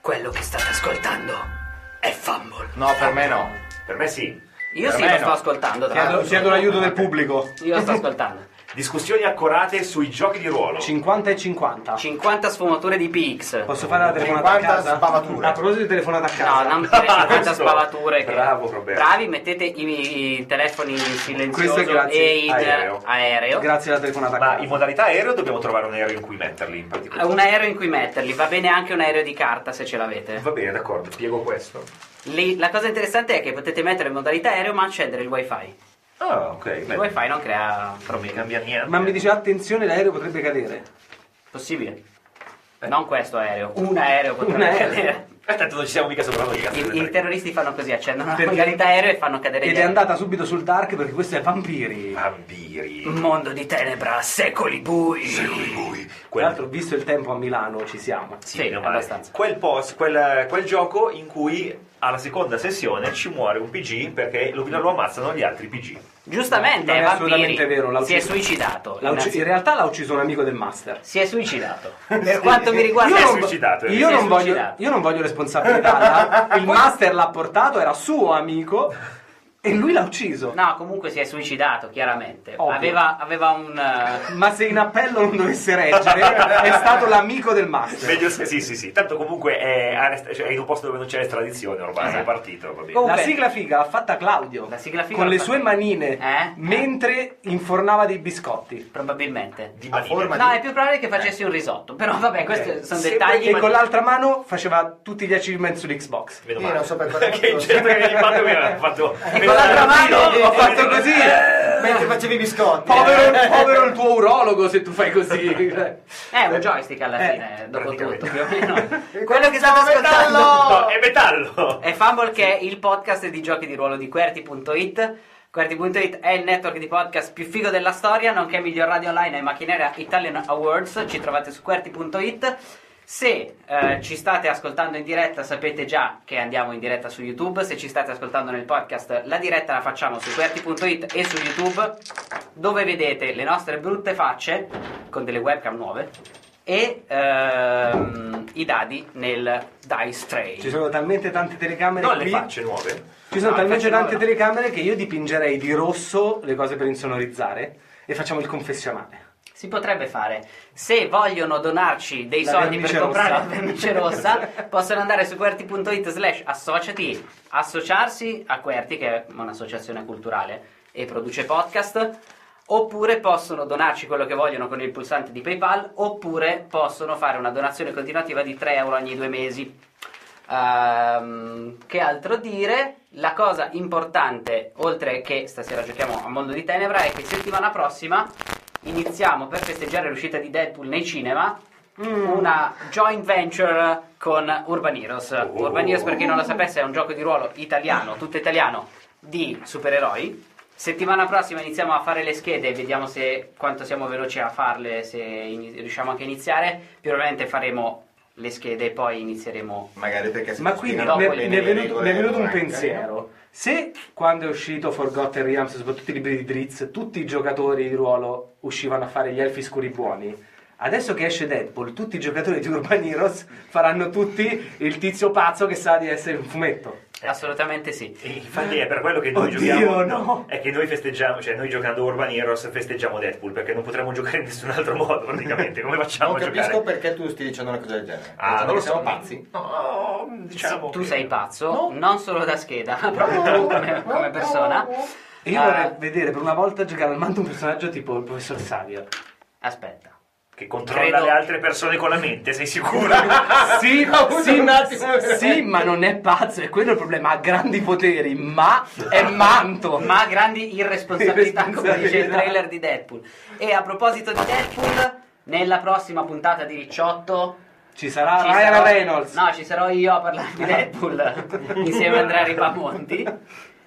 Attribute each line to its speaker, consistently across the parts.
Speaker 1: Quello che state ascoltando è Fumble.
Speaker 2: No, per me no. Per me sì.
Speaker 1: Io
Speaker 2: Per
Speaker 1: sì,
Speaker 2: me
Speaker 1: lo
Speaker 2: no.
Speaker 1: sto ascoltando. Tra
Speaker 3: Chiedo,
Speaker 1: l'altro.
Speaker 3: chiedo l'aiuto del pubblico.
Speaker 1: Io lo sto ascoltando.
Speaker 2: Discussioni accorate sui giochi di ruolo.
Speaker 3: 50 e 50.
Speaker 1: 50 sfumature di Pix.
Speaker 3: Posso fare la telefonata a
Speaker 4: 50
Speaker 3: casa?
Speaker 4: sbavature.
Speaker 3: A proposito di telefonata a
Speaker 1: No,
Speaker 3: casa.
Speaker 1: non dire 50
Speaker 2: Questo-
Speaker 1: spavature. Che...
Speaker 2: Bravo, Roberto.
Speaker 1: Bravi, mettete i, i telefoni in
Speaker 3: Questo
Speaker 1: silenzioso
Speaker 3: è grazie
Speaker 1: e in
Speaker 2: aereo.
Speaker 1: aereo.
Speaker 3: Grazie alla telefonata a
Speaker 2: Ma in
Speaker 3: casa.
Speaker 2: modalità aereo dobbiamo trovare un aereo in cui metterli in particolare.
Speaker 1: un aereo in cui metterli, va bene anche un aereo di carta se ce l'avete.
Speaker 2: Ah, Va bene, d'accordo, piego questo.
Speaker 1: Lì- la cosa interessante è che potete mettere in modalità aereo ma accendere il wifi.
Speaker 2: Ah, ok.
Speaker 1: Il
Speaker 2: Beh,
Speaker 1: wifi non crea
Speaker 2: non mi
Speaker 1: problemi.
Speaker 2: cambia niente.
Speaker 3: Ma mi dice attenzione, l'aereo potrebbe cadere.
Speaker 1: Possibile. Non questo aereo, un aereo potrebbe
Speaker 3: aereo.
Speaker 1: cadere.
Speaker 2: Eh, tanto non ci siamo mica sopra noi. cazzo,
Speaker 1: I,
Speaker 2: delle
Speaker 1: i terroristi fanno così, accendono la
Speaker 3: Perché-
Speaker 1: modalità aereo e fanno cadere
Speaker 3: Ed
Speaker 1: gli
Speaker 3: è
Speaker 1: aerei.
Speaker 3: andata subito sul dark perché questo è vampiri. Tra
Speaker 2: Vampiri.
Speaker 1: Un mondo di tenebra, secoli bui. Secoli
Speaker 2: Lui.
Speaker 3: l'altro,
Speaker 2: Quel...
Speaker 3: visto il tempo a Milano, ci siamo.
Speaker 1: Sì,
Speaker 2: meno male.
Speaker 1: abbastanza.
Speaker 2: Quel, post, quel, quel gioco in cui alla seconda sessione ci muore un PG perché lo, lo ammazzano gli altri PG.
Speaker 1: Giustamente,
Speaker 3: Non è
Speaker 1: vampiri.
Speaker 3: assolutamente vero, l'ha
Speaker 1: si è
Speaker 3: ucciso.
Speaker 1: suicidato.
Speaker 3: L'ha ucciso-
Speaker 1: innanzi-
Speaker 3: in realtà l'ha ucciso un amico del master.
Speaker 1: Si è suicidato. Per quanto mi riguarda,
Speaker 2: Io
Speaker 1: è
Speaker 2: non-
Speaker 1: suicidato.
Speaker 2: suicidato, eh.
Speaker 3: io,
Speaker 1: Si è
Speaker 3: non voglio,
Speaker 1: suicidato.
Speaker 3: io non voglio responsabilità. la- il master l'ha portato, era suo amico e lui l'ha ucciso.
Speaker 1: No, comunque si è suicidato, chiaramente.
Speaker 3: Ovvio.
Speaker 1: Aveva, aveva un. eh,
Speaker 3: Ma se in appello non dovesse reggere, è stato l'amico del master.
Speaker 2: Meglio se sì, sì, sì. Tanto comunque è, arrest- cioè, è in un posto dove non c'è l'estradizione ormai, è partito, va bene.
Speaker 1: Oh.
Speaker 3: La
Speaker 1: Comunque-
Speaker 3: sigla figa l'ha fatta Claudio
Speaker 1: La sigla figa
Speaker 3: con
Speaker 1: l'ha
Speaker 3: le
Speaker 1: fatta-
Speaker 3: sue manine
Speaker 1: Eh?
Speaker 3: mentre infornava dei biscotti
Speaker 1: probabilmente.
Speaker 2: Di
Speaker 4: A
Speaker 2: manina.
Speaker 4: forma
Speaker 1: No, è più probabile che facessi un risotto. Però
Speaker 3: Eh,
Speaker 1: vabbè, questi sono
Speaker 2: Sempre
Speaker 1: dettagli.
Speaker 3: e con l'altra mano faceva tutti gli achievement sull'Xbox.
Speaker 2: Meno
Speaker 4: Io
Speaker 2: male.
Speaker 4: non so per quale
Speaker 2: Perché il
Speaker 4: motivo.
Speaker 2: genere che mi ha fatto mi ha fatto...
Speaker 1: E con l'altra mano
Speaker 3: ho fatto così.
Speaker 2: Eh.
Speaker 4: Mentre facevi i biscotti.
Speaker 3: Povero, povero il tuo urologo se tu fai così.
Speaker 1: È un joystick alla
Speaker 3: Eh,
Speaker 1: fine, dopo tutto,
Speaker 2: praticamente.
Speaker 1: più o meno. Quello che state ascoltando.
Speaker 2: No, eh, è metallo!
Speaker 1: È Fumble che è il podcast di giochi di ruolo di QWERTY.it. QWERTY.it è il network di podcast più figo della storia, nonché miglior radio online ai Macchinera Italian Awards. Ci trovate su QWERTY.it. Se eh, ci state ascoltando in diretta sapete già che andiamo in diretta su YouTube, se ci state ascoltando nel podcast la diretta la facciamo su QWERTY.it e su YouTube dove vedete le nostre brutte facce con delle webcam nuove e ehm, i dadi nel Dice Tray.
Speaker 3: Ci sono talmente tante telecamere
Speaker 2: Non le
Speaker 3: qui.
Speaker 2: facce nuove.
Speaker 3: Ci sono
Speaker 1: No,
Speaker 3: talmente
Speaker 1: le facce
Speaker 3: tante
Speaker 1: no.
Speaker 3: telecamere che io dipingerei di rosso le cose per insonorizzare e facciamo il confessionale.
Speaker 1: Si potrebbe fare. Se vogliono donarci dei
Speaker 3: La
Speaker 1: soldi per
Speaker 3: vernice
Speaker 1: comprare
Speaker 3: rossa.
Speaker 1: la vernice rossa, possono andare su querti.it slash associati, associarsi a Querti, che è un'associazione culturale e produce podcast, oppure possono donarci quello che vogliono con il pulsante di PayPal, oppure possono fare una donazione continuativa di 3 euro ogni due mesi. Ehm, che altro dire? La cosa importante, oltre che stasera giochiamo a Mondo di Tenebra, è che settimana prossima iniziamo per festeggiare l'uscita di Deadpool nei cinema
Speaker 3: Mm.
Speaker 1: una joint venture con Urban Heroes.
Speaker 3: Oh.
Speaker 1: Urban Heroes, per chi non lo sapesse, è un gioco di ruolo italiano, tutto italiano, di supereroi. Settimana prossima iniziamo a fare le schede, vediamo se, quanto siamo veloci a farle, se ini- riusciamo anche a iniziare. Probabilmente faremo le schede e poi inizieremo
Speaker 4: Magari perché si
Speaker 3: Ma
Speaker 4: può
Speaker 3: quindi
Speaker 4: spiegare
Speaker 3: mi,
Speaker 1: dopo
Speaker 4: bene
Speaker 3: mi è
Speaker 4: le
Speaker 3: venuto,
Speaker 4: regole
Speaker 3: mi è venuto un
Speaker 4: anche.
Speaker 3: pensiero. Se quando è uscito Forgotten Realms, soprattutto i libri di Dritz, tutti i giocatori di ruolo uscivano a fare gli elfi scuri buoni, adesso che esce Deadpool, tutti i giocatori di Urban Heroes faranno tutti il tizio pazzo che sa di essere un fumetto.
Speaker 1: Assolutamente sì.
Speaker 2: E infatti è per quello che noi
Speaker 3: Oddio,
Speaker 2: giochiamo
Speaker 3: no.
Speaker 2: è che noi festeggiamo cioè noi giocando Urban Heroes festeggiamo Deadpool perché non potremmo giocare in nessun altro modo praticamente come facciamo
Speaker 4: Non
Speaker 2: a giocare
Speaker 4: capisco perché tu stia dicendo una cosa del genere.
Speaker 2: Ah,
Speaker 4: Dicendo
Speaker 2: non
Speaker 4: che
Speaker 2: lo so.
Speaker 4: siamo pazzi.
Speaker 2: no diciamo
Speaker 1: tu
Speaker 2: che-
Speaker 1: sei pazzo,
Speaker 4: No.
Speaker 1: non solo da scheda, ma proprio tu come, come persona.
Speaker 3: E io
Speaker 1: Ah,
Speaker 3: vorrei vedere per una volta giocare al mando un personaggio tipo il professor Savio.
Speaker 1: Aspetta.
Speaker 2: che controlla
Speaker 1: Credo-
Speaker 2: le altre persone con la mente sei sicuro
Speaker 3: Sì,
Speaker 4: sì, un attimo,
Speaker 3: sì,
Speaker 4: veramente.
Speaker 3: ma non è pazzo, è quello il problema. Ha grandi poteri, ma è manto.
Speaker 1: Ma ha grandi irresponsabilità, come dice il
Speaker 3: Irresponsabilità.
Speaker 1: trailer di Deadpool. E a proposito di Deadpool, nella prossima puntata di 18
Speaker 3: Ci sarà
Speaker 1: ci
Speaker 3: Ah, Ryan
Speaker 1: sarò-
Speaker 3: Reynolds.
Speaker 1: No, ci sarò io a parlare di Deadpool insieme a Andrea Ripamonti.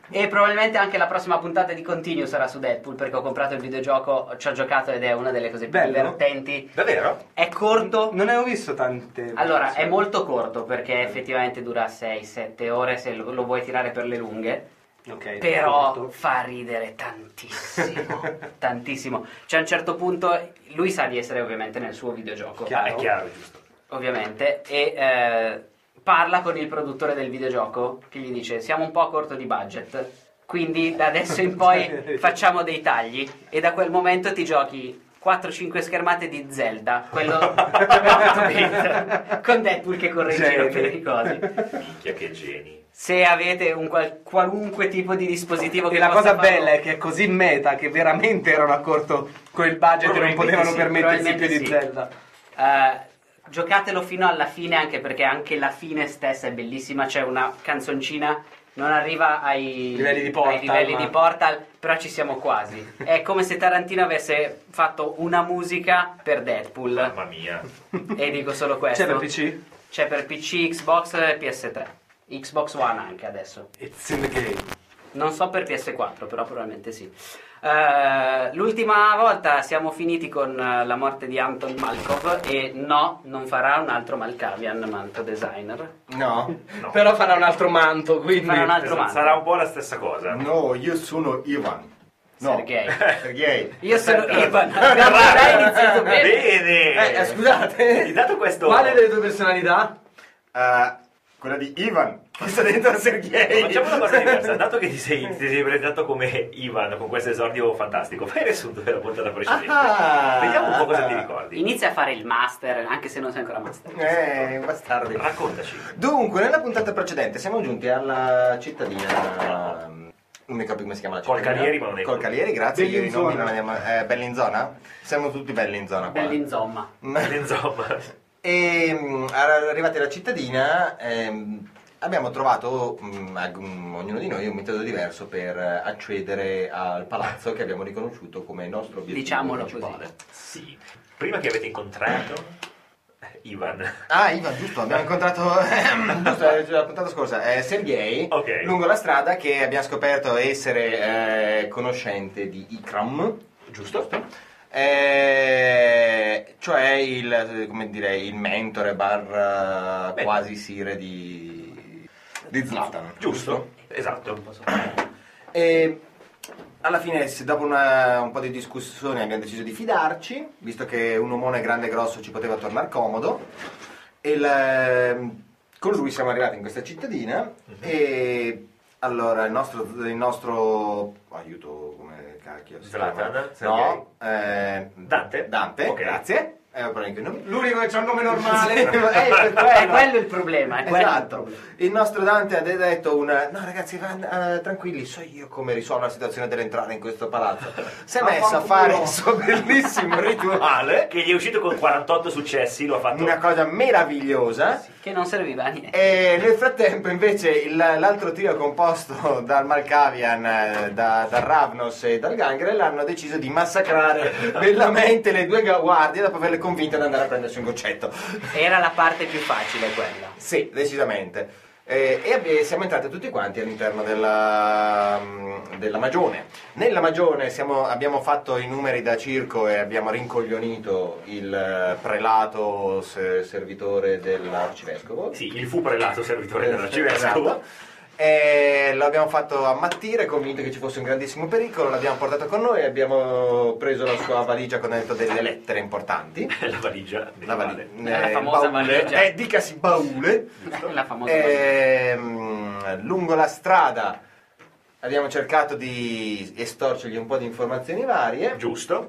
Speaker 1: E probabilmente anche la prossima puntata di Continue sarà su Deadpool perché ho comprato il videogioco, ci ho giocato ed è una delle cose più
Speaker 3: Bello.
Speaker 1: divertenti.
Speaker 4: Davvero?
Speaker 1: È corto,
Speaker 3: Non ne ho visto tante.
Speaker 1: Allora, è molto corto perché effettivamente dura 6-7 ore se lo, lo vuoi tirare per le lunghe.
Speaker 3: Ok,
Speaker 1: Però
Speaker 3: molto.
Speaker 1: fa ridere tantissimo, tantissimo. Cioè a un certo punto lui sa di essere ovviamente nel suo videogioco, Eh,
Speaker 3: Chiaro.
Speaker 2: è chiaro giusto
Speaker 1: ovviamente, e eh, parla con il produttore del videogioco che gli dice siamo un po' a corto di budget, quindi da adesso in poi facciamo dei tagli e da quel momento ti giochi 4-5 schermate di Zelda, quello 8-bit, con Deadpool che corre in giro
Speaker 3: Genio.
Speaker 1: per i cosi.
Speaker 2: minchia che geni
Speaker 1: Se avete un qual- qualunque tipo di dispositivo che
Speaker 3: E la
Speaker 1: possa
Speaker 3: cosa
Speaker 1: farlo-
Speaker 3: bella è che è così meta che veramente erano a corto con il budget e non
Speaker 2: Probabilmente
Speaker 3: potevano
Speaker 2: sì,
Speaker 3: permettersi più
Speaker 1: probabilmente
Speaker 3: di
Speaker 1: sì.
Speaker 3: Zelda.
Speaker 1: Eh, giocatelo fino alla fine anche perché anche la fine stessa è bellissima, c'è una canzoncina, non arriva ai
Speaker 3: Livelli di
Speaker 1: ai
Speaker 3: Portal,
Speaker 1: livelli
Speaker 3: ma-
Speaker 1: di Portal, però ci siamo quasi. È come se Tarantino avesse fatto una musica per Deadpool
Speaker 2: mamma mia
Speaker 1: e dico solo questo.
Speaker 3: C'è per PC?
Speaker 1: C'è per PC, Xbox e PS3. Xbox One anche adesso.
Speaker 3: It's in the game.
Speaker 1: Non so per PS4, però probabilmente sì. Eh, l'ultima volta siamo finiti con eh, la morte di Anton Malkov e no, non farà un altro Malkavian, manto designer.
Speaker 4: No.
Speaker 2: No.
Speaker 3: Però farà un altro manto, quindi...
Speaker 1: Farà un altro
Speaker 2: Esatto,
Speaker 1: manto.
Speaker 2: sarà un po' la stessa cosa
Speaker 4: No, io sono Ivan. No.
Speaker 1: Sergei.
Speaker 4: Sergei.
Speaker 1: Io sono Ivan. Abbiamo già iniziato
Speaker 2: Bravo.
Speaker 1: bene.
Speaker 2: bene
Speaker 4: Eh, eh, scusate.
Speaker 2: Hai dato questo
Speaker 3: Quale delle due personalità?
Speaker 4: Eh, quella di Ivan. Che sta dentro Sergei.
Speaker 2: Facciamo una cosa diversa, dato che ti sei, ti sei presentato come Ivan con questo esordio fantastico, fai il riassunto della puntata precedente.
Speaker 4: Ah.
Speaker 2: Vediamo un po' cosa ti ricordi.
Speaker 1: Inizia a fare il master, anche se non sei ancora master.
Speaker 4: Eh, bastardi.
Speaker 2: Raccontaci.
Speaker 4: Dunque, nella puntata precedente siamo giunti alla cittadina. ehm, Non mi ricordo come si chiama la cittadina.
Speaker 2: Colcalieri, ma non è-
Speaker 4: Colcalieri, grazie. Io i nomi
Speaker 3: Bellinzona.
Speaker 4: non andiamo. Eh, Bellinzona? Siamo tutti belli in zona qua.
Speaker 1: Belli insomma.
Speaker 2: Insomma,
Speaker 4: E mm, ar- arrivati alla cittadina ehm, abbiamo trovato mm, ag- mm, ognuno di noi un metodo diverso per eh, accedere al palazzo che abbiamo riconosciuto come il nostro obiettivo
Speaker 1: Diciamolo
Speaker 4: principale.
Speaker 1: così.
Speaker 2: sì. Prima che avete incontrato eh, Ivan.
Speaker 4: Ah, Ivan, giusto,
Speaker 2: Eh.
Speaker 4: abbiamo incontrato ehm, giusto, eh, la puntata scorsa, eh, Sergei
Speaker 2: Ok.
Speaker 4: lungo la strada che abbiamo scoperto essere eh, conoscente di Ikram,
Speaker 2: Giusto?
Speaker 4: eh, cioè il, eh, come dire, il mentore barra
Speaker 2: Beh.
Speaker 4: quasi sire di, di Zlatan.
Speaker 2: Giusto? Esatto.
Speaker 4: E alla fine, se dopo una- un po' di discussione, abbiamo deciso di fidarci, visto che un omone grande e grosso ci poteva tornare comodo. E il- ehm, con lui siamo arrivati in questa cittadina
Speaker 2: Mhm.
Speaker 4: e allora il nostro, il nostro aiuto come cacchio si
Speaker 2: Zlatan,
Speaker 4: chiama? no, eh,
Speaker 2: Dante?
Speaker 4: Dante
Speaker 2: Ok.
Speaker 4: grazie Eh, probabilmente no. L'unico che c'ha un nome normale. Eh, per quello.
Speaker 5: È quello il problema. È quello Il
Speaker 4: Esatto,
Speaker 5: problema.
Speaker 4: il nostro Dante ha detto un no ragazzi va- eh, tranquilli so io come risolvo la situazione dell'entrare in questo palazzo. Si è
Speaker 3: Ma
Speaker 4: messo a
Speaker 3: fanculo.
Speaker 4: fare il suo bellissimo rituale,
Speaker 2: Che gli è uscito con 48 successi, lo ha fatto.
Speaker 4: una cosa meravigliosa.
Speaker 5: Che non serviva a niente.
Speaker 4: E nel frattempo invece il- l'altro trio composto dal Malkavian, eh, da, dal Ravnos e dal Gangrel hanno deciso di massacrare nella mente le due guardie dopo averle convinte ad andare a prendersi un goccetto.
Speaker 5: Era la parte più facile quella.
Speaker 4: Sì, decisamente. Eh, e abbi- siamo entrati tutti quanti all'interno della, mm, della magione. Nella magione siamo- abbiamo fatto i numeri da circo e abbiamo rincoglionito il eh, prelato se- servitore dell'arcivescovo.
Speaker 2: Sì, il fu prelato servitore dell'arcivescovo.
Speaker 4: Esatto. E lo abbiamo fatto ammattire, convinto che ci fosse un grandissimo pericolo, l'abbiamo portato con noi, abbiamo preso la sua valigia con dentro delle lettere importanti.
Speaker 2: La valigia.
Speaker 4: La, vali-
Speaker 2: medievale.
Speaker 5: La
Speaker 4: eh,
Speaker 5: famosa
Speaker 4: baule.
Speaker 5: valigia.
Speaker 4: Eh, dicasi baule.
Speaker 5: La famosa
Speaker 4: Ehm, lungo la strada abbiamo cercato di estorcergli un po' di informazioni varie.
Speaker 2: Giusto.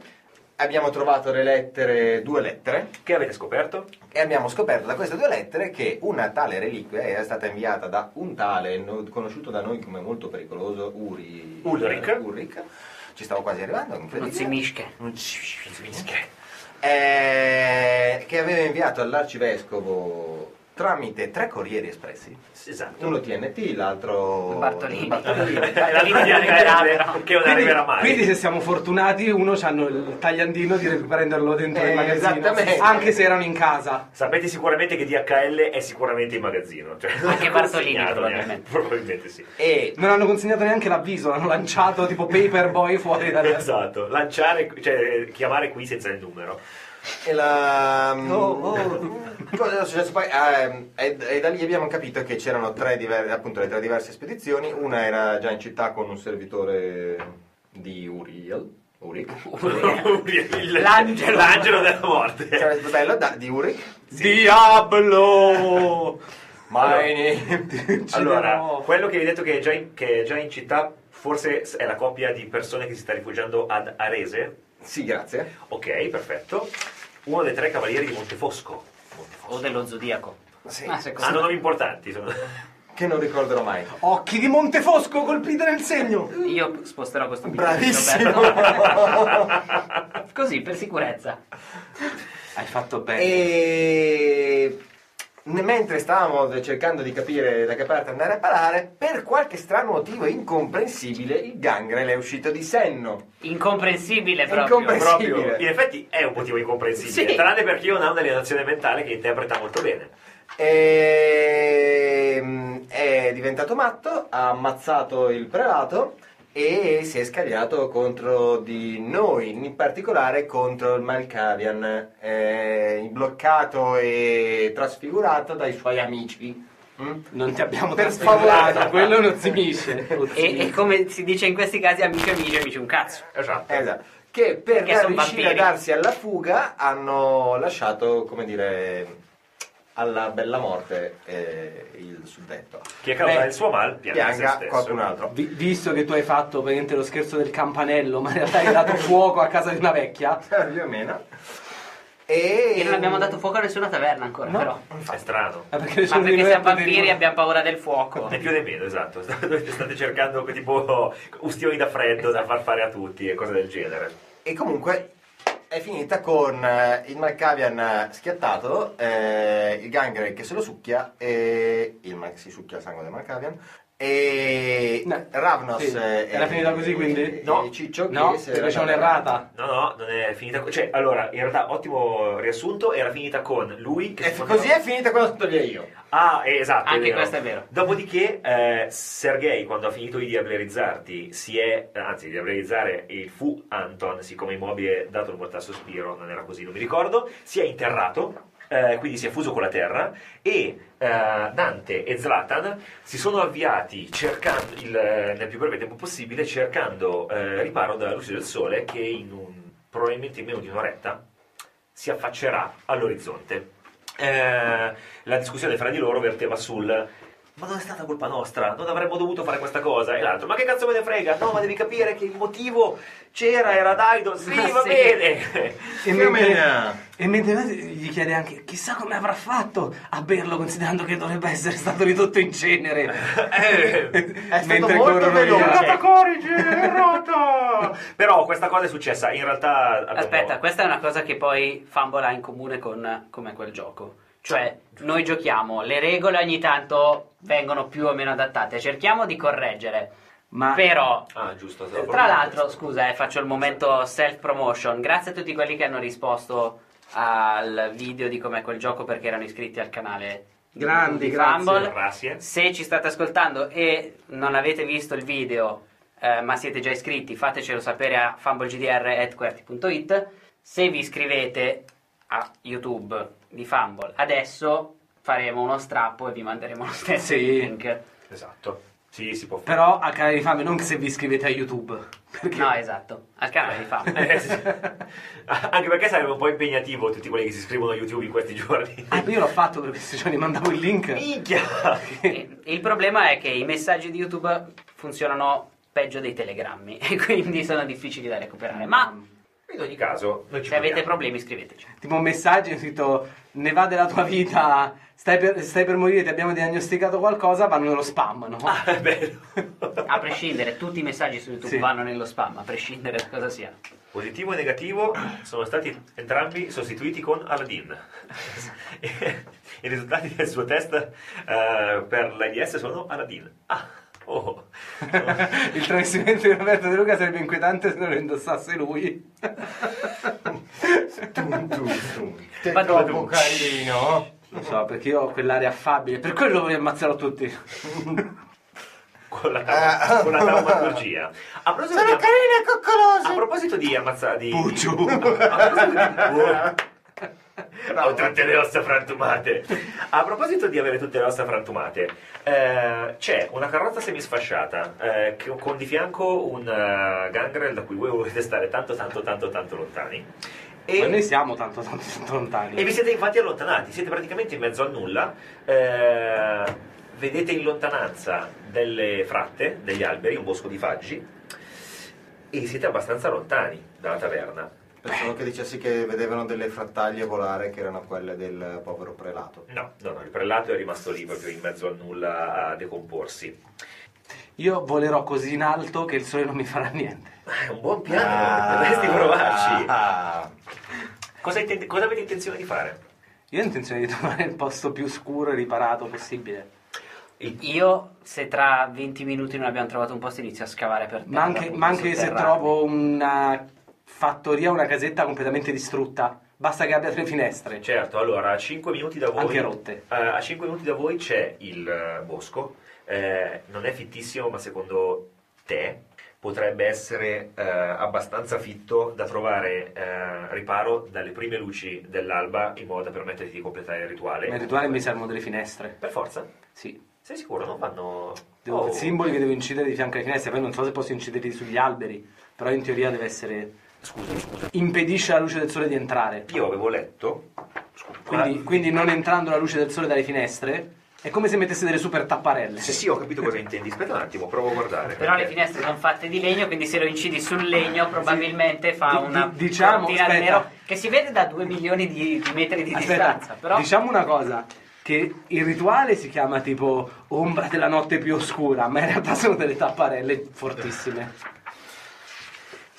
Speaker 4: Abbiamo trovato le lettere, due lettere,
Speaker 2: Che avete scoperto?
Speaker 4: e abbiamo scoperto da queste due lettere che una tale reliquia era stata inviata da un tale, no- conosciuto da noi come molto pericoloso, Uri...
Speaker 2: Ulrich.
Speaker 4: Ulrich. Ci stavo quasi arrivando, incredibile.
Speaker 5: Non si mischia.
Speaker 4: Non si mischia. Eh, che aveva inviato all'arcivescovo tramite tre corrieri espressi.
Speaker 2: Esatto.
Speaker 4: Uno TNT, l'altro
Speaker 5: Bartolini.
Speaker 4: Bartolini.
Speaker 2: Eh, la linea di Arcade, che non arriverà mai.
Speaker 3: Quindi se siamo fortunati uno c'hanno il tagliandino di prenderlo dentro
Speaker 4: Eh,
Speaker 3: il magazzino,
Speaker 4: esattamente.
Speaker 3: anche se erano in casa.
Speaker 2: Sapete sicuramente che DHL è sicuramente in magazzino. Cioè, non
Speaker 5: Anche
Speaker 2: è
Speaker 5: Bartolini,
Speaker 2: consegnato
Speaker 5: probabilmente.
Speaker 2: neanche. Probabilmente sì.
Speaker 4: e
Speaker 3: Non hanno consegnato neanche l'avviso, l'hanno lanciato tipo paperboy fuori dal...
Speaker 2: Esatto, lanciare, cioè chiamare qui senza il numero.
Speaker 4: E la... mm,
Speaker 3: Oh, oh.
Speaker 4: Cosa è successo poi? Ah, ehm, e, e da lì abbiamo capito che c'erano tre diver- appunto, le tre diverse spedizioni. Una era già in città con un servitore di Uriel. Uric.
Speaker 2: Il-
Speaker 5: L'angelo.
Speaker 2: l'angelo della morte.
Speaker 4: Sarebbe Cioè, bello da- di Uric.
Speaker 3: Diablo!
Speaker 4: My
Speaker 2: Allora,
Speaker 3: Ucciderò.
Speaker 2: quello che vi ho detto che è, già in, che è già in città, forse è la coppia di persone che si sta rifugiando ad Arese.
Speaker 4: Sì, grazie.
Speaker 2: Ok, perfetto. Uno dei tre cavalieri di Montefosco. Montefosco.
Speaker 5: O dello zodiaco.
Speaker 4: Sì.
Speaker 5: Ah, secondo-
Speaker 2: Hanno nomi importanti. sono-
Speaker 4: Che non ricorderò mai.
Speaker 3: Occhi di Montefosco colpite nel segno!
Speaker 5: Io sposterò questo biglietto,
Speaker 4: Bravissimo.
Speaker 5: Roberto. Così, per sicurezza.
Speaker 3: Hai fatto bene.
Speaker 4: e n- mentre stavamo cercando di capire da che parte andare a parare, per qualche strano motivo incomprensibile, il gangrel è uscito di senno.
Speaker 5: Incomprensibile proprio.
Speaker 4: Incomprensibile.
Speaker 2: Proprio. In effetti è un motivo incomprensibile,
Speaker 5: Sì.
Speaker 2: tranne per chi non ha un'alienazione mentale che interpreta molto bene.
Speaker 4: Ehm, è diventato matto, ha ammazzato il prelato e si è scagliato contro di noi, in particolare contro il Malkavian, eh, bloccato e trasfigurato dai suoi amici. Mm?
Speaker 3: Non ti abbiamo
Speaker 4: Per
Speaker 3: trasfigurato,
Speaker 4: favore.
Speaker 3: quello non si misce.
Speaker 5: E, e come si dice in questi casi, amici amici amici un cazzo.
Speaker 2: Esatto.
Speaker 4: Esatto. Che per
Speaker 5: Perché son
Speaker 4: riuscire a
Speaker 5: vampiri.
Speaker 4: darsi alla fuga hanno lasciato, come dire, alla bella morte eh, il suddetto.
Speaker 2: Chi è causa
Speaker 3: Beh,
Speaker 2: del suo mal pianga, se
Speaker 4: Pianga
Speaker 2: stesso.
Speaker 4: qualcun altro.
Speaker 3: Vi- visto che tu hai fatto praticamente lo scherzo del campanello, ma in realtà hai dato fuoco a casa di una vecchia,
Speaker 4: Più o meno. E...
Speaker 5: E non abbiamo dato fuoco a nessuna taverna ancora,
Speaker 3: No.
Speaker 5: però.
Speaker 2: È strano.
Speaker 4: Eh,
Speaker 3: ma perché,
Speaker 5: Ma
Speaker 3: sono di
Speaker 5: perché
Speaker 3: noi a
Speaker 5: siamo
Speaker 3: poter-
Speaker 5: vampiri e abbiamo paura del
Speaker 4: boh.
Speaker 5: fuoco.
Speaker 2: Né più né meno, esatto. State state cercando tipo ustioni da freddo da far fare a tutti e cose del genere.
Speaker 4: E comunque è finita con eh, il Malkavian schiattato, eh, il Gangrel che se lo succhia, e il Mal- si succhia il sangue del Malkavian. E
Speaker 3: No.
Speaker 4: Ravnos
Speaker 3: Sì.
Speaker 4: eh,
Speaker 3: Era finita così, quindi?
Speaker 4: e
Speaker 3: No.
Speaker 4: Ciccio
Speaker 3: No,
Speaker 4: che se
Speaker 3: perché
Speaker 4: l'era
Speaker 3: c'è
Speaker 4: data.
Speaker 3: un'errata.
Speaker 2: No, no, non è finita. co- Cioè, allora, in realtà, ottimo riassunto. Era finita con lui che
Speaker 4: E
Speaker 2: si
Speaker 4: f- così è finita quella storia io.
Speaker 2: Ah, eh, esatto.
Speaker 5: Anche questo è vero.
Speaker 2: Dopodiché, eh, Sergei, quando ha finito di diablerizzarti, si è. anzi, di diablerizzare il fu Anton, siccome immobile, dato il mortal sospiro, non era così, non mi ricordo, si è interrato. eh, quindi si è fuso con la terra e eh, Dante e Zlatan si sono avviati cercando il- eh, nel più breve tempo possibile cercando eh, riparo dalla luce del sole che in un- probabilmente in meno di un'oretta si affaccerà all'orizzonte. Eh, la discussione fra di loro verteva sul ma non è stata colpa nostra, non avremmo dovuto fare questa cosa. E l'altro, ma che cazzo me ne frega? No, ma devi capire che il motivo c'era, era Daido, sì,
Speaker 1: Ah,
Speaker 2: va
Speaker 1: sì.
Speaker 2: bene.
Speaker 4: Più
Speaker 3: E
Speaker 4: o
Speaker 3: mentre,
Speaker 4: meno.
Speaker 3: e mentre gli chiede anche chissà come avrà fatto a berlo considerando che dovrebbe essere stato ridotto in cenere.
Speaker 4: Eh. È stato molto
Speaker 3: corrono via. Cioè,
Speaker 4: veloce.
Speaker 2: Errata Corrige, errata! Però questa cosa è successa, in realtà... abbiamo-
Speaker 1: Aspetta, questa è una cosa che poi Fumble ha in comune con come quel gioco. Cioè, noi giochiamo, le regole ogni tanto vengono più o meno adattate, cerchiamo di correggere.
Speaker 3: Ma-
Speaker 1: Però,
Speaker 2: Ah, giusto. te l'ho
Speaker 1: Eh, Tra
Speaker 2: proprio
Speaker 1: l'altro,
Speaker 2: detto.
Speaker 1: scusa, eh, faccio il momento self-promotion. Grazie a tutti quelli che hanno risposto al video di com'è quel gioco perché erano iscritti al canale. di-
Speaker 3: Grandi,
Speaker 1: di
Speaker 3: grazie.
Speaker 1: Rumble.
Speaker 2: Grazie.
Speaker 1: Se ci state ascoltando e non avete visto il video, eh, ma siete già iscritti, fatecelo sapere a fumblegdr.it. Se vi iscrivete a YouTube di Fumble, adesso faremo uno strappo e vi manderemo lo stesso
Speaker 3: Sì.
Speaker 1: link.
Speaker 2: Esatto. Sì, si può fare.
Speaker 3: Però a canale di fame non se vi iscrivete a YouTube. Perché
Speaker 1: No, esatto, al canale di Fumble.
Speaker 2: Eh, sì. Anche perché sarebbe un po' impegnativo tutti quelli che si iscrivono a YouTube in questi giorni.
Speaker 3: Ah, io l'ho fatto per questi giorni, mandavo il link.
Speaker 2: Minchia!
Speaker 1: E- Il problema è che i messaggi di YouTube funzionano peggio dei telegrammi e quindi sono difficili da recuperare. Ma
Speaker 2: In ogni caso, noi ci
Speaker 1: se avete
Speaker 2: proviamo.
Speaker 1: problemi iscriveteci.
Speaker 3: Tipo un messaggio scritto ne va della tua vita, stai per, stai per morire, ti abbiamo diagnosticato qualcosa, vanno nello spam, no?
Speaker 2: Ah, è bello.
Speaker 1: A prescindere, tutti i messaggi su YouTube
Speaker 3: Sì.
Speaker 1: vanno nello spam, a prescindere da cosa sia.
Speaker 2: Positivo e negativo sono stati entrambi sostituiti con Aladdin. I risultati del suo test eh, per l'AIDS sono Aladdin. Ah, oh.
Speaker 3: il travestimento di Roberto De Luca sarebbe inquietante se non lo indossasse lui.
Speaker 4: Tum, tum, tum. Che
Speaker 1: Ma
Speaker 4: troppo
Speaker 2: dove-
Speaker 4: carino.
Speaker 3: Lo so, perché io ho quell'aria affabile, per quello voglio ammazzarlo tutti.
Speaker 2: Con la,
Speaker 4: Ah.
Speaker 2: con la taumaturgia. A proposito, di,
Speaker 4: carine e
Speaker 2: a
Speaker 4: coccoloso.
Speaker 2: proposito di ammazzare di...
Speaker 4: Bravo.
Speaker 2: Ho tutte le ossa frantumate. A proposito di avere tutte le ossa frantumate, eh, c'è una carrozza semisfasciata eh, che- con di fianco un eh, gangrel da cui voi volete stare tanto, tanto, tanto, tanto lontani. E,
Speaker 3: Ma noi siamo tanto, tanto, tanto lontani.
Speaker 2: e vi siete infatti allontanati, siete praticamente in mezzo al nulla. eh, vedete in lontananza delle fratte, degli alberi, un bosco di faggi e siete abbastanza lontani dalla taverna.
Speaker 4: Pensavo che dicessi che vedevano delle frattaglie volare che erano quelle del povero prelato.
Speaker 2: No, no, no, il prelato è rimasto lì proprio in mezzo al nulla a decomporsi.
Speaker 3: Io volerò così in alto che il sole non mi farà niente.
Speaker 2: Ma è un buon piano, Ah, dovresti provarci.
Speaker 4: Ah.
Speaker 2: Cosa, inten- cosa avete intenzione di fare?
Speaker 3: Io ho intenzione di trovare il posto più scuro e riparato possibile.
Speaker 2: Il-
Speaker 1: Io, se tra 20 minuti non abbiamo trovato un posto, inizio a scavare per terra.
Speaker 3: Ma anche, ma anche se
Speaker 1: sotterraneo.
Speaker 3: trovo una fattoria, una casetta completamente distrutta, basta che abbia tre finestre. cioè,
Speaker 2: Certo, allora a 5 minuti da voi...
Speaker 3: Anche rotte.
Speaker 2: Eh, a 5 minuti da voi c'è il eh, bosco, Eh, non è fittissimo ma secondo te potrebbe essere eh, abbastanza fitto da trovare eh, riparo dalle prime luci dell'alba in modo da permetterti di completare il rituale.
Speaker 3: Nel rituale mi servono delle finestre.
Speaker 2: Per forza,
Speaker 3: Sì.
Speaker 2: sei sicuro? Non vanno...
Speaker 3: Devo-
Speaker 2: Oh.
Speaker 3: Simboli che devo incidere di fianco alle finestre, poi non so se posso inciderli sugli alberi, però in teoria deve essere...
Speaker 2: Scusami, scusa.
Speaker 3: impedisce alla luce del sole di entrare.
Speaker 2: Io avevo letto. Ah, Scusa,
Speaker 1: Ah.
Speaker 3: Quindi, quindi non entrando la luce del sole dalle finestre è come se mettesse delle super tapparelle.
Speaker 2: Sì, sì, ho capito cosa intendi. Aspetta un attimo, provo a guardare.
Speaker 1: Però le
Speaker 2: perché-
Speaker 1: finestre sono fatte di legno, quindi se lo incidi sul legno probabilmente fa
Speaker 3: Di-
Speaker 1: una
Speaker 3: di- diciamo,
Speaker 1: cortina di
Speaker 3: aspetta.
Speaker 1: nero che si vede da 2 milioni di, di metri di
Speaker 3: Aspetta,
Speaker 1: distanza. Però
Speaker 3: diciamo una cosa, che il rituale si chiama tipo ombra della notte più oscura, ma in realtà sono delle tapparelle fortissime.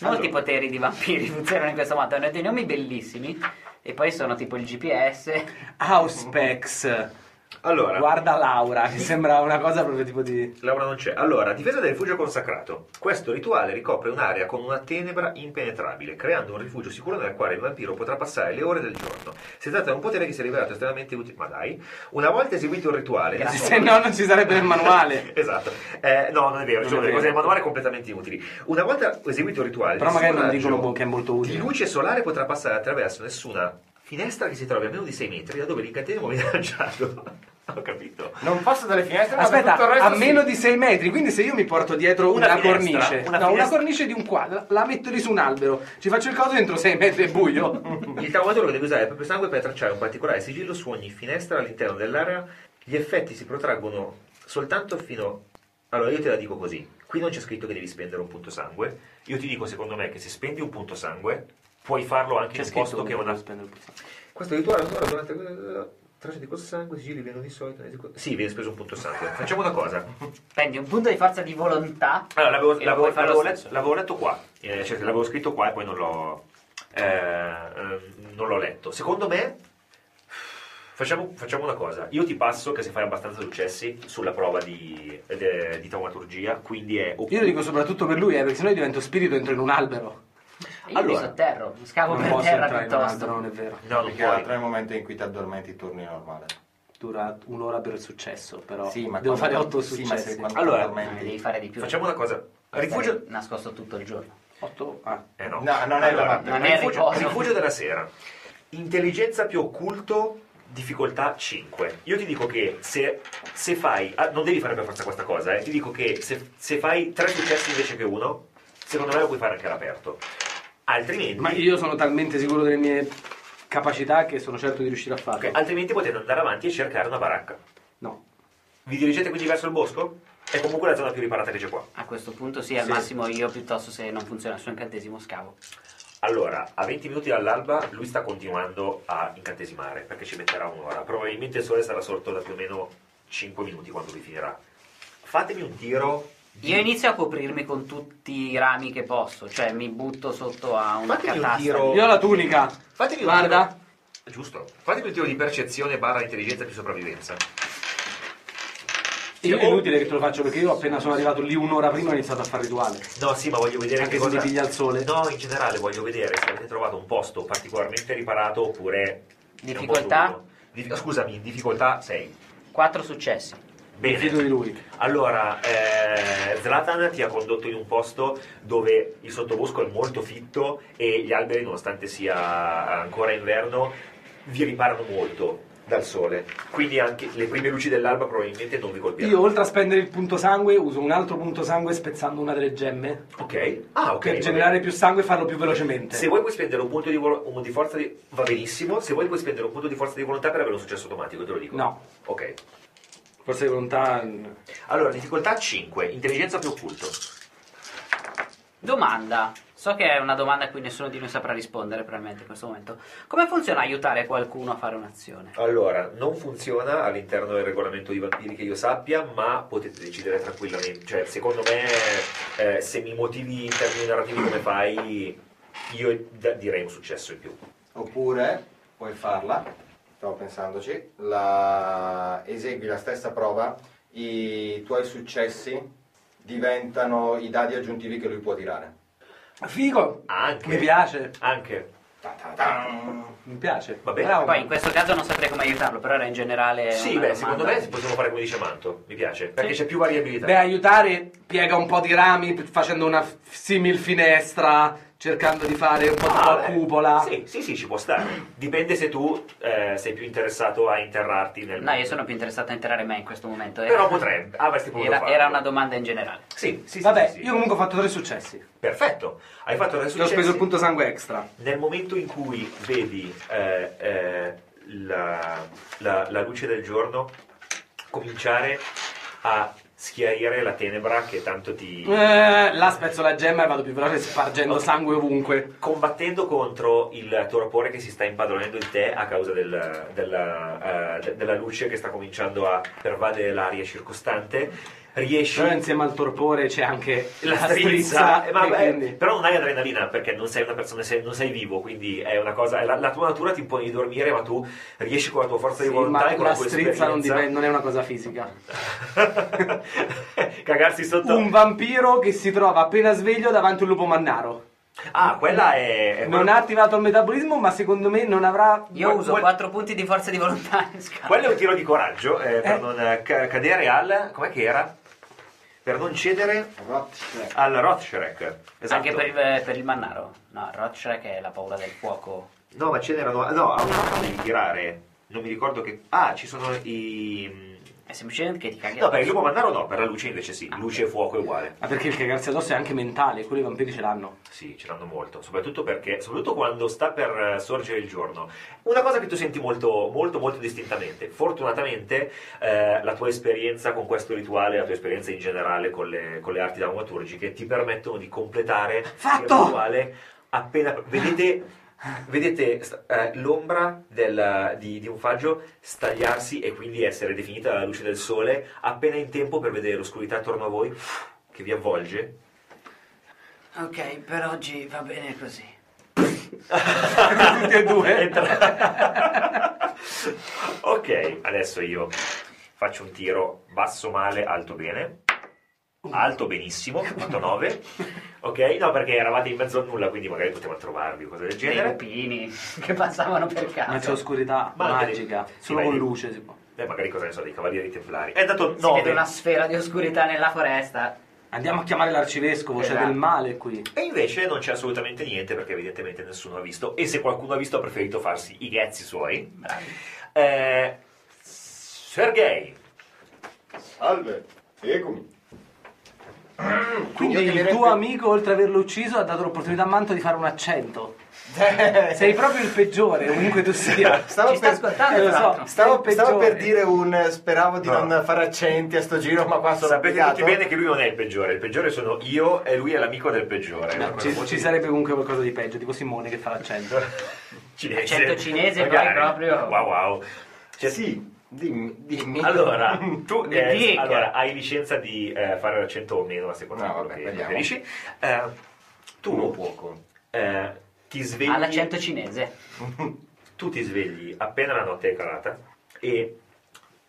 Speaker 1: Molti
Speaker 2: Allora.
Speaker 1: poteri di vampiri funzionano in questo modo, hanno dei nomi bellissimi e poi sono tipo il GPS.
Speaker 3: Auspex.
Speaker 2: Allora,
Speaker 3: Guarda Laura, che sembra una cosa proprio tipo di...
Speaker 2: Laura non c'è. Allora, difesa del rifugio consacrato. Questo rituale ricopre un'area con una tenebra impenetrabile, creando un rifugio sicuro nel quale il vampiro potrà passare le ore del giorno. Si tratta di un potere che si è rivelato estremamente utile. Ma dai, una volta eseguito il rituale.
Speaker 3: Se no non ci sarebbe nel manuale.
Speaker 2: Esatto, Eh, no, non è vero, ci
Speaker 3: Non è
Speaker 2: sono delle
Speaker 3: vero.
Speaker 2: cose del manuale completamente inutili. Una volta eseguito il rituale,
Speaker 3: Però magari non
Speaker 2: nessun
Speaker 3: dicono
Speaker 2: raggio
Speaker 3: boh, che è molto
Speaker 2: di
Speaker 3: utile.
Speaker 2: luce solare potrà passare attraverso nessuna finestra che si trovi a meno di 6 metri da dove l'incantesimo viene lanciato. Ho capito.
Speaker 4: Non passo dalle finestre, ma per
Speaker 3: Aspetta,
Speaker 4: tutto il resto
Speaker 3: a meno
Speaker 4: sì.
Speaker 3: di 6 metri, quindi se io mi porto dietro
Speaker 2: Una
Speaker 3: una,
Speaker 2: finestra,
Speaker 3: cornice,
Speaker 2: una
Speaker 3: no, una
Speaker 2: finestra.
Speaker 3: cornice di un quadro, la metto lì su un albero, ci faccio il coso dentro 6 metri è buio.
Speaker 2: Il tavolatore che deve usare il proprio sangue per tracciare un particolare sigillo su ogni finestra all'interno dell'area. Gli effetti si protraggono soltanto fino... Allora io te la dico così, qui non c'è scritto che devi spendere un punto sangue, io ti dico secondo me che se spendi un punto sangue puoi farlo anche
Speaker 3: C'è
Speaker 2: in un
Speaker 3: scritto
Speaker 2: posto che è
Speaker 3: non
Speaker 2: una...
Speaker 3: spendere il pulsante.
Speaker 2: Questo rituale ancora durante... Tracce di col sangue, sigilli vengono di solito... Sì, viene speso un punto sangue. Facciamo una cosa.
Speaker 5: Prendi un punto di forza di volontà.
Speaker 2: Allora, l'avevo,
Speaker 5: E lo
Speaker 2: l'avevo-
Speaker 5: puoi fare lo
Speaker 2: l'avevo let-
Speaker 5: stesso.
Speaker 2: l'avevo letto qua, eh, cioè, l'avevo scritto qua e poi non l'ho, eh, eh, non l'ho letto. Secondo me, facciamo, facciamo una cosa. Io ti passo che se fai abbastanza successi sulla prova di, eh, di taumaturgia, quindi è...
Speaker 3: Io lo dico soprattutto per lui, eh, perché sennò io divento spirito entro in un albero.
Speaker 5: Io
Speaker 2: Allora.
Speaker 5: mi sotterro, mi scavo
Speaker 3: non
Speaker 5: per
Speaker 3: posso
Speaker 5: terra
Speaker 3: entrare in un albero, non
Speaker 5: piuttosto.
Speaker 3: è vero.
Speaker 2: No, non
Speaker 4: Perché ha
Speaker 2: puoi.
Speaker 4: tre momenti in cui ti addormenti e torni normale.
Speaker 3: Dura un'ora per il successo, però
Speaker 4: Sì, ma
Speaker 3: devo
Speaker 4: quando-
Speaker 3: fare otto
Speaker 4: sì, ma se
Speaker 3: successi.
Speaker 4: quando-
Speaker 2: Allora,
Speaker 5: Eh, ne devi fare di più.
Speaker 2: Facciamo una cosa.
Speaker 5: Devi
Speaker 2: Rifugio...
Speaker 5: stare nascosto tutto il giorno.
Speaker 3: Otto? Ah.
Speaker 2: Eh no.
Speaker 4: No, non è la notte.
Speaker 5: Non è
Speaker 2: rifugio,
Speaker 5: riposo.
Speaker 2: rifugio della sera. Intelligenza più occulto, difficoltà 5. Io ti dico che se, se fai... ah, non devi fare per forza questa cosa, eh. Ti dico che se, se fai tre successi invece che uno, secondo me lo puoi fare anche all'aperto. Altrimenti...
Speaker 3: Ma io sono talmente sicuro delle mie capacità che sono certo di riuscire a farlo.
Speaker 2: ok, altrimenti potete andare avanti e cercare una baracca.
Speaker 3: No.
Speaker 2: Vi dirigete quindi verso il bosco? È comunque la zona più riparata che c'è qua.
Speaker 5: A questo punto sì, al
Speaker 2: Sì.
Speaker 5: massimo io piuttosto se non funziona il suo incantesimo scavo.
Speaker 2: Allora, a 20 minuti dall'alba lui sta continuando a incantesimare perché ci metterà un'ora. Probabilmente il sole sarà sorto da più o meno 5 minuti quando lui finirà. Fatemi un tiro.
Speaker 5: Io inizio a coprirmi con tutti i rami che posso, cioè mi butto sotto a una
Speaker 2: Fatemi un
Speaker 5: catasta.
Speaker 2: tiro.
Speaker 3: Io ho la tunica.
Speaker 2: Fatemi un
Speaker 3: Guarda.
Speaker 2: tiro- Giusto. Fatemi un tiro di percezione barra intelligenza più sopravvivenza.
Speaker 3: Io è inutile che te lo faccio perché io appena sono arrivato lì un'ora prima ho iniziato a fare rituale.
Speaker 2: No, sì, ma voglio vedere
Speaker 3: Anche
Speaker 2: che
Speaker 3: se ti
Speaker 2: cosa...
Speaker 3: piglia il sole.
Speaker 2: No, in generale voglio vedere se avete trovato un posto particolarmente riparato oppure...
Speaker 5: Difficoltà?
Speaker 2: È un po' lungo. Dif- Scusami, difficoltà 6.
Speaker 5: Quattro successi.
Speaker 2: Bene.
Speaker 3: Fido di lui.
Speaker 2: Allora, eh, Zlatan ti ha condotto in un posto dove il sottobosco è molto fitto e gli alberi, nonostante sia ancora inverno, vi riparano molto dal sole. Quindi anche le prime luci dell'alba probabilmente non vi colpiranno.
Speaker 3: Io oltre a spendere il punto sangue uso un altro punto sangue spezzando una delle gemme.
Speaker 2: Ok. Ah, ok. va
Speaker 3: per
Speaker 2: bene.
Speaker 3: generare più sangue e farlo più velocemente.
Speaker 2: Se vuoi puoi spendere un punto di, volo- un di forza di... va benissimo, se vuoi puoi spendere un punto di forza di volontà per avere un successo automatico, te lo dico.
Speaker 3: No.
Speaker 2: Ok.
Speaker 3: Forse di volontà. mm,
Speaker 2: Allora, difficoltà 5, intelligenza più occulto.
Speaker 5: Domanda. So che è una domanda a cui nessuno di noi saprà rispondere probabilmente in questo momento. Come funziona aiutare qualcuno a fare un'azione?
Speaker 2: Allora, non funziona all'interno del regolamento di vampiri che io sappia, ma potete decidere tranquillamente. Cioè, secondo me, eh, se mi motivi in termini narrativi come fai, io da- direi un successo in più.
Speaker 4: Oppure puoi farla, stavo pensandoci, la... esegui la stessa prova, i tuoi successi diventano i dadi aggiuntivi che lui può tirare.
Speaker 3: Figo!
Speaker 2: Anche.
Speaker 3: Mi piace.
Speaker 2: Anche.
Speaker 4: Ta ta ta.
Speaker 3: Mi piace.
Speaker 2: Va bene.
Speaker 3: Bravo.
Speaker 5: Poi in questo caso non saprei come aiutarlo, però era in generale.
Speaker 2: sì,
Speaker 5: una
Speaker 2: beh,
Speaker 5: domanda.
Speaker 2: secondo me possiamo fare come dice Manto, mi piace, perché c'è più variabilità.
Speaker 3: Beh, aiutare piega un po' di rami p- facendo una f- simil finestra, cercando di fare un po' tipo
Speaker 2: Ah,
Speaker 3: a
Speaker 2: beh,
Speaker 3: cupola.
Speaker 2: Sì, sì, sì, ci può stare. Dipende se tu eh, sei più interessato a interrarti nel...
Speaker 5: No, io sono più interessato a entrare me in questo momento. eh.
Speaker 2: Però potrebbe, avresti potuto
Speaker 5: Era,
Speaker 2: farlo.
Speaker 5: era una domanda in generale.
Speaker 2: Sì, sì, sì,
Speaker 3: Vabbè,
Speaker 2: sì, sì.
Speaker 3: io comunque ho fatto tre successi.
Speaker 2: Perfetto, hai fatto il
Speaker 3: Io ho speso il punto sangue extra.
Speaker 2: Nel momento in cui vedi eh, eh, la, la- la luce del giorno cominciare a schiarire la tenebra che tanto ti...
Speaker 3: Eh, là spezzo la gemma e vado più veloce spargendo sangue ovunque.
Speaker 2: combattendo contro il torpore che si sta impadronendo in te a causa del- della, eh, de- della luce che sta cominciando a pervadere l'aria circostante, riesci...
Speaker 3: Però insieme al torpore c'è anche
Speaker 2: La strizza, eh, ma
Speaker 3: e
Speaker 2: beh,
Speaker 3: quindi-
Speaker 2: però non hai adrenalina perché non sei una persona, sei- non sei vivo, quindi è una cosa. La, la tua natura ti impone di dormire, ma tu riesci con la tua forza
Speaker 3: Sì,
Speaker 2: di volontà
Speaker 3: ma
Speaker 2: e con
Speaker 3: la
Speaker 2: tua
Speaker 3: strizza non,
Speaker 2: esperienza.
Speaker 3: dipende- non è una cosa fisica.
Speaker 2: Cagarsi sotto.
Speaker 3: Un vampiro che si trova appena sveglio davanti a un lupo mannaro.
Speaker 2: Ah, quella è. è
Speaker 3: Non
Speaker 2: quella-
Speaker 3: ha attivato il metabolismo, ma secondo me non avrà.
Speaker 5: Io
Speaker 2: Quel-
Speaker 5: uso
Speaker 2: quel-
Speaker 5: 4 punti di forza di volontà in scala.
Speaker 2: Quello è un tiro di coraggio eh, per
Speaker 3: Eh.
Speaker 2: non eh, ca- cadere al. Com'è che era? Per non cedere
Speaker 4: Rottweiler.
Speaker 2: al Rotschreck. Esatto.
Speaker 5: Anche per il, eh, per il mannaro. No, Rotschreck è la paura del fuoco.
Speaker 2: No, ma ce n'erano. No, a una devi tirare. Non mi ricordo che. Ah, ci sono i.
Speaker 5: È semplicemente che ti caghi.
Speaker 2: No, per il lupo mannaro no, per la luce invece sì, luce e fuoco è uguale.
Speaker 3: Ma perché il cagarsi addosso è anche mentale, quelli i vampiri ce l'hanno.
Speaker 2: Sì, ce l'hanno molto, soprattutto perché, soprattutto quando sta per eh, sorgere il giorno. Una cosa che tu senti molto, molto, molto distintamente. Fortunatamente, eh, la tua esperienza con questo rituale, la tua esperienza in generale con le, con le arti taumaturgiche, ti permettono di completare
Speaker 3: Fatto!
Speaker 2: il rituale appena. Vedete. Vedete sta- eh, l'ombra del- di, di un faggio stagliarsi e quindi essere definita dalla luce del sole appena in tempo per vedere l'oscurità attorno a voi che vi avvolge
Speaker 5: Ok, per oggi va bene così.
Speaker 3: Tutti e due.
Speaker 2: Ok, adesso io faccio un tiro basso male, alto bene. Alto benissimo, 9. Ok, no perché eravate in mezzo a nulla, quindi magari potevamo trovarvi o cose del
Speaker 5: Dei
Speaker 2: genere.
Speaker 5: lupini che passavano per
Speaker 3: Ma c'è
Speaker 5: caso.
Speaker 3: oscurità
Speaker 2: Ma anche lì.
Speaker 3: magica,
Speaker 2: Sì,
Speaker 3: solo
Speaker 2: vai
Speaker 3: con
Speaker 2: lì.
Speaker 3: luce si può.
Speaker 2: Eh, magari cosa ne so, dei cavalieri templari. È dato
Speaker 5: Si vede una
Speaker 2: 9.
Speaker 5: sfera di oscurità nella foresta.
Speaker 3: Andiamo a chiamare l'arcivescovo, c'è
Speaker 5: Esatto.
Speaker 3: del male qui.
Speaker 2: E invece non c'è assolutamente niente perché evidentemente nessuno ha visto. E se qualcuno ha visto ha preferito farsi i ghezzi suoi.
Speaker 5: Bravi.
Speaker 2: Eh, Sergei,
Speaker 4: Salve, eccomi.
Speaker 3: Quindi il tuo amico, oltre ad averlo ucciso, ha dato l'opportunità a Manto di fare un accento. Sei proprio il peggiore, ovunque tu sia.
Speaker 4: Stavo
Speaker 5: Ci sta
Speaker 4: per,
Speaker 5: ascoltando,
Speaker 4: eh, lo
Speaker 3: tra
Speaker 4: so,
Speaker 3: l'altro.
Speaker 4: stavo,
Speaker 3: Sei il
Speaker 4: stavo
Speaker 3: peggiore.
Speaker 4: per dire un eh, speravo di
Speaker 2: No.
Speaker 4: non fare accenti a sto giro, ma qua sono
Speaker 2: sapete
Speaker 4: obbligato.
Speaker 2: Ah, tutti bene che lui non è il peggiore. Il peggiore sono io e lui è l'amico del peggiore. È una
Speaker 3: No,
Speaker 2: cosa
Speaker 3: Eh, ci,
Speaker 2: molto
Speaker 3: ci sarebbe comunque qualcosa di peggio, tipo Simone che fa l'accento.
Speaker 2: cinese.
Speaker 5: Accento cinese, poi
Speaker 2: Magari.
Speaker 5: proprio-
Speaker 2: Wow, wow. Cioè,
Speaker 4: Sì, dimmi, dimmi.
Speaker 2: Allora, tu
Speaker 5: Mi
Speaker 2: eh,
Speaker 5: dica.
Speaker 2: allora, hai licenza di eh, fare l'accento o meno a seconda
Speaker 4: No,
Speaker 2: di quello
Speaker 4: vabbè,
Speaker 2: che
Speaker 4: vediamo.
Speaker 2: preferisci. Eh, tu
Speaker 4: Uno poco.
Speaker 2: eh, ti svegli,
Speaker 5: All'accento cinese.
Speaker 2: tu ti svegli appena la notte è calata e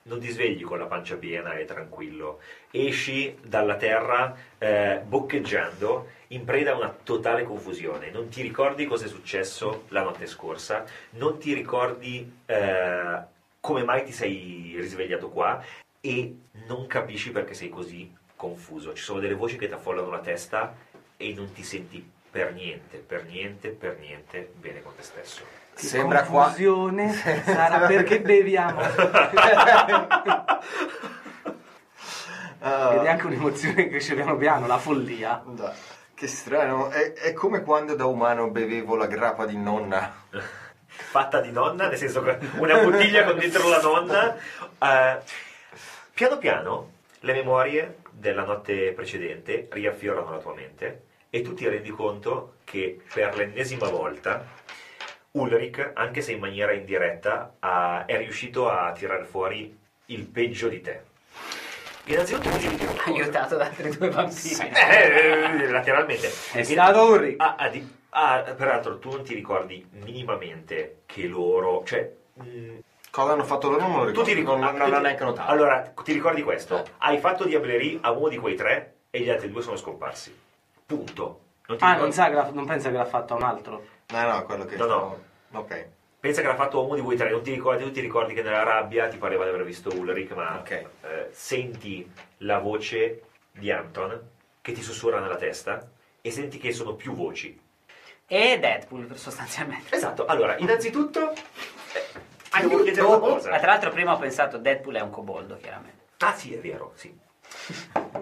Speaker 2: non ti svegli con la pancia piena e tranquillo. Esci dalla terra eh, boccheggiando in preda a una totale confusione. Non ti ricordi cosa è successo la notte scorsa, non ti ricordi eh, come mai ti sei risvegliato qua e non capisci perché sei così confuso. Ci sono delle voci che ti affollano la testa e non ti senti per niente, per niente, per niente bene con te stesso.
Speaker 3: Che
Speaker 4: Sembra qua-
Speaker 3: confusione sarà perché beviamo.
Speaker 4: eh,
Speaker 3: Ed è anche un'emozione che cresce piano piano, la follia.
Speaker 4: Da- Che strano, è, è come quando da umano bevevo la grappa di nonna.
Speaker 2: fatta di nonna, nel senso che una bottiglia con dentro la nonna. Eh, piano piano le memorie della notte precedente riaffiorano la tua mente e tu ti rendi conto che per l'ennesima volta Ulrich, anche se in maniera indiretta, ha- è riuscito a tirar fuori il peggio di te. Innanzitutto mi devi dire una cosa.
Speaker 5: Aiutato da altri due vampiri.
Speaker 2: Eh, eh, lateralmente.
Speaker 3: È stato Ulrich.
Speaker 2: Ah, ah, di- ah, peraltro tu non ti ricordi minimamente che loro, cioè mh,
Speaker 4: Cosa hanno fatto loro non lo ricordo.
Speaker 2: tu ti ric-
Speaker 4: non, non,
Speaker 2: tu
Speaker 4: l'ho
Speaker 2: ti-
Speaker 4: neanche notato. Eh.
Speaker 2: Allora, ti ricordi questo? Hai fatto Diablerie a uno di quei tre e gli altri due sono scomparsi. Punto. Non ti
Speaker 3: Ah,
Speaker 2: ricordi-
Speaker 3: non, sa che l'ha- non pensa che l'ha fatto a un altro.
Speaker 4: No, no, quello che...
Speaker 2: No, no.
Speaker 4: Ok.
Speaker 2: Pensa che l'ha fatto a uno di voi tre, non ti ricordi, tu ti ricordi che nella rabbia ti pareva di aver visto Ulrich, ma
Speaker 4: Ok.
Speaker 2: eh, senti la voce di Anton che ti sussurra nella testa e senti che sono più voci.
Speaker 5: E Deadpool sostanzialmente.
Speaker 2: Esatto, allora, innanzitutto eh, ti devo chiedere una cosa.
Speaker 5: Ma tra l'altro prima ho pensato Deadpool è un coboldo, chiaramente.
Speaker 2: Ah sì, è vero, sì.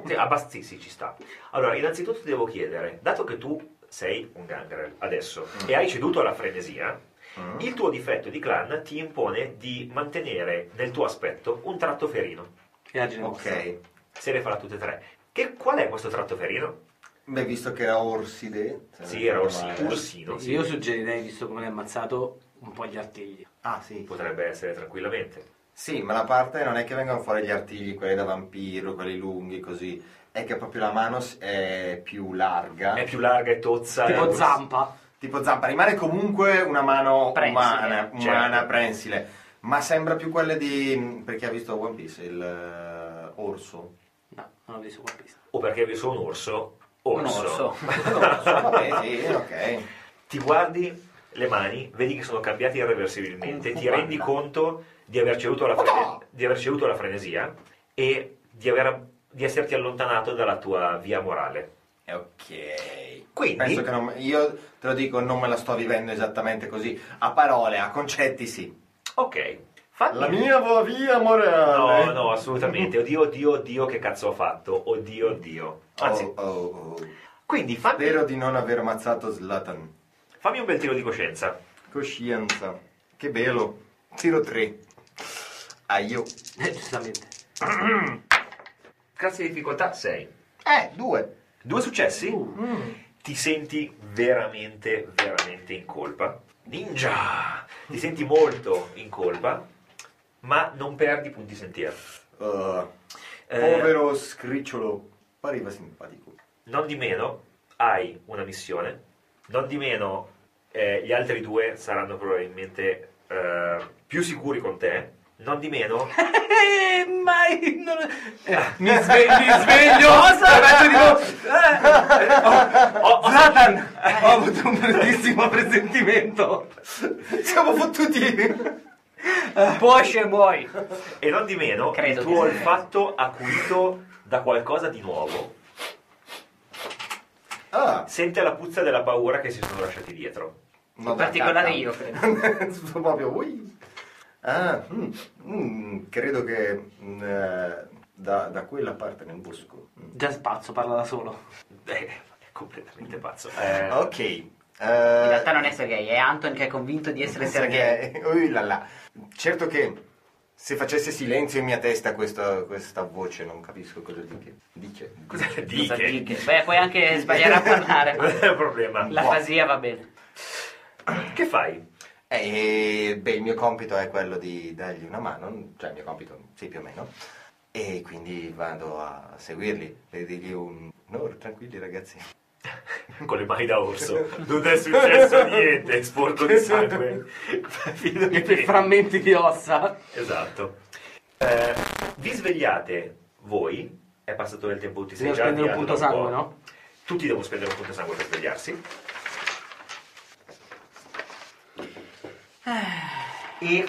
Speaker 2: Sì, abbast- sì, sì, ci sta. Allora, innanzitutto ti devo chiedere, dato che tu sei un gangrel adesso e hai ceduto alla frenesia,
Speaker 4: Mm.
Speaker 2: il tuo difetto di clan ti impone di mantenere nel tuo aspetto un tratto ferino.
Speaker 3: E la ginestra.
Speaker 4: Ok.
Speaker 2: Se ne farà tutte e tre. Che, qual è questo tratto ferino?
Speaker 4: Beh, visto che era Orside... se
Speaker 2: Sì,
Speaker 4: Eh, non ricordo
Speaker 2: era Orsi-
Speaker 4: male.
Speaker 2: Ursino. sì.
Speaker 3: Io suggerirei, visto come l'hai ammazzato, un po' gli artigli.
Speaker 4: Ah, sì.
Speaker 2: Potrebbe essere tranquillamente.
Speaker 4: Sì, ma la parte non è che vengono fuori gli artigli, quelli da vampiro, quelli lunghi, così. È che proprio la mano s- è più larga.
Speaker 2: È più larga e tozza.
Speaker 3: Tipo
Speaker 2: e-
Speaker 3: zampa.
Speaker 4: Tipo zampa, rimane comunque una mano
Speaker 5: Prensile,
Speaker 4: umana, umana
Speaker 2: certo.
Speaker 4: prensile, ma sembra più quella di... per chi ha visto One Piece, il eh, orso.
Speaker 3: No, non l'ho visto qua pista.
Speaker 2: O perché io sono un orso.
Speaker 5: Un orso.
Speaker 4: Vabbè, sì, ok.
Speaker 2: ti guardi le mani, vedi che sono cambiate irreversibilmente, ti rendi conto di aver ceduto alla, frene- di aver ceduto alla frenesia e di, aver- di esserti allontanato dalla tua via morale.
Speaker 4: Eh, Ok.
Speaker 2: Quindi-
Speaker 4: Penso che non- io te lo dico, non me la sto vivendo esattamente così. A parole, a concetti sì.
Speaker 2: Ok,
Speaker 3: Fammi-
Speaker 4: La mia va via, morale.
Speaker 2: No, no, assolutamente. Oddio, oddio, oddio, che cazzo ho fatto. Oddio, oddio. Anzi,
Speaker 4: Oh, oh, oh.
Speaker 2: quindi fammi,
Speaker 4: Spero di non aver ammazzato Zlatan.
Speaker 2: fammi un bel tiro di coscienza.
Speaker 4: Coscienza. Che bello. Tiro 3. Aio.
Speaker 3: Eh, giustamente.
Speaker 2: Grazie di difficoltà 6.
Speaker 4: Eh, 2.
Speaker 2: Due successi?
Speaker 3: Uh.
Speaker 2: Ti senti veramente, veramente in colpa. Ninja! Ti senti molto in colpa, ma non perdi punti sentiero. Eh.
Speaker 4: povero scricciolo. Pareva simpatico.
Speaker 2: Non di meno hai una missione, non di meno eh, gli altri due saranno probabilmente eh, più sicuri con te, non di meno
Speaker 3: Eh, mai non... eh, mi, sve- mi sveglio e faccio tipo eh, oh, oh, Zlatan ho avuto un bruttissimo presentimento
Speaker 4: Siamo fottuti.
Speaker 5: Posce muoi.
Speaker 2: e non di meno
Speaker 5: Credo
Speaker 2: il
Speaker 5: che
Speaker 2: tuo
Speaker 5: sia.
Speaker 2: olfatto acuito da qualcosa di nuovo.
Speaker 4: ah,
Speaker 2: Sente la puzza della paura che si sono lasciati dietro.
Speaker 4: no,
Speaker 5: In particolare io, credo.
Speaker 4: Sono proprio ui. Ah, mm, mm, credo che mm, eh, da, da quella parte nel bosco. Mm.
Speaker 3: già spazzo parla da solo
Speaker 2: Eh, è completamente pazzo. Eh,
Speaker 4: Ok. eh,
Speaker 5: In realtà non è Sergei, è Anton che è convinto di essere Sergei.
Speaker 4: Sergei. Ui là là. Certo che se facesse silenzio in mia testa questa, questa voce non capisco cosa dice. Dice.
Speaker 2: Cosa
Speaker 5: Lo sa
Speaker 2: diche?
Speaker 5: Dick. Beh, puoi anche sbagliare a
Speaker 2: Non
Speaker 5: parlare.
Speaker 2: è un problema.
Speaker 5: La fasia va bene.
Speaker 2: Che fai?
Speaker 4: Eh, beh, il mio compito è quello di dargli una mano, cioè il mio compito, sì più o meno. E quindi vado a seguirli e dirgli un... No, tranquilli ragazzi.
Speaker 2: Con le mani da orso. Non è successo niente, sporco di sangue. Fido che
Speaker 3: per frammenti di ossa
Speaker 2: Esatto. Eh, vi svegliate voi, è passato del tempo, ti sei
Speaker 3: Devo
Speaker 2: già
Speaker 3: spendere un
Speaker 2: avviato
Speaker 3: punto
Speaker 2: da po'.
Speaker 3: sangue, no?
Speaker 2: Tutti devono spendere un punto sangue per svegliarsi. E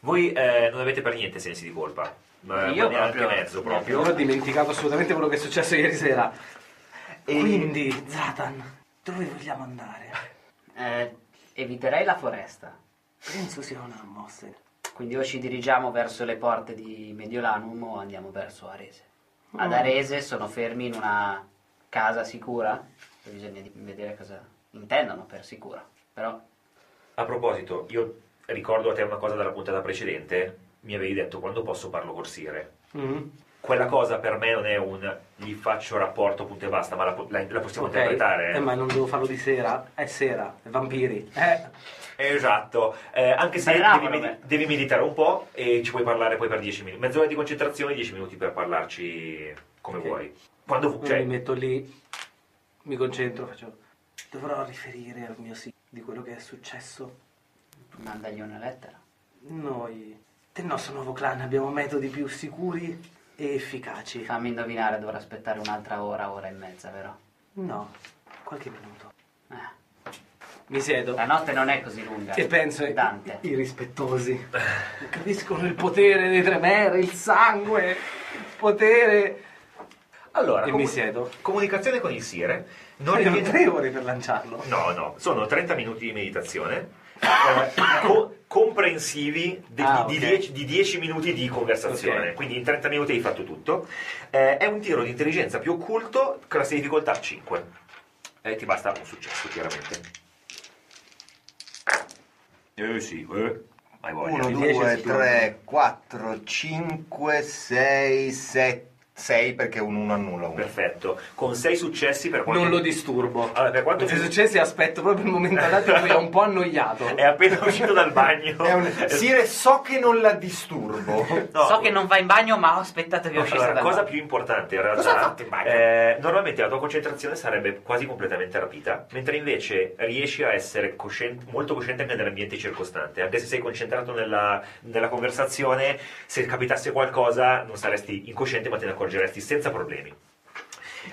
Speaker 2: voi eh, non avete per niente sensi di colpa. Ma
Speaker 5: Io
Speaker 2: ma neanche
Speaker 5: proprio-
Speaker 2: mezzo
Speaker 3: io
Speaker 2: proprio.
Speaker 3: ho dimenticato assolutamente quello che è successo ieri sera
Speaker 2: E-
Speaker 3: quindi Zlatan dove vogliamo andare?
Speaker 5: Eh, eviterei la foresta.
Speaker 3: penso sia una mossa
Speaker 5: Quindi o ci dirigiamo verso le porte di Mediolanum o andiamo verso Arese. Ad Arese sono fermi in una casa sicura. Bisogna di- vedere cosa intendono per sicura. Però
Speaker 2: A proposito, io ricordo a te una cosa dalla puntata precedente. Mi avevi detto quando posso parlo corsire.
Speaker 3: Mm.
Speaker 2: Quella cosa per me non è un gli faccio rapporto punto e basta, ma la, po- la- la possiamo
Speaker 3: Ok.
Speaker 2: interpretare.
Speaker 3: Eh, ma non devo farlo di sera? È sera, vampiri. Eh,
Speaker 2: Esatto, Eh, anche se
Speaker 5: Bravo,
Speaker 2: devi, medi-
Speaker 5: Roberto.
Speaker 2: devi meditare un po' e ci puoi parlare poi per 10 minuti. Mezz'ora di concentrazione, 10 minuti per parlarci come
Speaker 3: Ok.
Speaker 2: vuoi. Quando vu-
Speaker 3: Cioè,
Speaker 2: cioè,
Speaker 3: mi metto lì, mi concentro, faccio... Dovrò riferire al mio sì di quello che è successo.
Speaker 5: mandagli una lettera.
Speaker 3: Noi del nostro nuovo clan abbiamo metodi più sicuri e efficaci.
Speaker 5: Fammi indovinare, dovrò aspettare un'altra ora, ora e mezza, vero?
Speaker 3: No, qualche minuto.
Speaker 5: Eh,
Speaker 3: Mi siedo.
Speaker 5: La notte non è così lunga.
Speaker 3: E penso ai
Speaker 5: Dante.
Speaker 3: i rispettosi. Capiscono il potere dei tremere, il sangue, il potere...
Speaker 2: allora,
Speaker 3: E mi siedo.
Speaker 2: comunicazione con il Sire. Non
Speaker 3: Non abbiamo
Speaker 2: richiede...
Speaker 3: tre ore per lanciarlo.
Speaker 2: No, no, sono 30 minuti di meditazione. eh, co- comprensivi de-
Speaker 3: Ah,
Speaker 2: di,
Speaker 3: ok.
Speaker 2: 10, di 10 minuti di conversazione
Speaker 3: Ok.
Speaker 2: quindi in 30 minuti hai fatto tutto Eh, è un tiro di intelligenza più occulto classe di difficoltà 5 e ti basta un successo chiaramente eh sì eh. hai
Speaker 4: 1,
Speaker 2: voglia
Speaker 3: dieci
Speaker 4: 2,
Speaker 3: si
Speaker 4: 3, 4, 5, 6, 7, 6 perché un 1 annulla 1.
Speaker 2: perfetto con 6 successi per quanto
Speaker 3: Non lo disturbo.
Speaker 2: Allora, per quanto
Speaker 3: Se
Speaker 2: mi-
Speaker 3: successe aspetto proprio il momento adatto in cui è un po' annoiato.
Speaker 2: è appena uscito dal bagno
Speaker 4: È un... Sire, so che non la disturbo.
Speaker 2: No.
Speaker 5: So che non va in bagno, ma ho aspettato che uscisse
Speaker 2: Allora,
Speaker 5: dal
Speaker 2: cosa
Speaker 5: bagno.
Speaker 2: più importante in
Speaker 4: Cosa hai
Speaker 2: realtà,
Speaker 4: fatto in bagno?
Speaker 2: eh, normalmente la tua concentrazione sarebbe quasi completamente rapita, mentre invece riesci a essere coscien- molto cosciente anche nell'ambiente circostante, anche se sei concentrato nella, nella conversazione, se capitasse qualcosa non saresti incosciente ma te ne accorgeresti senza problemi.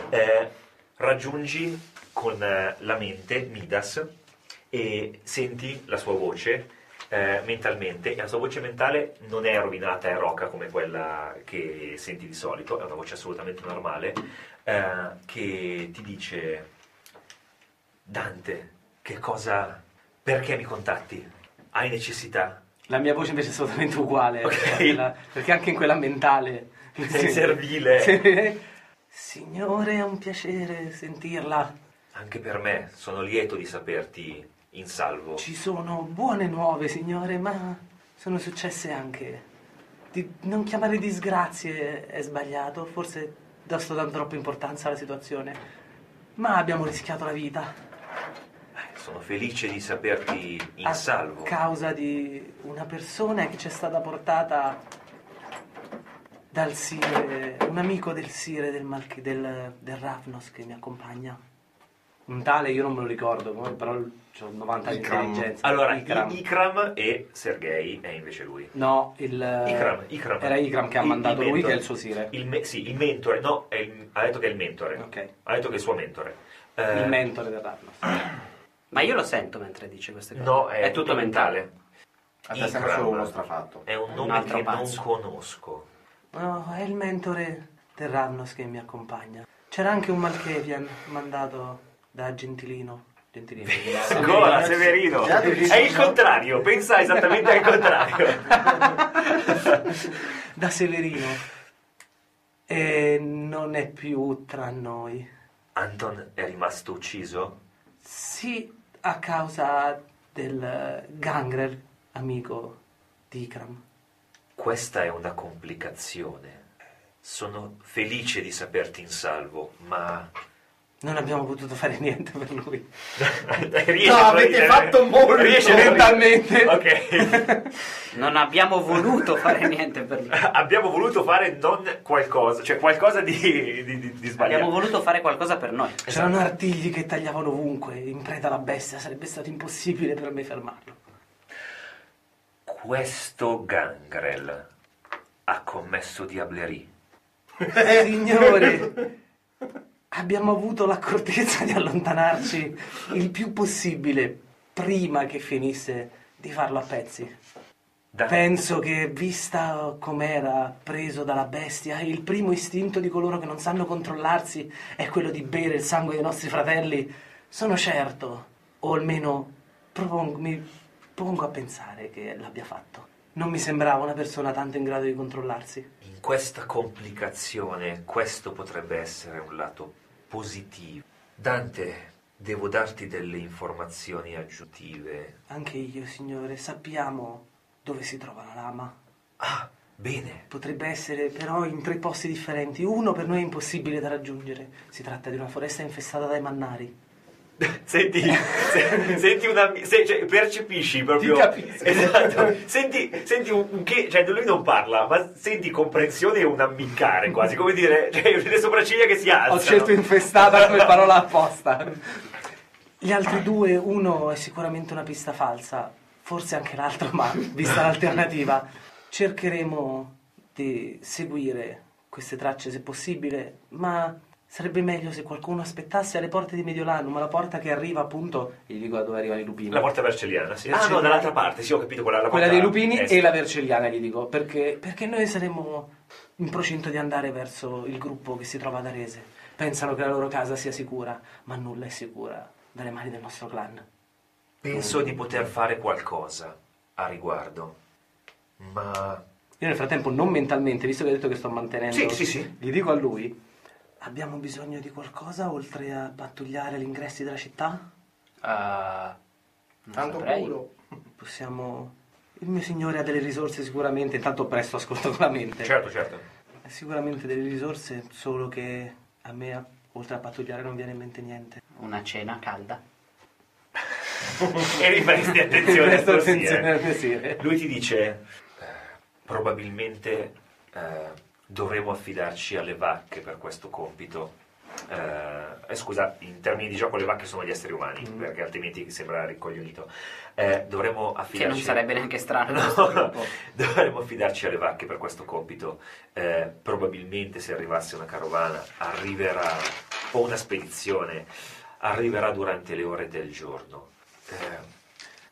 Speaker 2: Eh, raggiungi con eh, la mente Midas e senti la sua voce eh, mentalmente e la sua voce mentale non è rovinata, è roca come quella che senti di solito, è una voce assolutamente normale eh, che ti dice Dante, che cosa... perché mi contatti? Hai necessità?
Speaker 3: La mia voce invece è assolutamente uguale.
Speaker 2: Ok.
Speaker 3: quella- perché anche in quella mentale.
Speaker 2: Sei servile.
Speaker 3: Sì. Signore, è un piacere sentirla.
Speaker 2: Anche per me, sono lieto di saperti in salvo.
Speaker 3: Ci sono buone nuove, signore, ma sono successe anche. Di- non chiamare disgrazie è sbagliato, forse do soltanto troppa importanza alla situazione. Ma abbiamo rischiato la vita
Speaker 2: Sono felice di saperti in
Speaker 3: a
Speaker 2: salvo.
Speaker 3: causa di una persona che ci è stata portata dal Sire, un amico del Sire del, Malchi- del, del Ravnos che mi accompagna. Un tale io non me lo ricordo, però ho 90
Speaker 4: anni di Ikram. intelligenza.
Speaker 2: Allora, I- Ikram. e Sergei è invece lui.
Speaker 3: No, il,
Speaker 2: Ikram, Ikram.
Speaker 3: Eh, era Ikram che ha
Speaker 2: Il-
Speaker 3: mandato
Speaker 2: il
Speaker 3: lui,
Speaker 2: mentore.
Speaker 3: che è il suo sire.
Speaker 2: Il me- sì, il mentore, no, è il- ha detto che è il mentore.
Speaker 3: Ok.
Speaker 2: Ha detto che è il suo mentore. Eh,
Speaker 3: Il mentore del Ravnos.
Speaker 5: Ma io lo sento mentre dice queste cose.
Speaker 2: No, è,
Speaker 5: tutto mentale.
Speaker 4: A te sembra
Speaker 2: Ikram.
Speaker 4: solo uno strafatto.
Speaker 2: È un
Speaker 5: Un
Speaker 2: nome
Speaker 5: altro
Speaker 2: che
Speaker 5: pazzo.
Speaker 2: non conosco.
Speaker 3: No, è il mentore del Ravnos che mi accompagna. C'era anche un Malkevian mandato da Gentilino. Gentilino.
Speaker 2: Ancora, Severino.
Speaker 4: Già ti dico,
Speaker 2: È il
Speaker 4: no?
Speaker 2: contrario, pensa esattamente al contrario.
Speaker 3: da Severino. E non è più tra noi.
Speaker 2: Anton è rimasto ucciso?
Speaker 3: Sì, a causa del gangrer amico di Ikram.
Speaker 2: Questa è una complicazione. Sono felice di saperti in salvo, ma...
Speaker 3: Non abbiamo potuto fare niente per lui.
Speaker 2: Riesci
Speaker 4: No,
Speaker 2: a
Speaker 4: avete
Speaker 2: sorridere?
Speaker 4: fatto molto.
Speaker 2: Riesci a sorridere?
Speaker 3: Mentalmente.
Speaker 2: Ok.
Speaker 5: Non abbiamo voluto fare niente per lui.
Speaker 2: Abbiamo voluto fare non qualcosa, cioè qualcosa di, di, di- di sbagliato.
Speaker 5: Abbiamo voluto fare qualcosa per noi.
Speaker 3: C'erano artigli che tagliavano ovunque, in preda alla bestia, sarebbe stato impossibile per me fermarlo.
Speaker 2: Questo gangrel ha commesso diablerie.
Speaker 3: Signore, abbiamo avuto l'accortezza di allontanarci il più possibile prima che finisse di farlo a pezzi.
Speaker 2: Da-
Speaker 3: Penso che, vista com'era preso dalla bestia, il primo istinto di coloro che non sanno controllarsi è quello di bere il sangue dei nostri fratelli. Sono certo, o almeno propon- mi pongo a pensare che l'abbia fatto. Non mi sembrava una persona tanto in grado di controllarsi.
Speaker 2: In questa complicazione, questo potrebbe essere un lato positivo. Dante, devo darti delle informazioni aggiuntive.
Speaker 3: Anche io, signore, sappiamo dove si trova la lama.
Speaker 2: Ah, bene.
Speaker 3: Potrebbe essere però in tre posti differenti. Uno per noi è impossibile da raggiungere. Si tratta di una foresta infestata dai mannari.
Speaker 2: Senti, se- senti una. se- cioè, percepisci proprio.
Speaker 4: Ti capisco.
Speaker 2: Esatto. Senti, senti un, un che. Cioè, lui non parla, ma senti comprensione e un ammiccare quasi. Come dire, cioè, le sopracciglia che si alzano.
Speaker 3: infestata come parola apposta. Gli altri due, uno è sicuramente una pista falsa, forse anche l'altro, ma vista l'alternativa, cercheremo di seguire queste tracce se possibile, ma sarebbe meglio se qualcuno aspettasse alle porte di Mediolanum, alla porta che arriva appunto, gli dico da dove arriva i lupini.
Speaker 2: La porta vercelliana, sì. Ah, no,
Speaker 3: Vercelliana.
Speaker 2: dall'altra parte, sì, ho capito quella. La
Speaker 3: Quella
Speaker 2: porta
Speaker 3: dei lupini
Speaker 2: est.
Speaker 3: e la vercelliana, gli dico, perché, perché noi saremmo in procinto di andare verso il gruppo che si trova ad Arese. Pensano che la loro casa sia sicura, ma nulla è sicura dalle mani del nostro clan.
Speaker 2: Penso di poter fare qualcosa a riguardo, ma
Speaker 3: Io nel frattempo, non mentalmente, visto che ho detto che sto mantenendo,
Speaker 2: Sì, sì, sì.
Speaker 3: gli dico a lui, abbiamo bisogno di qualcosa oltre a pattugliare gli ingressi della città?
Speaker 5: Ah, non
Speaker 4: Tanto
Speaker 5: saprei.
Speaker 4: culo.
Speaker 3: Possiamo... Il mio signore ha delle risorse sicuramente, intanto presto ascolto con la mente.
Speaker 2: certo, certo.
Speaker 3: Sicuramente delle risorse, solo che a me, oltre a pattugliare, non viene in mente niente.
Speaker 5: Una cena calda.
Speaker 2: E ripresti attenzione a
Speaker 3: Presto
Speaker 2: questo sì,
Speaker 3: attenzione
Speaker 2: eh.
Speaker 3: al messire.
Speaker 2: Lui ti dice, eh, probabilmente eh, dovremo affidarci alle vacche per questo compito. Eh, eh, scusa, in termini di gioco le vacche sono gli esseri umani, perché altrimenti sembra rincoglionito. Eh, dovremmo affidarci...
Speaker 5: Che non sarebbe neanche strano.
Speaker 2: No, no. dovremmo affidarci alle vacche per questo compito. Eh, probabilmente se arrivasse una carovana arriverà, o una spedizione, arriverà durante le ore del giorno. Eh,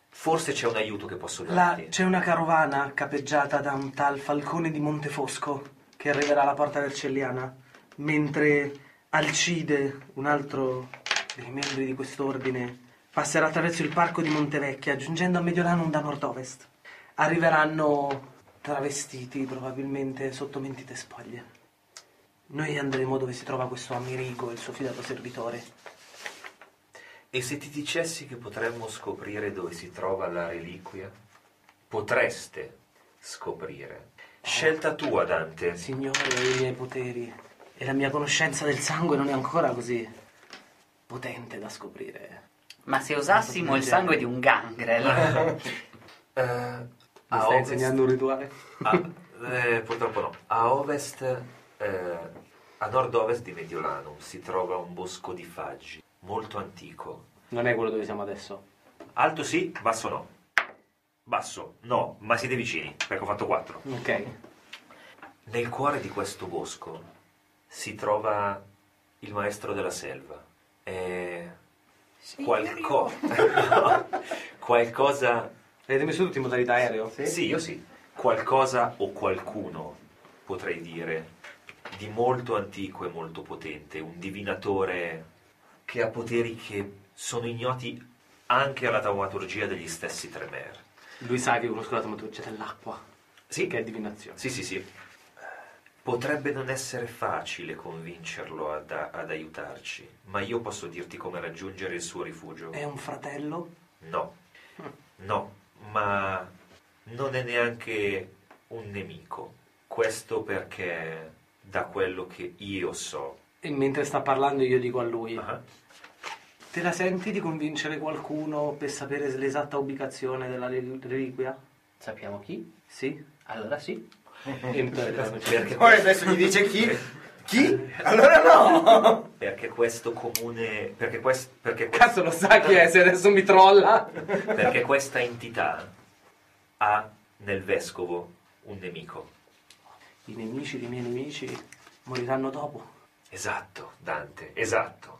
Speaker 2: forse c'è un aiuto che posso
Speaker 3: Là
Speaker 2: darti.
Speaker 3: c'è una carovana capeggiata da un tal Falcone di Montefosco che arriverà alla porta vercelliana, mentre Alcide, un altro dei membri di quest'ordine, passerà attraverso il parco di Montevecchia, giungendo a Mediolanum da nord-ovest. arriveranno travestiti probabilmente sotto mentite spoglie. Noi andremo dove si trova questo Amirigo, il suo fidato servitore.
Speaker 2: E se ti dicessi che potremmo scoprire dove si trova la reliquia? Potreste scoprire. Scelta tua, Dante. Eh,
Speaker 3: Signore, i miei poteri e la mia conoscenza del sangue non è ancora così potente da scoprire.
Speaker 5: Ma se usassimo il sangue di un gangrel,
Speaker 2: Eh,
Speaker 3: Mi
Speaker 2: a
Speaker 3: stai
Speaker 2: ovest-
Speaker 3: insegnando un rituale?
Speaker 2: a- eh, purtroppo no. A ovest, eh, a nord-ovest di Mediolanum, si trova un bosco di faggi molto antico.
Speaker 3: Non è quello dove siamo adesso.
Speaker 2: Alto sì, basso no. Basso no, ma siete vicini, perché ho fatto 4.
Speaker 3: Ok.
Speaker 2: Nel cuore di questo bosco si trova il maestro della selva. È qualco- qualcosa.
Speaker 3: Avete messo tutti in modalità aereo?
Speaker 2: Sì, io sì. Qualcosa o qualcuno, potrei dire, di molto antico e molto potente. Un divinatore che ha poteri che sono ignoti anche alla taumaturgia degli stessi Tremer.
Speaker 3: Lui sa che conosco la tomaturgia dell'acqua.
Speaker 2: Sì,
Speaker 3: Che è divinazione.
Speaker 2: Sì, sì, sì. Potrebbe non essere facile convincerlo ad, ad aiutarci, ma io posso dirti come raggiungere il suo rifugio.
Speaker 3: È un fratello?
Speaker 2: No, no, ma non è neanche un nemico. Questo perché, da quello che io so,
Speaker 3: E mentre sta parlando io dico a lui,
Speaker 2: Ah,
Speaker 3: te la senti di convincere qualcuno per sapere l'esatta ubicazione della rel- reliquia?
Speaker 1: Sappiamo chi?
Speaker 3: Sì?
Speaker 1: Allora sì.
Speaker 3: Eh, Perché?
Speaker 2: perché,
Speaker 4: Poi adesso gli dice chi? Chi? Allora no!
Speaker 2: perché questo comune, perché, quest- perché questo...
Speaker 3: Cazzo lo sa chi è se adesso mi trolla?
Speaker 2: Perché questa entità ha nel vescovo un nemico.
Speaker 3: I nemici dei miei nemici moriranno dopo.
Speaker 2: Esatto, Dante, esatto.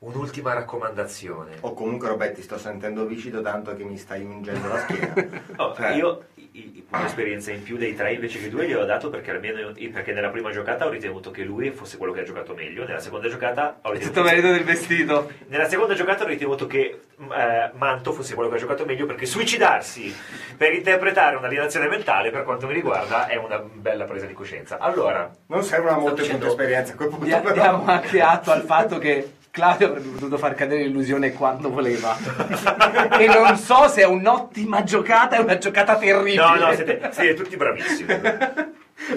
Speaker 2: Un'ultima raccomandazione.
Speaker 4: O comunque Robè ti sto sentendo viscido tanto che mi stai ungendo la schiena.
Speaker 2: Oh,
Speaker 4: Cioè,
Speaker 2: io i- i- un'esperienza in più dei tre invece che due gliel'ho dato perché, almeno, perché nella prima giocata ho ritenuto che lui fosse quello che ha giocato meglio, nella seconda giocata ho ritenuto,
Speaker 3: del vestito.
Speaker 2: nella seconda giocata ho ritenuto che eh, Manto fosse quello che ha giocato meglio perché suicidarsi per interpretare un'alienazione mentale per quanto mi riguarda è una bella presa di coscienza. Allora,
Speaker 4: Non servono molte
Speaker 2: dicendo-
Speaker 4: punti esperienza a quel punto, però.
Speaker 3: Abbiamo anche atto al fatto che Claudio avrebbe potuto far cadere l'illusione quando voleva. e non so se è un'ottima giocata o una giocata terribile.
Speaker 2: no, no, siete, siete tutti bravissimi.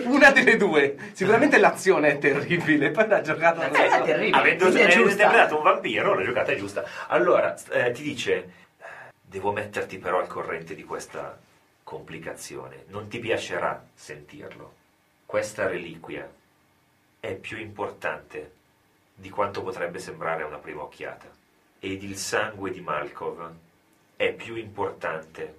Speaker 3: Una delle due. Sicuramente l'azione è terribile, poi la giocata non
Speaker 1: Eh,
Speaker 3: so.
Speaker 1: è terribile.
Speaker 2: Avendo
Speaker 1: quindi è
Speaker 2: avendo
Speaker 1: giusta.
Speaker 2: interpretato un vampiro, la giocata è giusta. Allora, eh, ti dice, devo metterti però al corrente di questa complicazione. Non ti piacerà sentirlo. Questa reliquia è più importante di quanto potrebbe sembrare a una prima occhiata. Ed il sangue di Malkov è più importante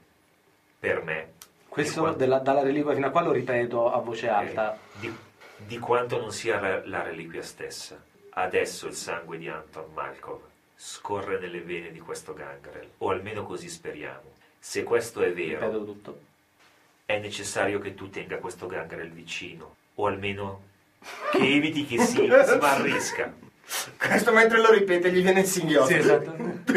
Speaker 2: per me. di
Speaker 3: Questo
Speaker 2: quanto-
Speaker 3: della- dalla reliquia fino a qua lo ripeto a voce alta.
Speaker 2: di, di quanto non sia la, la reliquia stessa. Adesso il sangue di Anton Malkov scorre nelle vene di questo gangrel, o almeno così speriamo. Se questo è vero,
Speaker 3: Ripeto tutto.
Speaker 2: è necessario che tu tenga questo gangrel vicino, o almeno che eviti che si smarrisca.
Speaker 4: Questo mentre lo ripete gli viene il singhiozzo.
Speaker 3: Sì, esatto.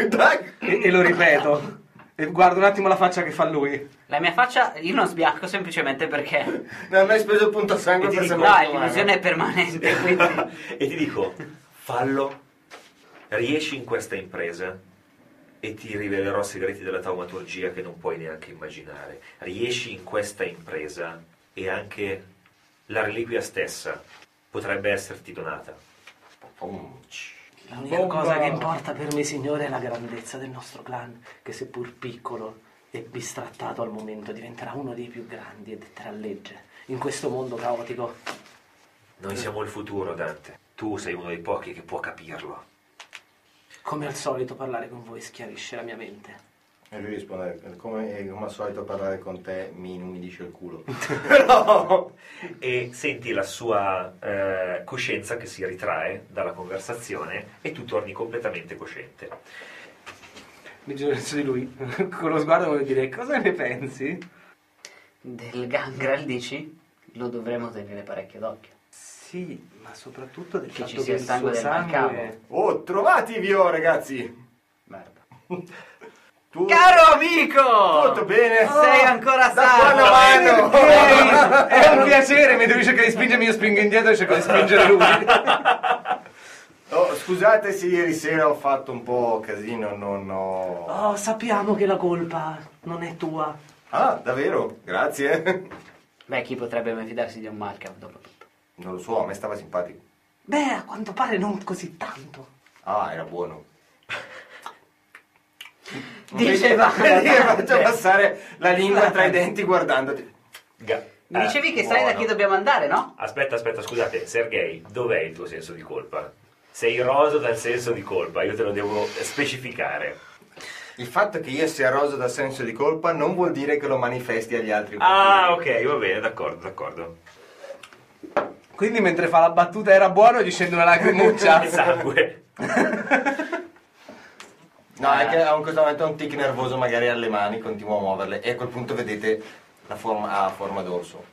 Speaker 4: Dai.
Speaker 3: E, e lo ripeto. E guardo un attimo la faccia che fa lui.
Speaker 5: la mia faccia io non sbianco semplicemente perché
Speaker 4: Non hai mai speso il punto sangue
Speaker 2: E ti
Speaker 4: per
Speaker 2: dico-
Speaker 4: sembrare
Speaker 1: "Ah,
Speaker 5: no,
Speaker 4: umano.
Speaker 5: l'illusione è permanente, quindi
Speaker 2: e ti dico, fallo, riesci in questa impresa e ti rivelerò segreti della taumaturgia che non puoi neanche immaginare. Riesci in questa impresa e anche la reliquia stessa potrebbe esserti donata.
Speaker 3: L'unica
Speaker 4: Bomba.
Speaker 3: cosa che importa per me, signore, è la grandezza del nostro clan, che seppur piccolo e bistrattato al momento diventerà uno dei più grandi e detterà legge in questo mondo caotico.
Speaker 2: Noi siamo il futuro, Dante. Tu sei uno dei pochi che può capirlo.
Speaker 3: Come al solito parlare con voi schiarisce la mia mente.
Speaker 4: E lui risponde, come, eh, come al solito parlare con te mi inumidisce il culo.
Speaker 2: E senti la sua eh, coscienza che si ritrae dalla conversazione e tu torni completamente cosciente.
Speaker 3: Mi giro verso di lui con lo sguardo voglio dire cosa ne pensi?
Speaker 1: Del gangrel dici? Lo dovremmo tenere parecchio d'occhio.
Speaker 3: Sì, ma soprattutto del
Speaker 1: Che ci
Speaker 3: fatto che
Speaker 1: sia
Speaker 3: il
Speaker 1: sangue
Speaker 3: suo
Speaker 1: del
Speaker 3: sangue...
Speaker 1: mercavo.
Speaker 4: Oh, trovati Vio, ragazzi!
Speaker 1: Merda.
Speaker 4: Tu-
Speaker 5: Caro amico! Oh,
Speaker 4: Molto bene.
Speaker 1: Oh,
Speaker 5: Sei ancora
Speaker 4: Da
Speaker 5: salvo.
Speaker 4: buona mano.
Speaker 3: Ehi, È un piacere, mi devi cercare di spingermi, io spingo indietro e cerco di spingere lui.
Speaker 4: Oh, scusate se ieri sera ho fatto un po' casino, non ho...
Speaker 6: Oh, sappiamo che la colpa non è tua.
Speaker 4: Ah, davvero? Grazie.
Speaker 1: Beh, chi potrebbe mai fidarsi di un Malcolm dopo tutto?
Speaker 4: Non lo so, a me stava simpatico.
Speaker 6: Beh, a quanto pare non così tanto.
Speaker 4: Ah, era buono.
Speaker 1: Diceva.
Speaker 4: Ti faccio passare la lingua tra i denti guardandoti.
Speaker 2: Ga-
Speaker 5: Mi
Speaker 2: eh,
Speaker 5: dicevi che sai da
Speaker 2: buono.
Speaker 5: chi dobbiamo andare, no?
Speaker 2: Aspetta, aspetta, scusate, Sergei, dov'è il tuo senso di colpa? Sei roso dal senso di colpa, io te lo devo specificare.
Speaker 4: Il fatto che io sia roso da senso di colpa non vuol dire che lo manifesti agli altri.
Speaker 2: Ah, ok, va bene, d'accordo, d'accordo.
Speaker 3: Quindi mentre fa la battuta era buono gli scende una lacrimuccia.
Speaker 2: Il sangue.
Speaker 4: No, è che in questo momento ho un tic nervoso magari alle mani, continuo a muoverle e a quel punto vedete la forma a forma d'orso.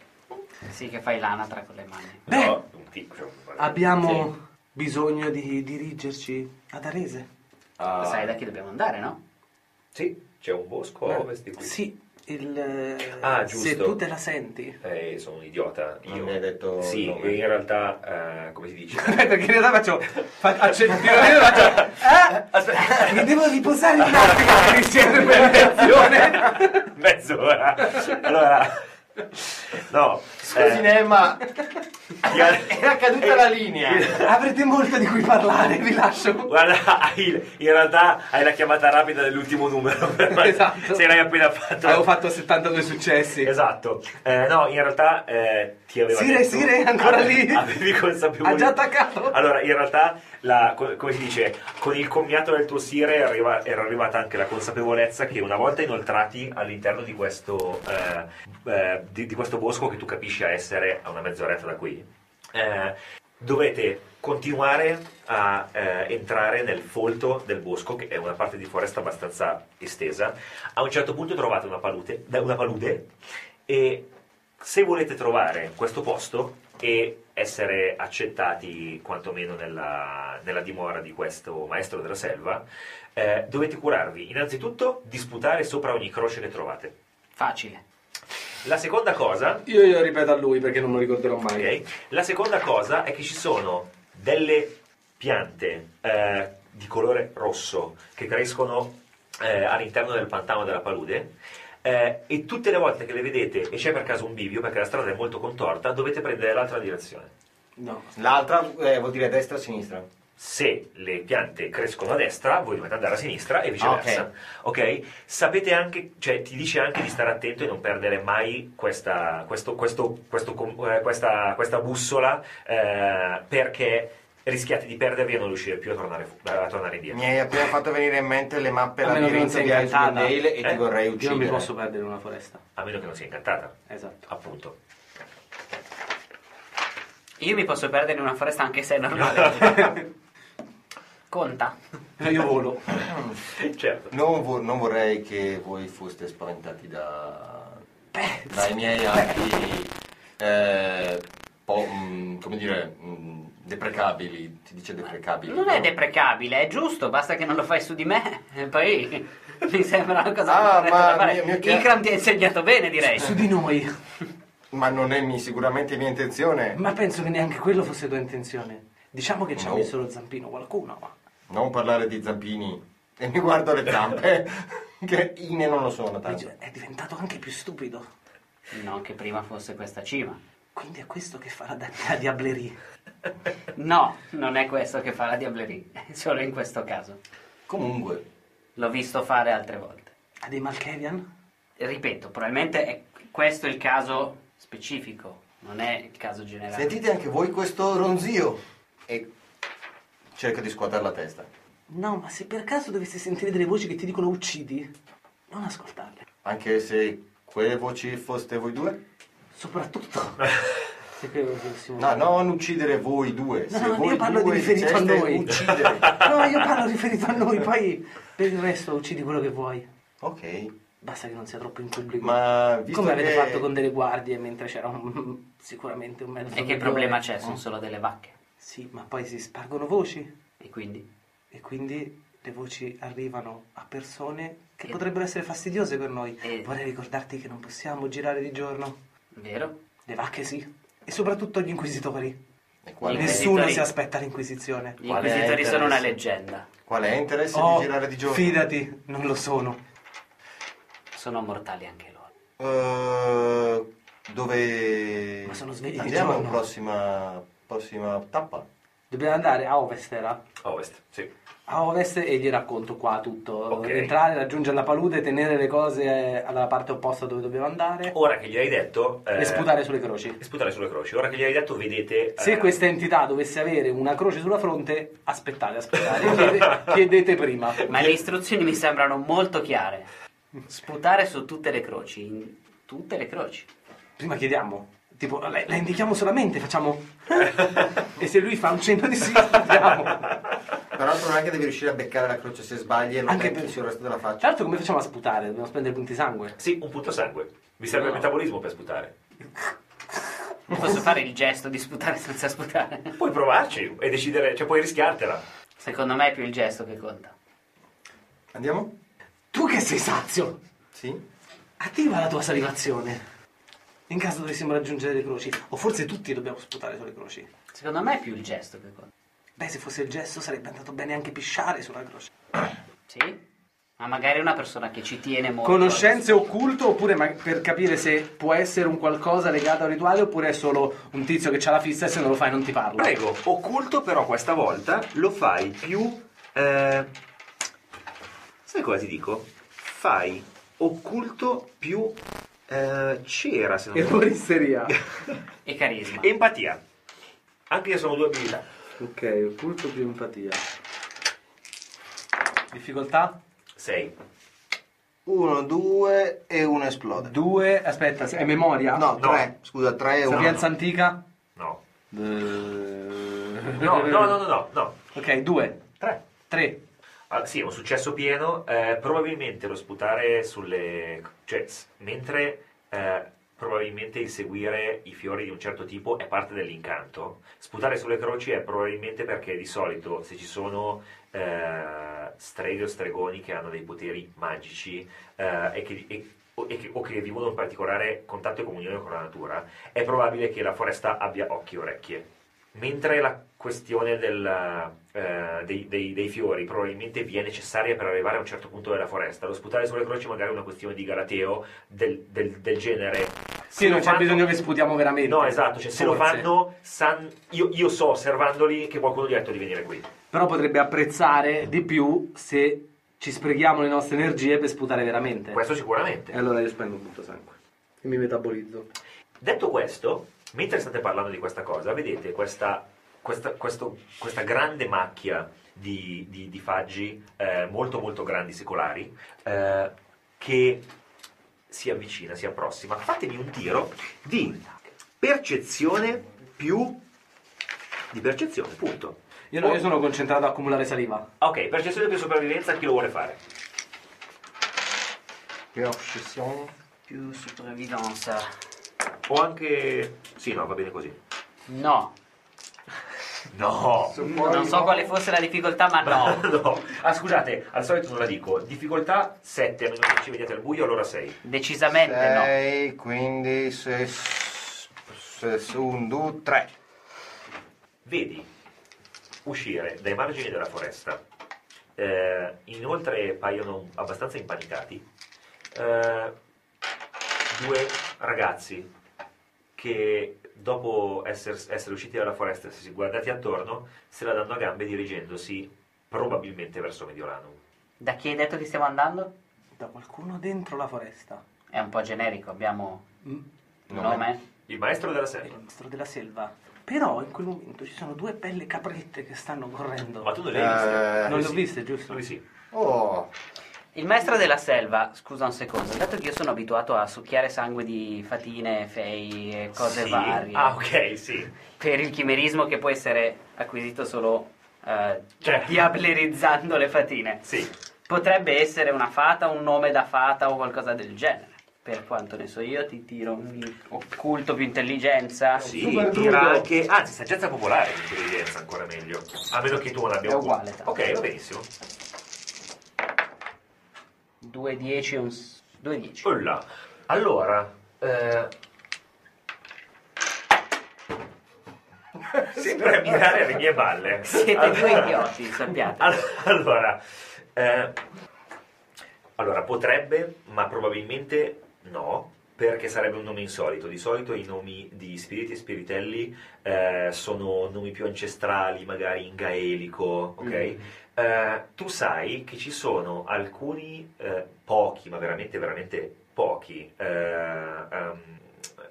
Speaker 1: Sì, che fai l'anatra con le mani.
Speaker 6: Beh.
Speaker 2: No, un tic.
Speaker 6: Abbiamo bisogno di dirigerci ad Arese.
Speaker 4: Ah,
Speaker 1: Sai da chi dobbiamo andare, no?
Speaker 2: Sì, c'è un bosco a ovest di qui.
Speaker 6: Sì, il... eh,
Speaker 2: Oh, Ah,
Speaker 6: Se
Speaker 2: giusto.
Speaker 6: tu te la senti.
Speaker 2: Eh, sono un idiota.
Speaker 4: Non
Speaker 2: Io
Speaker 4: mi hai detto il
Speaker 2: Sì,
Speaker 4: nome.
Speaker 2: in realtà, eh, come si dice?
Speaker 3: Perché in realtà faccio. fa- acce- tiro io e faccio.
Speaker 6: Eh?
Speaker 3: "Ah,
Speaker 2: Aspetta,
Speaker 3: mi devo riposare un attimo. Mi serve un'inversione.
Speaker 2: mezz'ora. Allora, no.
Speaker 4: Scusi,
Speaker 2: eh,
Speaker 4: Nemma, Eh.
Speaker 2: io-
Speaker 4: era caduta la linea.
Speaker 3: Avrete molto di cui parlare, vi lascio.
Speaker 2: Guarda, hai- in realtà hai la chiamata rapida dell'ultimo numero.
Speaker 3: Esatto.
Speaker 2: Se l'hai appena fatto.
Speaker 3: Avevo fatto 72 successi.
Speaker 2: Esatto. Eh, no, in realtà eh, ti avevo
Speaker 3: Sire,
Speaker 2: detto...
Speaker 3: Sire, è ancora lì.
Speaker 2: Avevi consapevolezza.
Speaker 3: Ha già attaccato.
Speaker 2: Allora, in realtà, la- co- come si dice, con il commiato del tuo Sire arriva- era arrivata anche la consapevolezza che una volta inoltrati all'interno di questo, eh, eh, di, di questo bosco che tu capisci a essere a una mezz'oretta da qui, eh, dovete continuare a eh, entrare nel folto del bosco, che è una parte di foresta abbastanza estesa. A un certo punto trovate una palude, da- una palude e se volete trovare questo posto e essere accettati quantomeno nella, nella dimora di questo maestro della selva, eh, dovete curarvi innanzitutto di sputare sopra ogni croce che trovate.
Speaker 1: Facile.
Speaker 2: La seconda cosa
Speaker 3: Io glielo ripeto a lui perché non me lo ricorderò mai.
Speaker 2: Ok. La seconda cosa è che ci sono delle piante eh, di colore rosso che crescono eh, all'interno del pantano della palude. eh, e tutte le volte che le vedete e c'è per caso un bivio, perché la strada è molto contorta, dovete prendere l'altra direzione.
Speaker 3: No.
Speaker 4: L'altra eh, vuol dire destra o sinistra?
Speaker 2: Se le piante crescono a destra, voi dovete andare a sinistra e
Speaker 3: Ah,
Speaker 2: viceversa. ok? Sapete anche, cioè ti dice anche di stare attento e non perdere mai questa, questo- questo- questo com- eh, questa, questa bussola eh, perché rischiate di perdervi e non riuscire più a tornare, fu- a tornare indietro.
Speaker 4: Mi hai appena fatto venire in mente le mappe
Speaker 3: A meno che non
Speaker 4: labirinto
Speaker 3: sei
Speaker 4: di Icewind
Speaker 3: incantata.
Speaker 4: Dale e
Speaker 2: Eh?
Speaker 4: ti vorrei
Speaker 6: Io
Speaker 4: uccidere.
Speaker 6: non mi posso perdere in una foresta.
Speaker 2: A meno che non sia incantata,
Speaker 6: Esatto.
Speaker 2: appunto.
Speaker 5: Io mi posso perdere in una foresta anche se è normale.
Speaker 1: Conta.
Speaker 3: Io volo.
Speaker 2: Certo.
Speaker 4: Non, vo- non vorrei che voi foste spaventati da... dai miei atti, eh, po- mm, come dire, mm, deprecabili, si dice deprecabili.
Speaker 1: Non è
Speaker 4: no?
Speaker 1: deprecabile, è giusto, basta che non lo fai su di me. E poi mi sembra una cosa
Speaker 4: Ah,
Speaker 1: corretta
Speaker 4: ma
Speaker 1: da fare.
Speaker 4: mio- mio chiaro-
Speaker 1: Ikram ti ha insegnato bene, direi.
Speaker 3: Su di noi.
Speaker 4: Ma non è mi- sicuramente mia intenzione.
Speaker 6: Ma penso che neanche quello fosse tua intenzione. Diciamo che ci ha
Speaker 4: No. Ah.
Speaker 6: messo lo zampino qualcuno.
Speaker 4: Non parlare di zampini. E mi guardo le zampe, che ine non lo sono tanto.
Speaker 6: Dice, È diventato anche più stupido.
Speaker 1: Non che prima fosse questa cima.
Speaker 6: Quindi è questo che farà danni a Diablerie.
Speaker 1: No, non è questo che fa la diablerie, solo in questo caso.
Speaker 4: Comunque,
Speaker 1: L'ho visto fare altre volte.
Speaker 6: A dei Malkavian?
Speaker 1: Ripeto, probabilmente è questo il caso specifico, non è il caso generale.
Speaker 4: sentite anche voi questo ronzio. E cerco di scuotere la testa.
Speaker 6: No, ma se per caso dovessi sentire delle voci che ti dicono uccidi, non ascoltarle.
Speaker 4: Anche se quelle voci foste voi due?
Speaker 6: Soprattutto. se credo che fossimo-
Speaker 4: No, non uccidere voi due.
Speaker 6: No,
Speaker 4: se
Speaker 6: no, io
Speaker 4: voi
Speaker 6: parlo di
Speaker 4: due
Speaker 6: riferito a
Speaker 4: diceste
Speaker 6: noi.
Speaker 4: Uccidere.
Speaker 6: No, io parlo riferito a noi, poi per il resto uccidi quello che vuoi.
Speaker 4: ok.
Speaker 6: Basta che non sia troppo in pubblico.
Speaker 4: Ma visto
Speaker 6: Come avete
Speaker 4: che-
Speaker 6: fatto con delle guardie mentre c'era un- sicuramente un mezzo.
Speaker 1: E che
Speaker 6: migliore.
Speaker 1: problema
Speaker 4: eh.
Speaker 1: c'è? Sono solo delle vacche.
Speaker 6: Sì, ma poi si spargono voci
Speaker 1: E quindi?
Speaker 6: e quindi le voci arrivano a persone che potrebbero essere fastidiose per noi.
Speaker 1: Eh.
Speaker 6: Vorrei ricordarti che non possiamo girare di giorno.
Speaker 1: Vero?
Speaker 6: Le vacche sì. E soprattutto gli inquisitori.
Speaker 4: E qual, è,
Speaker 6: Nessuno
Speaker 1: Inquisitori.
Speaker 6: si aspetta l'Inquisizione.
Speaker 1: Gli
Speaker 4: Eh, Qual è
Speaker 1: inquisitori sono
Speaker 4: interesse?
Speaker 1: una leggenda.
Speaker 4: qual è interesse
Speaker 6: Oh,
Speaker 3: Oh,
Speaker 4: di girare di giorno?
Speaker 6: fidati, non lo sono.
Speaker 1: Sono mortali anche loro.
Speaker 4: Eh, dove...
Speaker 6: Ma sono svegli di
Speaker 4: Andiamo alla
Speaker 6: giorno.
Speaker 4: prossima, prossima tappa.
Speaker 3: Dobbiamo andare a Ovestera.
Speaker 2: Ovest, sì.
Speaker 3: A ovest e gli racconto qua tutto.
Speaker 2: Ok.
Speaker 3: Entrare, raggiungere la palude, tenere le cose eh, alla parte opposta dove dobbiamo andare
Speaker 4: Oh,
Speaker 2: Ora che gli hai detto... eh,
Speaker 3: e sputare sulle croci.
Speaker 2: e sputare sulle croci. Ora che gli hai detto vedete... eh,
Speaker 3: Se questa entità dovesse avere una croce sulla fronte, aspettate, aspettate, chiede- chiedete prima.
Speaker 1: Ma le istruzioni mi sembrano molto chiare. Sputare su tutte le croci. in tutte le croci.
Speaker 3: Prima chiediamo, tipo, la, la indichiamo solamente, facciamo... e se lui fa un cenno di sì, sputiamo.
Speaker 4: Peraltro non è che devi riuscire a beccare la croce se sbagli e lo
Speaker 3: Anche
Speaker 4: metti
Speaker 3: per-
Speaker 4: sul resto della faccia.
Speaker 3: Tra l'altro come facciamo a sputare? Dobbiamo spendere punti sangue.
Speaker 2: Sì, un punto sangue. Vi serve il metabolismo per sputare.
Speaker 1: Posso fare il gesto di sputare senza sputare?
Speaker 2: Puoi provarci e decidere, cioè puoi rischiartela.
Speaker 1: Secondo me è più il gesto che conta.
Speaker 4: Andiamo?
Speaker 3: Tu che sei sazio,
Speaker 4: Sì?
Speaker 3: attiva la tua salivazione. In caso dovessimo raggiungere le croci, o forse tutti dobbiamo sputare sulle croci.
Speaker 1: Secondo me è più il gesto che conta.
Speaker 3: Beh, se fosse il gesto sarebbe andato bene anche pisciare sulla croce.
Speaker 1: Sì? Ma magari una persona che ci tiene molto.
Speaker 3: Conoscenze occulto oppure ma- per capire se può essere un qualcosa legato a un rituale oppure è solo un tizio che c'ha la fissa e se non lo fai non ti parlo.
Speaker 2: Prego, occulto però questa volta lo fai più... eh, sai cosa ti dico? Fai occulto più eh, cera, se non sbaglio.
Speaker 3: Erroristeria.
Speaker 1: E carisma.
Speaker 2: Empatia. Anche se sono due abilità.
Speaker 3: ok, occulto più empatia. Difficoltà?
Speaker 2: Sei.
Speaker 4: Uno, due e uno esplode.
Speaker 3: Due, aspetta, se- è memoria?
Speaker 4: No, tre. Scusa, tre e uno.
Speaker 3: Sapienza antica?
Speaker 2: No.
Speaker 3: Eh,
Speaker 2: No,
Speaker 3: No,
Speaker 2: no, no, no, no. no.
Speaker 3: Ok, due.
Speaker 2: Tre.
Speaker 3: Tre.
Speaker 2: Ah, sì, è un successo pieno. eh, probabilmente lo sputare sulle... cioè, s- mentre eh, probabilmente il seguire i fiori di un certo tipo è parte dell'incanto, sputare sulle croci è probabilmente perché di solito se ci sono eh, streghe o stregoni che hanno dei poteri magici eh, e che... e- o- e che- o che vivono in particolare contatto e comunione con la natura, è probabile che la foresta abbia occhi e orecchie. Mentre la questione del, eh, dei, dei- dei fiori probabilmente vi è necessaria per arrivare a un certo punto della foresta, lo sputare sulle croci magari è una questione di galateo del, del- del genere. Se
Speaker 3: Sì, non
Speaker 2: lo
Speaker 3: c'è
Speaker 2: fanno-
Speaker 3: bisogno che sputiamo veramente.
Speaker 2: No, esatto, cioè, se lo
Speaker 3: Forse.
Speaker 2: fanno, san- io, io so osservandoli che qualcuno gli ha detto di venire qui.
Speaker 3: Però potrebbe apprezzare di più se ci sprechiamo le nostre energie per sputare veramente.
Speaker 2: Questo sicuramente.
Speaker 3: E allora io spendo un punto sangue. E mi metabolizzo.
Speaker 2: Detto questo, mentre state parlando di questa cosa, vedete questa, questa- questo- questa grande macchia di, di- di faggi eh, molto molto grandi secolari eh, che si avvicina, si approssima. Fatemi un tiro di percezione più di percezione, punto.
Speaker 3: Io, no, io sono concentrato a accumulare saliva.
Speaker 2: Ok, percezione più sopravvivenza, chi lo vuole fare?
Speaker 4: Percezione.
Speaker 1: Più sopravvivenza.
Speaker 2: O anche... Sì, no, va bene così.
Speaker 1: No.
Speaker 2: No!
Speaker 1: Mm, Non so quale fosse la difficoltà, ma no.
Speaker 2: no. Ah, scusate, al solito non la dico. Difficoltà 7, a meno che ci vediate al buio, allora 6.
Speaker 1: Decisamente no.
Speaker 4: 6, quindi 6, 1, 2, 3.
Speaker 2: Vedi uscire dai margini della foresta. Eh, inoltre paiono abbastanza impanicati. eh, due ragazzi che dopo esser- essere usciti dalla foresta e essersi guardati attorno, se la danno a gambe dirigendosi probabilmente verso Mediolanum.
Speaker 1: Da chi hai detto che stiamo andando?
Speaker 3: Da qualcuno dentro la foresta.
Speaker 1: È un po' generico, abbiamo
Speaker 3: Mm,
Speaker 1: un nome.
Speaker 2: Il maestro della
Speaker 3: il
Speaker 2: selva.
Speaker 3: mostro della selva. Però in quel momento ci sono due belle caprette che stanno correndo.
Speaker 2: Ma tu non le hai viste?
Speaker 4: Eh,
Speaker 3: non le ho
Speaker 2: Sì.
Speaker 3: viste, giusto?
Speaker 2: Lui sì.
Speaker 4: Oh,
Speaker 1: Il maestro della selva, scusa un secondo, dato che io sono abituato a succhiare sangue di fatine, fei e cose
Speaker 2: Sì.
Speaker 1: varie,
Speaker 2: Ah, ok, sì.
Speaker 1: per il chimerismo che può essere acquisito solo eh,
Speaker 2: Certo.
Speaker 1: diablerizzando le fatine,
Speaker 2: Sì.
Speaker 1: potrebbe essere una fata, un nome da fata o qualcosa del genere. Per quanto ne so io, ti tiro un occulto più intelligenza.
Speaker 2: Sì, tira anche. Anzi, saggezza popolare, intelligenza ancora meglio. A meno che tu non abbia
Speaker 1: È
Speaker 2: un-
Speaker 1: uguale, tanto.
Speaker 2: Ok, va benissimo.
Speaker 1: 2-10 e un... s- 2-10.
Speaker 2: Oh là. Allora, eh, sempre a mirare alle mie balle.
Speaker 1: Siete due
Speaker 2: Allora-
Speaker 1: idioti, sappiate.
Speaker 2: All- Allora, eh, allora, potrebbe, ma probabilmente no, perché sarebbe un nome insolito. Di solito i nomi di spiriti e spiritelli eh, sono nomi più ancestrali, magari in gaelico, ok? Eh, tu sai che ci sono alcuni, eh, pochi, ma veramente, veramente pochi, eh, ehm,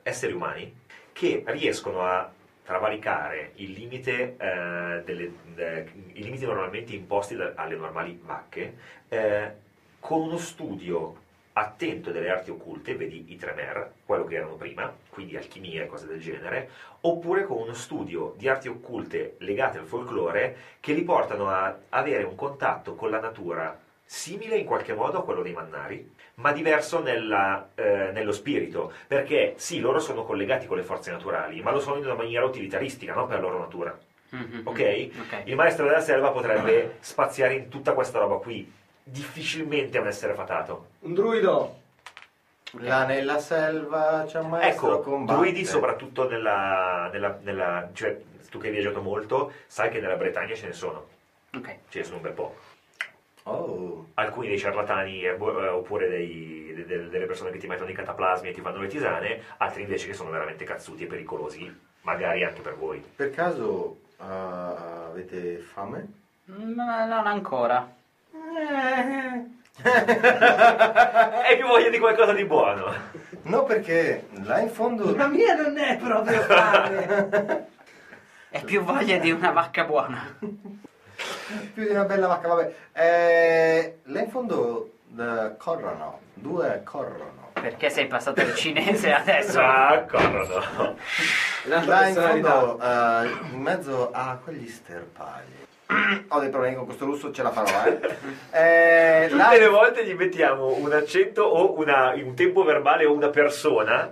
Speaker 2: esseri umani che riescono a travalicare il limite, eh, delle- de- i limiti normalmente imposti da- alle normali vacche eh, con uno studio attento delle arti occulte, vedi i Tremer, quello che erano prima, quindi alchimia e cose del genere, oppure con uno studio di arti occulte legate al folklore che li portano a avere un contatto con la natura simile in qualche modo a quello dei mannari, ma diverso nella, eh, nello spirito, perché sì, loro sono collegati con le forze naturali, ma lo sono in una maniera utilitaristica, non per loro natura.
Speaker 1: Mhm.
Speaker 2: Ok?
Speaker 1: Ok.
Speaker 2: Il maestro della selva potrebbe spaziare in tutta questa roba qui. Difficilmente è un essere fatato.
Speaker 3: Un druido.
Speaker 1: Eh.
Speaker 4: Là nella selva c'è un maestro
Speaker 2: Ecco,
Speaker 4: combatte.
Speaker 2: druidi soprattutto nella, nella- nella- cioè, tu che hai viaggiato molto, sai che nella Bretagna ce ne sono,
Speaker 1: Ok.
Speaker 2: ce ne Cioè, sono un bel po'.
Speaker 4: Oh.
Speaker 2: Alcuni dei ciarlatani eh, bo- eh, oppure dei- de- de- delle persone che ti mettono i cataplasmi e ti fanno le tisane, altri invece che sono veramente cazzuti e pericolosi, magari anche per voi.
Speaker 4: Per caso ah, avete fame?
Speaker 1: Ma Mm, non ancora.
Speaker 2: Hai più voglia di qualcosa di buono.
Speaker 4: No, perché là in fondo...
Speaker 6: La mia non è proprio fame.
Speaker 1: È più voglia di una vacca buona.
Speaker 4: Più di una bella vacca, vabbè. Eh, là in fondo eh, corrono, due corrono.
Speaker 1: Perché sei passato al cinese adesso?
Speaker 2: D'accordo.
Speaker 3: Un'altra
Speaker 4: Là in
Speaker 3: personalità.
Speaker 4: fondo, eh, in mezzo a quegli sterpagli. Ho dei problemi con questo lusso, ce la farò, eh. Eh, là-
Speaker 2: Tutte le volte gli mettiamo un accento o una- un tempo verbale o una persona,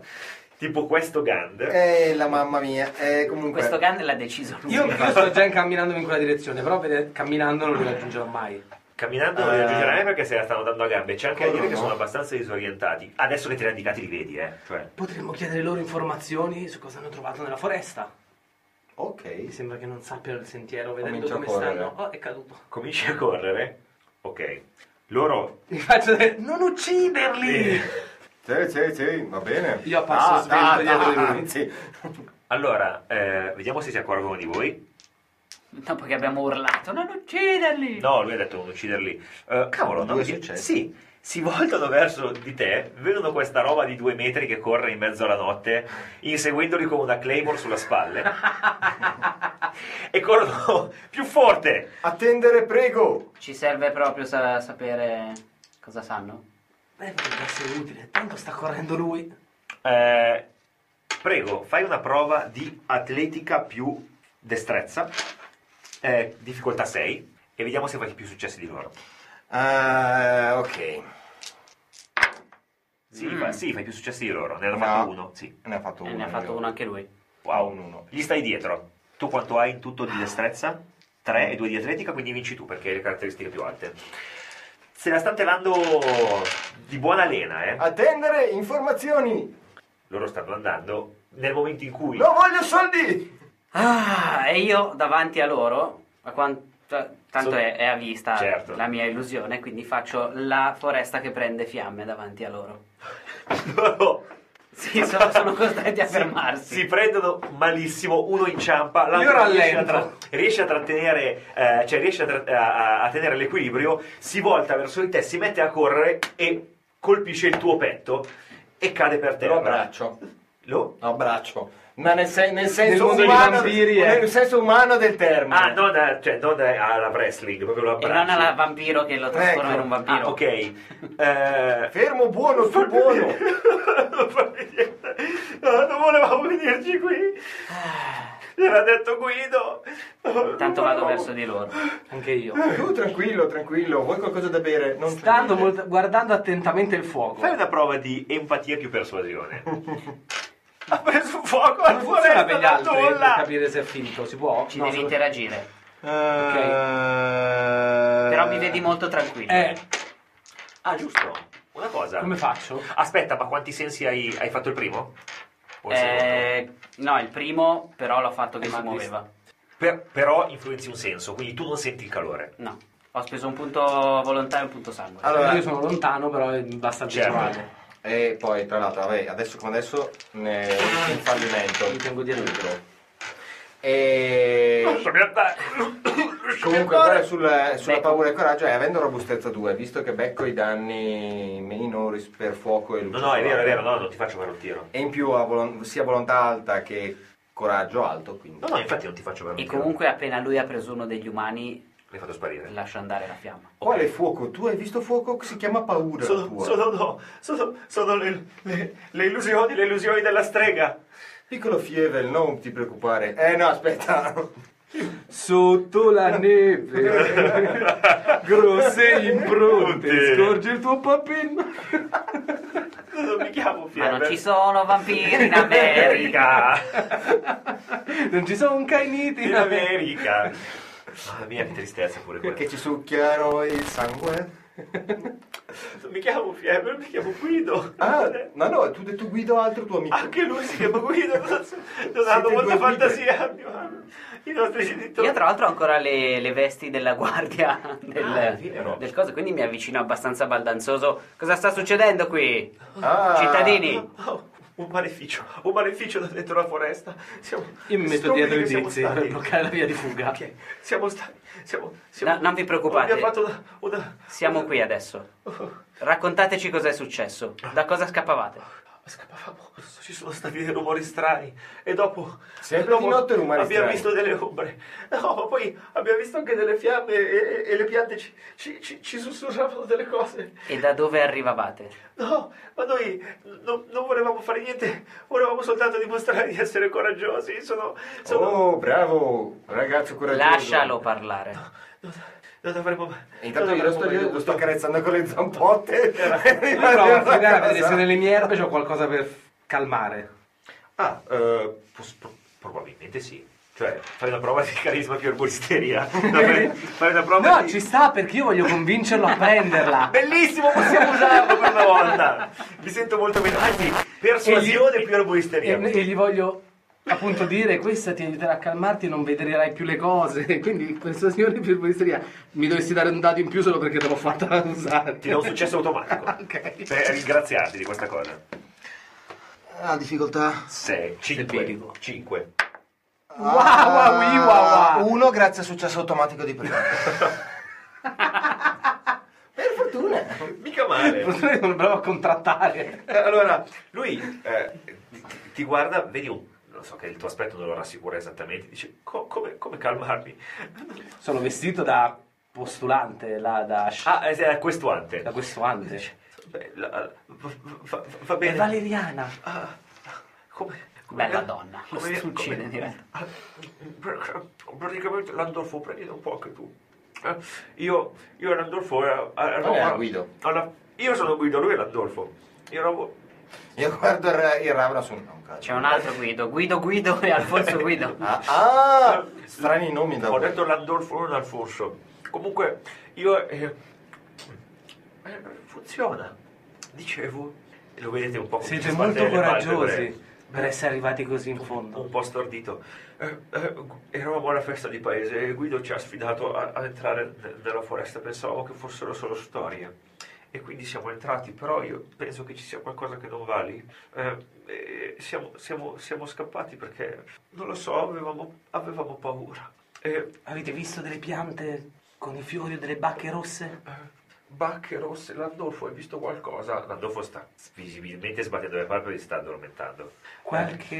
Speaker 2: tipo questo Gand.
Speaker 4: eh, la mamma mia. Eh, comunque...
Speaker 1: Questo Gandhi l'ha deciso lui.
Speaker 3: Io, io sto già incamminandomi in quella direzione, però vede- camminando non li raggiungerò mai.
Speaker 2: Camminando non li
Speaker 4: Eh.
Speaker 2: raggiungerai mai perché se la stanno dando a gambe. C'è anche da dire
Speaker 4: Corrono.
Speaker 2: che sono abbastanza disorientati. Adesso che te li ha indicati li vedi, eh. Cioè,
Speaker 6: Potremmo chiedere loro informazioni su cosa hanno trovato nella foresta. Mi
Speaker 4: Ok.
Speaker 6: sembra che non sappiano il sentiero vedendo
Speaker 4: Comincio a
Speaker 6: come
Speaker 4: correre.
Speaker 6: stanno. Oh, è caduto.
Speaker 2: cominci a correre. Ok. Loro...
Speaker 3: Mi faccio vedere-
Speaker 6: Non ucciderli!
Speaker 4: Sì, sì, sì, va bene. Ah,
Speaker 3: Io passo svelto dietro di lui.
Speaker 4: Anzi.
Speaker 2: Allora, eh, vediamo se si accorgono di voi.
Speaker 1: Dopo che abbiamo urlato, non ucciderli!
Speaker 2: No, lui ha detto non ucciderli. Eh, cavolo, no?
Speaker 4: Due
Speaker 2: Sì,
Speaker 4: successi.
Speaker 2: Sì. Si voltano verso di te, vedono questa roba di due metri che corre in mezzo alla notte, inseguendoli con una claymore sulla spalla. e corrono più forte.
Speaker 4: Attendere, prego.
Speaker 1: Ci serve proprio sa- sapere cosa sanno.
Speaker 6: Beh, potrebbe essere utile. Tanto sta correndo lui.
Speaker 2: Eh, prego, fai una prova di atletica più destrezza, eh, difficoltà 6, e vediamo se fai più successi di loro.
Speaker 4: Ah, ok.
Speaker 2: Sì,
Speaker 1: Mm.
Speaker 2: fa- sì, fai più successi di loro. Ne hanno fatto
Speaker 4: No.
Speaker 2: uno, sì. Ah,
Speaker 4: Ne ha fatto uno.
Speaker 1: e Eh, ne ha fatto
Speaker 4: io.
Speaker 1: uno anche lui.
Speaker 2: Wow,
Speaker 4: Un uno.
Speaker 2: Gli stai dietro. Tu quanto hai in tutto di destrezza? 3 e 2 di atletica, quindi vinci tu perché hai le caratteristiche più alte. Se la sta telando di buona lena, eh.
Speaker 4: Attendere, informazioni.
Speaker 2: Loro stanno andando nel momento in cui...
Speaker 4: Non voglio soldi.
Speaker 1: Ah, e io davanti a loro, ma quan- t- tanto
Speaker 2: So-
Speaker 1: è, è a vista
Speaker 2: Certo.
Speaker 1: la mia illusione, quindi faccio la foresta che prende fiamme davanti a loro.
Speaker 2: loro
Speaker 1: Sì, sono, sono costretti a
Speaker 2: Si-
Speaker 1: fermarsi.
Speaker 2: Si prendono malissimo, uno inciampa,
Speaker 3: Io
Speaker 2: l'altro
Speaker 3: rallento.
Speaker 2: riesce a, tra- riesce a trattenere, eh, cioè riesce a, tra- a- a- a tenere l'equilibrio, si volta verso di te, si mette a correre e colpisce il tuo petto e cade per
Speaker 4: Lo
Speaker 2: terra.
Speaker 4: abbraccio.
Speaker 2: Lo?
Speaker 4: Lo abbraccio. Ma nel, sen- nel senso
Speaker 3: mondo dei
Speaker 4: umano.
Speaker 3: vampiri, eh.
Speaker 4: Nel senso umano del termine.
Speaker 2: Ah, non, a- cioè, non a- alla wrestling, proprio lo
Speaker 1: E
Speaker 2: abbraccio.
Speaker 1: non alla vampiro che lo trasforma
Speaker 4: Ecco.
Speaker 1: in un vampiro.
Speaker 2: Ah, ok. Eh,
Speaker 4: Fermo, buono, tu buono.
Speaker 2: non fa venire- no, non volevamo venirci qui. L'ha detto Guido.
Speaker 1: Intanto Eh. vado verso di loro.
Speaker 3: Anche io.
Speaker 4: Tu tranquillo, tranquillo. Vuoi qualcosa da bere? Non c'è
Speaker 3: Stando
Speaker 4: niente.
Speaker 3: molto- guardando attentamente il fuoco.
Speaker 2: Fai una prova di empatia più persuasione. ha preso un fuoco alla
Speaker 3: non funziona
Speaker 2: foresta
Speaker 3: per gli
Speaker 2: da
Speaker 3: altri per
Speaker 2: nulla.
Speaker 3: capire se è finto, si può?
Speaker 1: Ci
Speaker 3: No,
Speaker 1: devi
Speaker 3: solo-
Speaker 1: interagire.
Speaker 4: Eh,
Speaker 2: Eh.
Speaker 6: Eh.
Speaker 1: Però mi vedi molto tranquillo.
Speaker 3: Eh,
Speaker 2: Ah, giusto. Una cosa.
Speaker 3: Come faccio?
Speaker 2: Aspetta, ma quanti sensi hai, hai fatto il primo? O il secondo?
Speaker 1: Eh, no, il primo però l'ho fatto che
Speaker 3: Eh,
Speaker 1: si
Speaker 3: ma
Speaker 1: muoveva.
Speaker 2: Per- però influenzi un senso, quindi tu non senti il calore.
Speaker 1: No, ho speso un punto volontà e un punto sangue.
Speaker 4: Allora-
Speaker 3: Io sono lontano, però eh, basta il
Speaker 2: Certo.
Speaker 3: visuale.
Speaker 4: E poi, tra l'altro, vabbè, adesso come adesso ne in fallimento.
Speaker 3: Mi tengo dietro.
Speaker 4: E
Speaker 2: Lasciami andare.
Speaker 4: comunque quella sul- sulla
Speaker 1: Becco.
Speaker 4: paura e coraggio è avendo robustezza 2, visto che becco i danni minori per fuoco e luce.
Speaker 2: No, no, è vero, è
Speaker 4: solare.
Speaker 2: vero, no, non ti faccio fare un tiro.
Speaker 4: E in più ha volon- sia volontà alta che coraggio alto, quindi.
Speaker 2: No, no, infatti non ti faccio fare un
Speaker 1: E
Speaker 2: tiro.
Speaker 1: comunque appena lui ha preso uno degli umani
Speaker 2: L'hai fatto sparire.
Speaker 1: lascia andare la fiamma.
Speaker 4: Quale fuoco? Tu hai visto fuoco? Si chiama paura la
Speaker 2: Sono,
Speaker 4: tua.
Speaker 2: sono, no, sono, sono le, le- le illusioni, le illusioni della strega.
Speaker 4: Piccolo Fievel, non ti preoccupare. Eh no, aspetta.
Speaker 3: Sotto la neve, grosse impronte,
Speaker 2: Impronte.
Speaker 3: scorge il tuo papino.
Speaker 2: Non mi chiamo
Speaker 1: Ma
Speaker 2: Fiamma.
Speaker 1: non ci sono vampiri in America!
Speaker 3: Non ci sono cainiti
Speaker 2: In America. Mamma mia, che tristezza pure quella.
Speaker 4: Perché ci succhiano il sangue.
Speaker 2: Non mi chiamo Fiamma, mi chiamo Guido.
Speaker 4: Ah, no, no, tu hai detto Guido altro tuo amico.
Speaker 2: Anche lui si chiama Guido, non, so- non
Speaker 4: Siete
Speaker 2: hanno molta
Speaker 4: due
Speaker 2: fantasia. I nostri genitori.
Speaker 1: Io tra l'altro ho ancora le, le vesti della guardia del,
Speaker 2: Ah, è vero.
Speaker 1: del coso, quindi mi avvicino abbastanza baldanzoso. Cosa sta succedendo qui?
Speaker 4: Ah.
Speaker 1: Cittadini,
Speaker 2: Oh, un maleficio, un maleficio da dentro la foresta. Siamo
Speaker 3: Io mi metto
Speaker 2: stupidi
Speaker 3: dietro
Speaker 2: che
Speaker 3: i
Speaker 2: siamo
Speaker 3: tizi
Speaker 2: stati.
Speaker 3: per bloccare la via di fuga.
Speaker 2: Ok, siamo stati. Siamo, siamo-
Speaker 1: No, non vi preoccupate.
Speaker 2: Abbiamo fatto una. una-
Speaker 1: siamo
Speaker 2: una-
Speaker 1: qui adesso.
Speaker 2: Oh,
Speaker 1: Raccontateci cos'è successo, da cosa scappavate.
Speaker 2: scappavamo. Ci sono stati dei rumori strani. E dopo.
Speaker 4: Sempre
Speaker 2: dopo
Speaker 4: di notte rumori
Speaker 2: Abbiamo
Speaker 4: strani.
Speaker 2: visto delle ombre. No, ma poi abbiamo visto anche delle fiamme e, e- e le piante ci, ci, ci, ci sussurravano delle cose.
Speaker 1: E da dove arrivavate?
Speaker 2: No, ma noi no- non volevamo fare niente, volevamo soltanto dimostrare di essere coraggiosi. Sono. sono
Speaker 4: Oh, bravo, ragazzo coraggioso.
Speaker 1: Lascialo parlare.
Speaker 2: Non, non avremmo mai.
Speaker 4: E intanto
Speaker 2: non
Speaker 4: io lo
Speaker 2: avremmo
Speaker 4: sto,
Speaker 2: mai
Speaker 4: io lo sto
Speaker 2: dovuto.
Speaker 4: carezzando con le zampotte.
Speaker 3: Oh, Io provo a frenare a vedere se nelle mie erbe c'ho qualcosa per calmare.
Speaker 2: Ah, eh, pos- pro- probabilmente sì. Cioè, fai una prova di carisma più erboristeria. No, fai, fai una prova
Speaker 3: No,
Speaker 2: di...
Speaker 3: ci sta perché io voglio convincerlo a prenderla.
Speaker 2: Bellissimo, possiamo usarlo per una volta. Mi sento molto bene. Anzi, persuasione più erboristeria.
Speaker 3: E, e gli voglio appunto dire questa ti aiuterà a calmarti e non vedrai più le cose. Quindi questa signora per polizia mi dovresti dare un dato in più solo perché te l'ho fatta usare.
Speaker 2: Ti do un successo automatico.
Speaker 3: Ok.
Speaker 2: Per ringraziarti Cioè, di questa cosa.
Speaker 6: Ah, difficoltà.
Speaker 2: 6, 5,
Speaker 3: Sepirico.
Speaker 2: 5.
Speaker 3: Wow, wow, wii, wow, wow.
Speaker 4: Uno grazie al successo automatico di prima. per fortuna.
Speaker 2: Mica male.
Speaker 3: Forse sono bravo a contrattare.
Speaker 2: Eh, Allora, lui eh, ti, ti guarda, vedi un... Non so che il tuo aspetto non lo rassicura esattamente, dice "Co- come, come calmarmi?
Speaker 3: Sono vestito da postulante, là, da,
Speaker 2: Ah, eh, è questuante.
Speaker 3: da questo ante.
Speaker 2: Beh, la- va, va- va
Speaker 3: È
Speaker 2: bene.
Speaker 3: Valeriana.
Speaker 2: Ah, come, come
Speaker 1: Bella donna, lo struccide in diretta.
Speaker 2: Ah, pra- Praticamente Landolfo, prenditi un po' anche tu. Eh, Io, io e Landolfo a, a Roma-
Speaker 4: era Guido.
Speaker 2: alla- io sono Guido, lui è Landolfo. Io ero-
Speaker 4: Io guardo il, il Ravna su... no, un cazzo.
Speaker 1: C'è un altro Guido, Guido Guido e Alfonso Guido.
Speaker 4: Ah, ah, strani nomi da
Speaker 2: Ho
Speaker 4: voi.
Speaker 2: detto Landolfo, non Alfonso. Comunque, io... eh, eh, funziona. Dicevo... Lo vedete un po' come
Speaker 3: Siete
Speaker 2: si
Speaker 3: molto
Speaker 2: sbatte le palpebre.
Speaker 3: coraggiosi per essere arrivati così in fondo.
Speaker 2: un po' stordito. Eh, eh, gu- eravamo alla festa di paese e Guido ci ha sfidato a, a entrare ne- nella foresta. Pensavamo che fossero solo storie. E quindi siamo entrati, però io penso che ci sia qualcosa che non vali. Eh, eh, siamo, siamo- siamo scappati perché, non lo so, avevamo, avevamo paura. E,
Speaker 3: Avete visto delle piante con i fiori o delle bacche rosse?
Speaker 2: eh, bacche rosse, Landolfo, hai visto qualcosa? Landolfo sta visibilmente sbattendo le palpebre e si sta addormentando.
Speaker 3: Qualche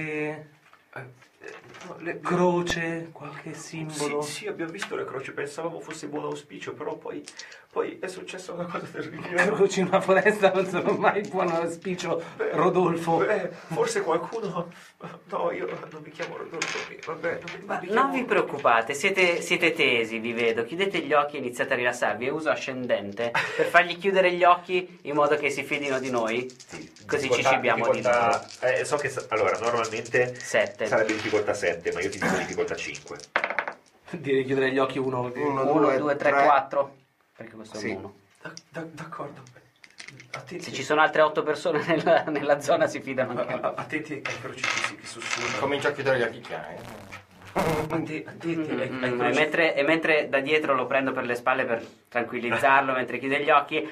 Speaker 2: Eh, eh, no, le-
Speaker 3: croce, qualche
Speaker 2: Sì,
Speaker 3: simbolo?
Speaker 2: sì, abbiamo visto le croci, pensavamo fosse buon auspicio, però poi, poi è successa una cosa terribile.
Speaker 3: Croci in una foresta non sono mai buon auspicio, Rodolfo.
Speaker 2: Beh, Eh, forse qualcuno... No, io non mi chiamo Rodolfo, vabbè, non mi,
Speaker 1: Ma
Speaker 2: mi
Speaker 1: non
Speaker 2: chiamo-
Speaker 1: vi preoccupate, siete, siete tesi, vi vedo. Chiudete gli occhi e iniziate a rilassarvi. Io uso ascendente per fargli chiudere gli occhi in modo che si fidino di noi. Così ci
Speaker 2: Difficoltà-
Speaker 1: cibiamo di loro.
Speaker 2: difficoltà- eh, so che... sa- Allora, normalmente
Speaker 1: Sette.
Speaker 2: sarebbe difficoltà 7, ma io ti dico difficoltà 5.
Speaker 3: Direi chiudere gli occhi uno.
Speaker 4: Uno,
Speaker 1: 1, 2, 3,
Speaker 4: tre.
Speaker 1: 4. Perché questo è
Speaker 4: Sì.
Speaker 1: un 1.
Speaker 2: D'accordo.
Speaker 7: Attenti,
Speaker 1: Se ci sono altre otto persone nella, nella zona si fidano anche loro.
Speaker 7: a- attenti ai crocifissi che sussurrano.
Speaker 4: Comincio a chiudere gli occhi chiari.
Speaker 7: Atte- attenti ai, ai
Speaker 1: Mm, e,
Speaker 7: crocifissi.
Speaker 1: mentre, e mentre da dietro lo prendo per le spalle per tranquillizzarlo mentre chiude gli occhi,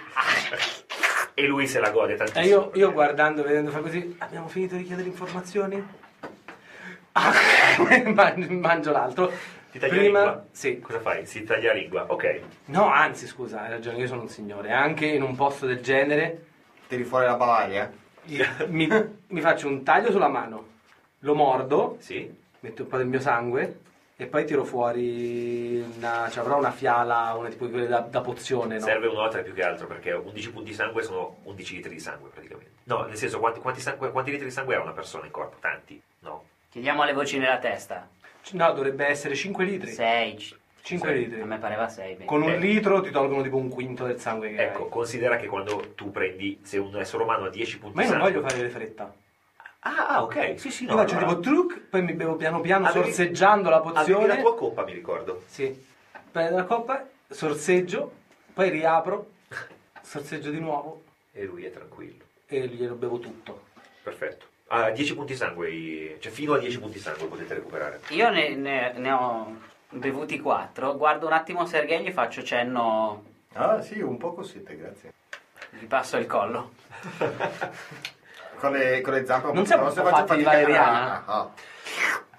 Speaker 2: E lui se la gode
Speaker 3: E
Speaker 2: tantissimo.
Speaker 3: Eh, io, io guardando, vedendo fa così, abbiamo finito di chiedere informazioni? Ah, man- Mangio l'altro.
Speaker 2: Ti taglia
Speaker 3: Prima,
Speaker 2: lingua?
Speaker 3: sì.
Speaker 2: Cosa fai? Si taglia lingua, ok.
Speaker 3: No, anzi, scusa, hai ragione, io sono un signore. Anche in un posto del genere
Speaker 4: Tiri fuori la bavaria.
Speaker 3: mi, mi faccio un taglio sulla mano, lo mordo,
Speaker 2: Sì.
Speaker 3: metto un po' del mio sangue e poi tiro fuori una, cioè avrò una fiala, una tipo di quelle da, da pozione, no?
Speaker 2: Serve una nota più che altro perché 11 punti di sangue sono 11 litri di sangue praticamente. No, nel senso, quanti, quanti sangue- quanti litri di sangue ha una persona in corpo? Tanti? No.
Speaker 1: chiediamo alle voci nella testa.
Speaker 3: No, dovrebbe essere 5 litri.
Speaker 1: 6.
Speaker 3: 5
Speaker 1: A
Speaker 3: litri.
Speaker 1: me pareva 6.
Speaker 3: Con un
Speaker 2: Eh.
Speaker 3: litro ti tolgono tipo un quinto del sangue che
Speaker 2: Ecco,
Speaker 3: hai.
Speaker 2: considera che quando tu prendi, se un essere umano ha 10 punti
Speaker 3: Ma
Speaker 2: di
Speaker 3: io non
Speaker 2: sangue...
Speaker 3: voglio fare le fretta.
Speaker 2: Ah, ah, ok, sì, sì, no.
Speaker 3: io faccio
Speaker 2: allora-
Speaker 3: tipo truc, poi mi bevo piano piano
Speaker 2: Avevi-
Speaker 3: sorseggiando la
Speaker 2: Avevi
Speaker 3: pozione.
Speaker 2: la tua coppa, mi ricordo.
Speaker 3: Sì. Prendo la coppa, sorseggio, poi riapro, sorseggio di nuovo
Speaker 2: E lui è tranquillo.
Speaker 3: e glielo bevo tutto.
Speaker 2: Perfetto. Ah, 10 punti di sangue, i- cioè fino a 10 punti di sangue potete recuperare.
Speaker 1: Io ne, ne- ne ho bevuti 4. Guardo un attimo Sergei e gli faccio cenno.
Speaker 4: Ah sì, un poco siete, grazie.
Speaker 1: Gli passo il collo.
Speaker 4: Con le, con le zampe un
Speaker 3: Non
Speaker 4: po'
Speaker 3: siamo
Speaker 4: grosse
Speaker 3: fatti
Speaker 4: faccio fatica a
Speaker 3: valeriana?
Speaker 4: Ah,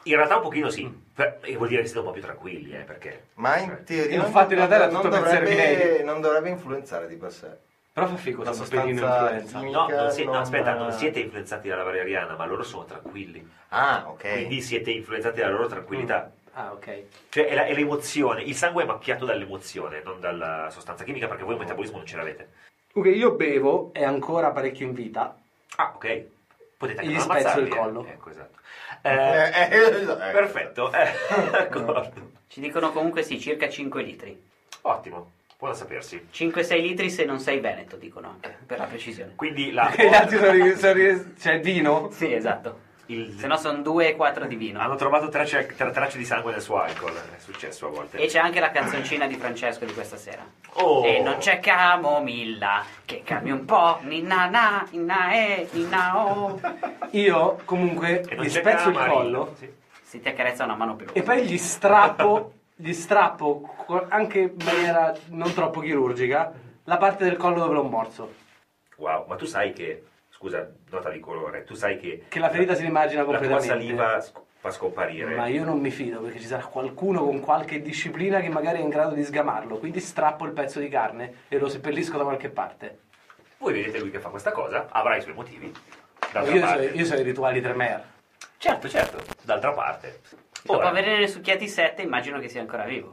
Speaker 2: In realtà un pochino sì, per- e vuol dire che siete un po' più tranquilli, eh, perché...
Speaker 4: Ma in
Speaker 3: E
Speaker 4: teoria
Speaker 3: infatti in realtà era tutto per
Speaker 4: dovrebbe,
Speaker 3: Sergei.
Speaker 4: non dovrebbe influenzare di per sé.
Speaker 3: Però fa figo
Speaker 4: La
Speaker 3: se un pennino
Speaker 4: sostanza-
Speaker 3: influenza.
Speaker 2: No, non si- no,
Speaker 4: Non-
Speaker 2: aspetta, non siete influenzati dalla valeriana, ma loro sono tranquilli.
Speaker 4: Ah, ok.
Speaker 2: Quindi siete influenzati dalla loro tranquillità.
Speaker 3: Ah, ok.
Speaker 2: Cioè è, la- è l'emozione, il sangue è macchiato dall'emozione, non dalla sostanza chimica, perché voi il metabolismo non ce l'avete.
Speaker 3: Ok, io bevo, è ancora parecchio in vita.
Speaker 2: Ah, ok. Potete
Speaker 3: E
Speaker 2: anche
Speaker 3: gli
Speaker 2: non
Speaker 3: spezzo
Speaker 2: ammazzarli,
Speaker 3: il
Speaker 2: eh.
Speaker 3: collo.
Speaker 2: Ecco, esatto.
Speaker 4: Eh,
Speaker 2: Eh,
Speaker 4: eh, esatto.
Speaker 2: perfetto, eh, d'accordo.
Speaker 1: Ci dicono comunque sì, circa 5 litri.
Speaker 2: Ottimo, buono a sapersi.
Speaker 1: 5-6 litri se non sei veneto, dicono anche, per la precisione.
Speaker 2: Quindi la...
Speaker 3: E gli altri sono, ri- sono ri- cioè vino.
Speaker 1: Sì, esatto.
Speaker 2: il-
Speaker 1: Se no sono 2 e 4 di vino.
Speaker 2: Hanno trovato tracce, tra- tracce di sangue nel suo alcol, è successo a volte.
Speaker 1: E c'è anche la canzoncina di Francesco di questa sera.
Speaker 2: Oh.
Speaker 1: E non c'è camomilla, che cambi un po', ninna na, ninna e, ninna o.
Speaker 3: Io comunque
Speaker 2: E non
Speaker 3: gli
Speaker 2: c'è
Speaker 3: spezzo il
Speaker 2: Camari.
Speaker 3: collo
Speaker 2: Sì.
Speaker 1: Si ti accarezza una mano
Speaker 3: e
Speaker 1: pelosa.
Speaker 3: poi gli strappo, gli strappo co- anche in maniera non troppo chirurgica la parte del collo dove l'ho morso.
Speaker 2: Wow, ma tu sai che, scusa, nota di colore, tu sai che...
Speaker 3: Che la ferita si rimagina completamente.
Speaker 2: La tua saliva sc- fa scomparire.
Speaker 3: Ma io non mi fido perché ci sarà qualcuno con qualche disciplina che magari è in grado di sgamarlo. Quindi strappo il pezzo di carne e lo seppellisco da qualche parte.
Speaker 2: Voi vedete lui che fa questa cosa, avrà i suoi motivi. D'altra
Speaker 3: Io so,
Speaker 2: parte.
Speaker 3: io so i rituali Tremere.
Speaker 2: Certo, certo, d'altra parte.
Speaker 1: Dopo
Speaker 2: Ora,
Speaker 1: averne succhiati 7 immagino che sia ancora vivo.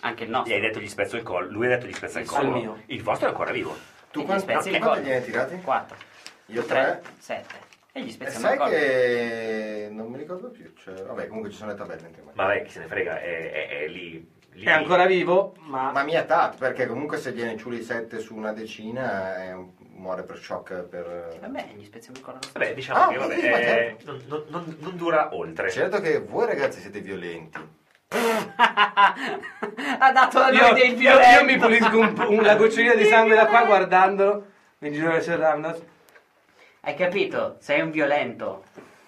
Speaker 1: Anche il
Speaker 2: gli hai
Speaker 1: nostro.
Speaker 2: detto gli spezzo il collo, lui ha detto gli spezza il
Speaker 1: Il
Speaker 2: collo.
Speaker 3: mio.
Speaker 2: Il vostro è ancora vivo.
Speaker 4: Tu
Speaker 1: E gli
Speaker 4: quanti-
Speaker 1: spezzi
Speaker 4: no,
Speaker 1: il
Speaker 4: quanti
Speaker 1: collo.
Speaker 4: gliene hai tirati?
Speaker 1: 4.
Speaker 4: Io tre.
Speaker 1: 7. E gli
Speaker 4: E
Speaker 1: spezziamo il
Speaker 4: sai
Speaker 1: collo.
Speaker 4: che non mi ricordo più. Cioè, vabbè, comunque ci sono le tabelle. in teoria.
Speaker 2: Ma vabbè, chi se ne frega, è, è- è lì. lì-
Speaker 3: È ancora vivo, ma,
Speaker 4: Ma mia tat, perché comunque se gliene ciuli 7 su una decina è un- muore per shock per...
Speaker 1: Vabbè, Eh, gli spezziamo il collo. lo
Speaker 2: Vabbè, diciamo
Speaker 4: Ah,
Speaker 2: che vabbè,
Speaker 4: quindi, ma
Speaker 2: eh,
Speaker 4: certo.
Speaker 2: non, non- non- non dura oltre.
Speaker 4: Certo che voi ragazzi siete violenti.
Speaker 1: stesso. ha dato la
Speaker 3: io,
Speaker 1: noi del
Speaker 3: io-
Speaker 1: violento.
Speaker 3: io mi pulisco un, una gocciolina di sangue da qua guardandolo in giro verso il Ravnos.
Speaker 1: Hai capito? Sei un violento.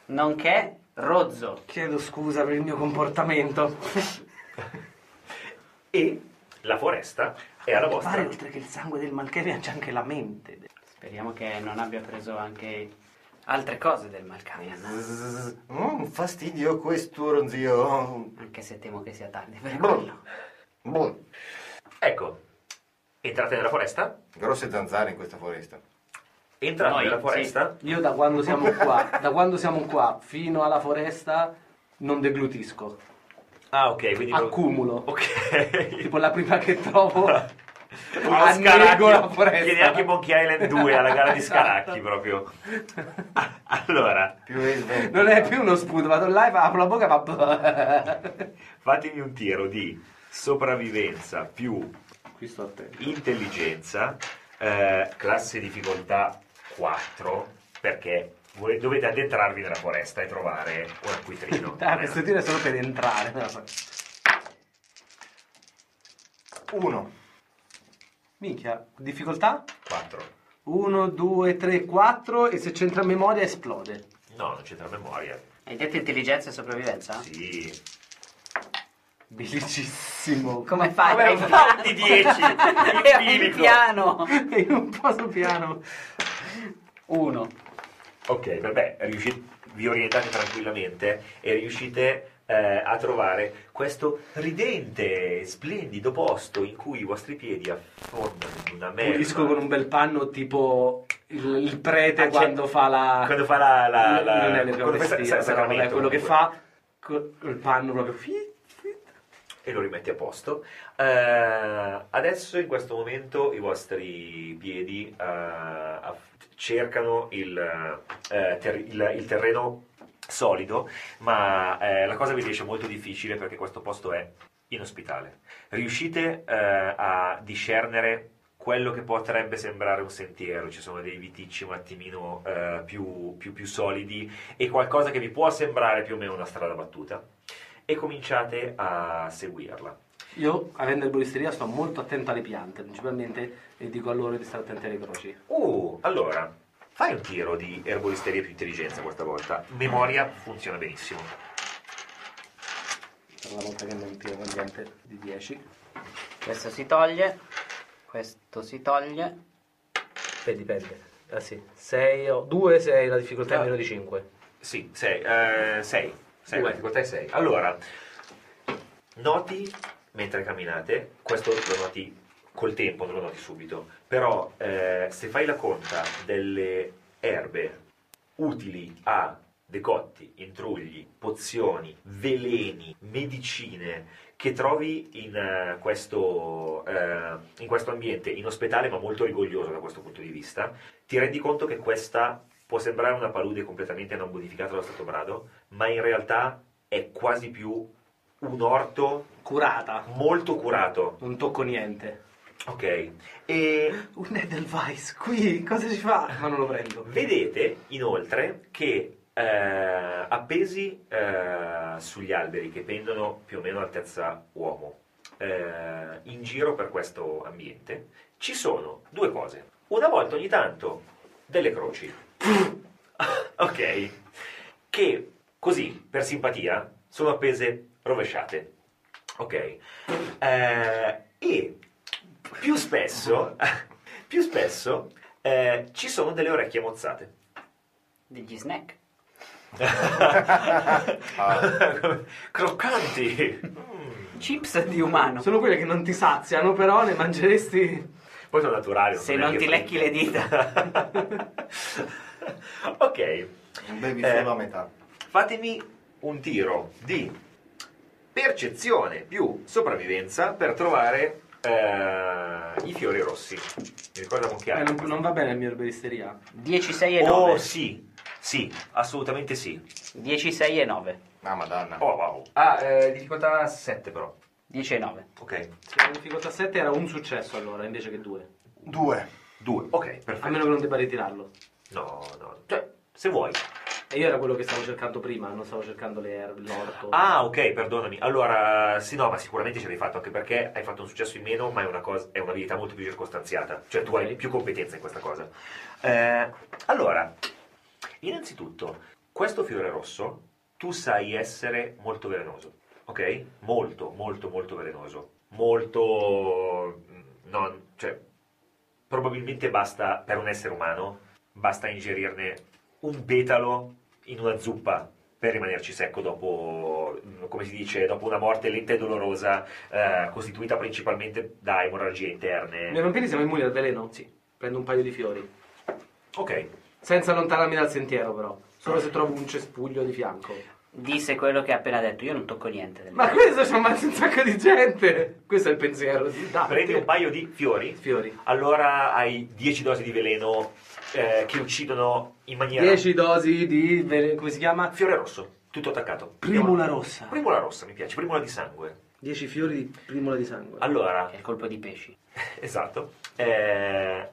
Speaker 1: Nonché rozzo.
Speaker 3: Chiedo scusa per il mio comportamento.
Speaker 2: E la foresta è alla
Speaker 3: Mi Pare
Speaker 2: vostra.
Speaker 3: oltre che il sangue del Malkavian c'è anche la mente.
Speaker 1: Speriamo che non abbia preso anche altre cose del eh. Malkanian.
Speaker 4: Zzz, mm, fastidio questo ronzio.
Speaker 1: Anche se temo che sia tardi per quello.
Speaker 4: Boh,
Speaker 2: Ecco, entrate nella foresta.
Speaker 4: Grosse zanzare in questa foresta.
Speaker 2: Entrate
Speaker 1: Noi,
Speaker 2: nella foresta.
Speaker 3: Io da quando siamo qua, da quando siamo qua fino alla foresta non deglutisco,
Speaker 2: Ah, ok, quindi.
Speaker 3: accumulo.
Speaker 2: Ok.
Speaker 3: Tipo la prima che trovo
Speaker 2: Uno
Speaker 3: annego la foresta. Esatto.
Speaker 2: Chiedi anche Monkey Island 2 alla gara di Scaracchi proprio. Allora,
Speaker 4: Più è svelto.
Speaker 3: Non è più uno sputo, vado là e fa- apro la bocca e fa...
Speaker 2: fatemi un tiro di sopravvivenza più
Speaker 3: Qui sto attento.
Speaker 2: intelligenza, eh, classe difficoltà 4, perché voi dovete addentrarvi nella foresta e trovare un acquitrino.
Speaker 3: Ah, questo tiro è solo per entrare.
Speaker 4: Uno.
Speaker 3: Minchia, difficoltà?
Speaker 2: 4.
Speaker 3: 1, 2, 3, 4 e se c'entra in memoria esplode.
Speaker 2: No, non c'entra memoria.
Speaker 1: Hai detto intelligenza e sopravvivenza?
Speaker 2: Sì.
Speaker 3: Velocissimo.
Speaker 1: Come fai?
Speaker 2: Vabbè,
Speaker 1: Hai
Speaker 2: un po'
Speaker 1: fatto-
Speaker 2: di 10, in
Speaker 1: È un
Speaker 2: bilico.
Speaker 1: piano.
Speaker 3: E un po' sul piano.
Speaker 1: Uno.
Speaker 2: Ok, vabbè, riusci- vi orientate tranquillamente e riuscite eh, a trovare questo ridente, splendido posto in cui i vostostri piedi affondano in una merda.
Speaker 3: Pulisco con un bel panno tipo il, il prete
Speaker 2: Ah, cioè,
Speaker 3: quando fa la...
Speaker 2: Quando fa la... la, la
Speaker 3: non è
Speaker 2: quando fa sa-
Speaker 3: l'eucaristia,
Speaker 2: sa-
Speaker 3: però vabbè,
Speaker 2: sacramento,
Speaker 3: quello che
Speaker 2: comunque.
Speaker 3: fa col col panno proprio... fi- fi-
Speaker 2: e lo rimetti a posto. Eh, adesso in questo momento i vostri piedi eh, aff- cercano il, eh, ter- il- il terreno solido, ma eh, la cosa vi riesce molto difficile perché questo posto è inospitale. Riuscite eh, a discernere quello che potrebbe sembrare un sentiero, ci sono dei viticci un attimino eh, più, più- più solidi e qualcosa che vi può sembrare più o meno una strada battuta e cominciate a seguirla.
Speaker 3: Io, avendo erboristeria, sto molto attento alle piante, principalmente, e dico a loro di stare attenti alle croci.
Speaker 2: Uh, allora, fai un tiro di erboristeria più intelligenza questa volta. Memoria funziona benissimo.
Speaker 3: Per una volta che non tiro niente di 10.
Speaker 1: Questo si toglie. Questo si toglie.
Speaker 8: Beh, dipende. Ah sì, 6 o 2 se la
Speaker 3: Ah.
Speaker 8: difficoltà è meno di 5.
Speaker 2: Sì, sei. eh, sei. Sei, la
Speaker 8: Due.
Speaker 2: difficoltà è sei. Allora, noti mentre camminate, questo lo noti col tempo, non lo noti subito, però eh, se fai la conta delle erbe utili a decotti, intrugli, pozioni, veleni, medicine che trovi in, eh, questo, eh, in questo ambiente inospitale ma molto rigoglioso da questo punto di vista, ti rendi conto che questa può sembrare una palude completamente non modificata dallo stato brado, ma in realtà è quasi più un orto
Speaker 3: Curata.
Speaker 2: molto curato.
Speaker 3: Non tocco niente.
Speaker 2: Ok. E
Speaker 3: Un Edelweiss, qui, cosa ci fa? Ma non lo prendo.
Speaker 2: vedete inoltre che eh, appesi eh, sugli alberi che pendono più o meno altezza uomo eh, in giro per questo ambiente ci sono due cose. Una volta ogni tanto delle croci. ok. Che così, per simpatia, sono appese rovesciate. Ok. Eh, e più spesso, più spesso eh, ci sono delle orecchie mozzate.
Speaker 1: Degli snack.
Speaker 4: Ah,
Speaker 2: Croccanti!
Speaker 1: Chips di umano.
Speaker 3: Sono quelle che non ti saziano, però ne mangeresti...
Speaker 2: Poi sono naturali.
Speaker 1: Se
Speaker 2: sono
Speaker 1: non
Speaker 2: neanche
Speaker 1: ti lecchi le
Speaker 2: fritte. ok,
Speaker 4: Non bevi
Speaker 2: Eh.
Speaker 4: solo a metà.
Speaker 2: fatemi un tiro di percezione più sopravvivenza per trovare eh, i fiori rossi. Mi ricorda con
Speaker 3: Eh,
Speaker 2: chiaro.
Speaker 3: non, non va bene la mia erboristeria.
Speaker 1: 10, 6 e 9.
Speaker 2: Oh sì, sì, assolutamente sì.
Speaker 1: 10, 6 e 9.
Speaker 4: Ah, madonna.
Speaker 2: Oh wow. Ah, eh, difficoltà 7 però.
Speaker 1: 10 e 9.
Speaker 2: Ok.
Speaker 3: Se la difficoltà 7 era un successo allora, invece che due.
Speaker 4: Due.
Speaker 2: 2. Ok,
Speaker 3: A
Speaker 2: perfetto.
Speaker 3: meno che non debba ritirarlo.
Speaker 2: No, no. Cioè, se vuoi.
Speaker 3: E io era quello che stavo cercando prima, non stavo cercando le erbe, l'orto.
Speaker 2: Ah, ok, perdonami. Allora, sì, no, ma sicuramente ce l'hai fatto anche perché hai fatto un successo in meno, ma è una cosa, è un'abilità molto più circostanziata. Cioè, tu hai
Speaker 3: Ok.
Speaker 2: più competenza in questa cosa. Eh, allora, innanzitutto, questo fiore rosso tu sai essere molto velenoso, ok? Molto, molto, molto velenoso. Molto. mm, Non, cioè, probabilmente basta per un essere umano, basta ingerirne un petalo in una zuppa per rimanerci secco dopo, mm, come si dice, dopo una morte lenta e dolorosa, eh, costituita principalmente da emorragie
Speaker 3: Noi
Speaker 2: interne.
Speaker 3: vampiri siamo immuni al veleno? Sì. Prendo un paio di fiori.
Speaker 2: Ok,
Speaker 3: Senza allontanarmi dal sentiero, però. Solo se trovo un cespuglio di fianco.
Speaker 1: Disse quello che ha appena detto. Io non tocco niente. del-
Speaker 3: Ma questo ci ha ammazzato un sacco di gente! Questo è il pensiero. di Dante.
Speaker 2: prendi un paio di fiori,
Speaker 3: fiori.
Speaker 2: allora hai 10 dosi di veleno eh, che uccidono in maniera...
Speaker 3: 10 dosi di... vele- come si chiama?
Speaker 2: Fiore rosso, tutto attaccato.
Speaker 3: Primula
Speaker 2: Andiamo-
Speaker 3: rossa.
Speaker 2: Primula rossa, mi piace, primula di sangue.
Speaker 3: 10 fiori di primula di sangue.
Speaker 2: Allora,
Speaker 1: È il colpo di pesci.
Speaker 2: Esatto. Eh,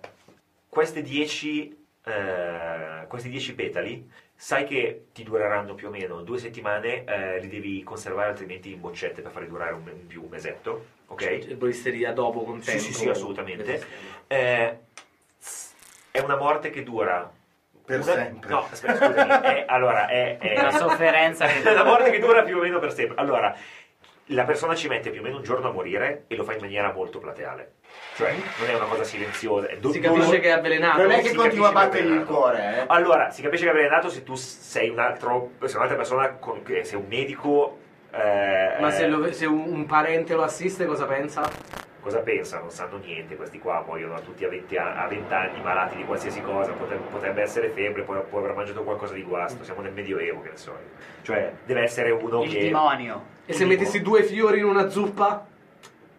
Speaker 2: queste 10 eh, questi 10 petali sai che ti dureranno più o meno due settimane, eh, li devi conservare altrimenti in boccette per farli durare un, in più un mesetto, ok?
Speaker 8: Cioè,
Speaker 3: Erboristeria dopo, con
Speaker 2: Sì,
Speaker 3: tempo.
Speaker 2: sì, sì, assolutamente.
Speaker 3: Sì, sì.
Speaker 2: Eh, è una morte che dura.
Speaker 4: Per
Speaker 2: una-
Speaker 4: sempre.
Speaker 2: No, aspetta, scusami. È, allora, è, è
Speaker 1: La sofferenza che
Speaker 2: è una morte che dura più o meno per sempre. Allora, la persona ci mette più o meno un giorno a morire e lo fa in maniera molto plateale. Cioè, non è una cosa silenziosa. È do-
Speaker 8: Si capisce che è avvelenato.
Speaker 4: Non è che
Speaker 2: Ah, si
Speaker 4: continua a
Speaker 2: capisce Ah.
Speaker 4: battergli il
Speaker 2: avvelenato.
Speaker 4: cuore, eh.
Speaker 2: Allora, si capisce che è avvelenato se tu sei un altro, se un'altra persona, con, che sei un medico. eh,
Speaker 8: Ma se,
Speaker 2: eh,
Speaker 8: lo- se un, un parente lo assiste, cosa pensa?
Speaker 2: Cosa pensa? Non sanno niente, questi qua muoiono tutti a 20, a- a 20 anni, malati di qualsiasi cosa, potrebbe, potrebbe essere febbre, può, può aver mangiato qualcosa di guasto, siamo nel medioevo, che ne so. io. Cioè, deve essere uno
Speaker 1: il
Speaker 2: che...
Speaker 1: demonio.
Speaker 8: E se mettessi due fiori in una zuppa?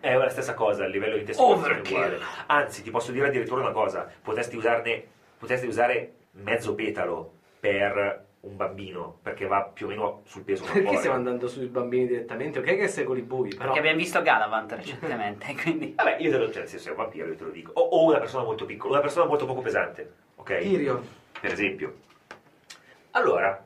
Speaker 2: È la stessa cosa, a livello di testosterone è
Speaker 1: Overkill.
Speaker 2: uguale. Anzi, ti posso dire addirittura una cosa, potresti usarne, potresti usare mezzo petalo per un bambino, perché va più o meno sul peso
Speaker 8: Perché
Speaker 2: corporeo.
Speaker 8: stiamo andando sui bambini direttamente? Ok che è secoli bui, però...
Speaker 1: Perché abbiamo visto Galavant recentemente, quindi...
Speaker 2: Vabbè, io te lo, cioè, se sei un vampiro, io te lo dico. O, o una persona molto piccola, una persona molto poco pesante, ok?
Speaker 8: Tirio.
Speaker 2: per esempio. Allora,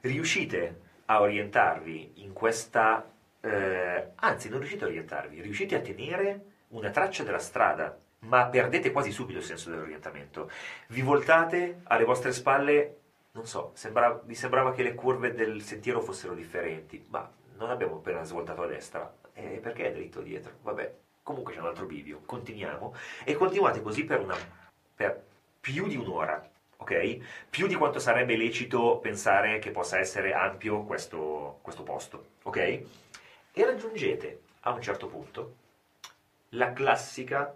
Speaker 2: riuscite a orientarvi in questa... eh, anzi, non riuscite a orientarvi, riuscite a tenere una traccia della strada, ma perdete quasi subito il senso dell'orientamento. Vi voltate alle vostre spalle, non so, sembra- vi sembrava che le curve del sentiero fossero differenti, ma non abbiamo appena svoltato a destra. Eh, perché è dritto dietro? Vabbè, comunque c'è un altro bivio, continuiamo. E continuate così per una... per più di un'ora ok? Più di quanto sarebbe lecito pensare che possa essere ampio questo, questo posto, ok? E raggiungete a un certo punto la classica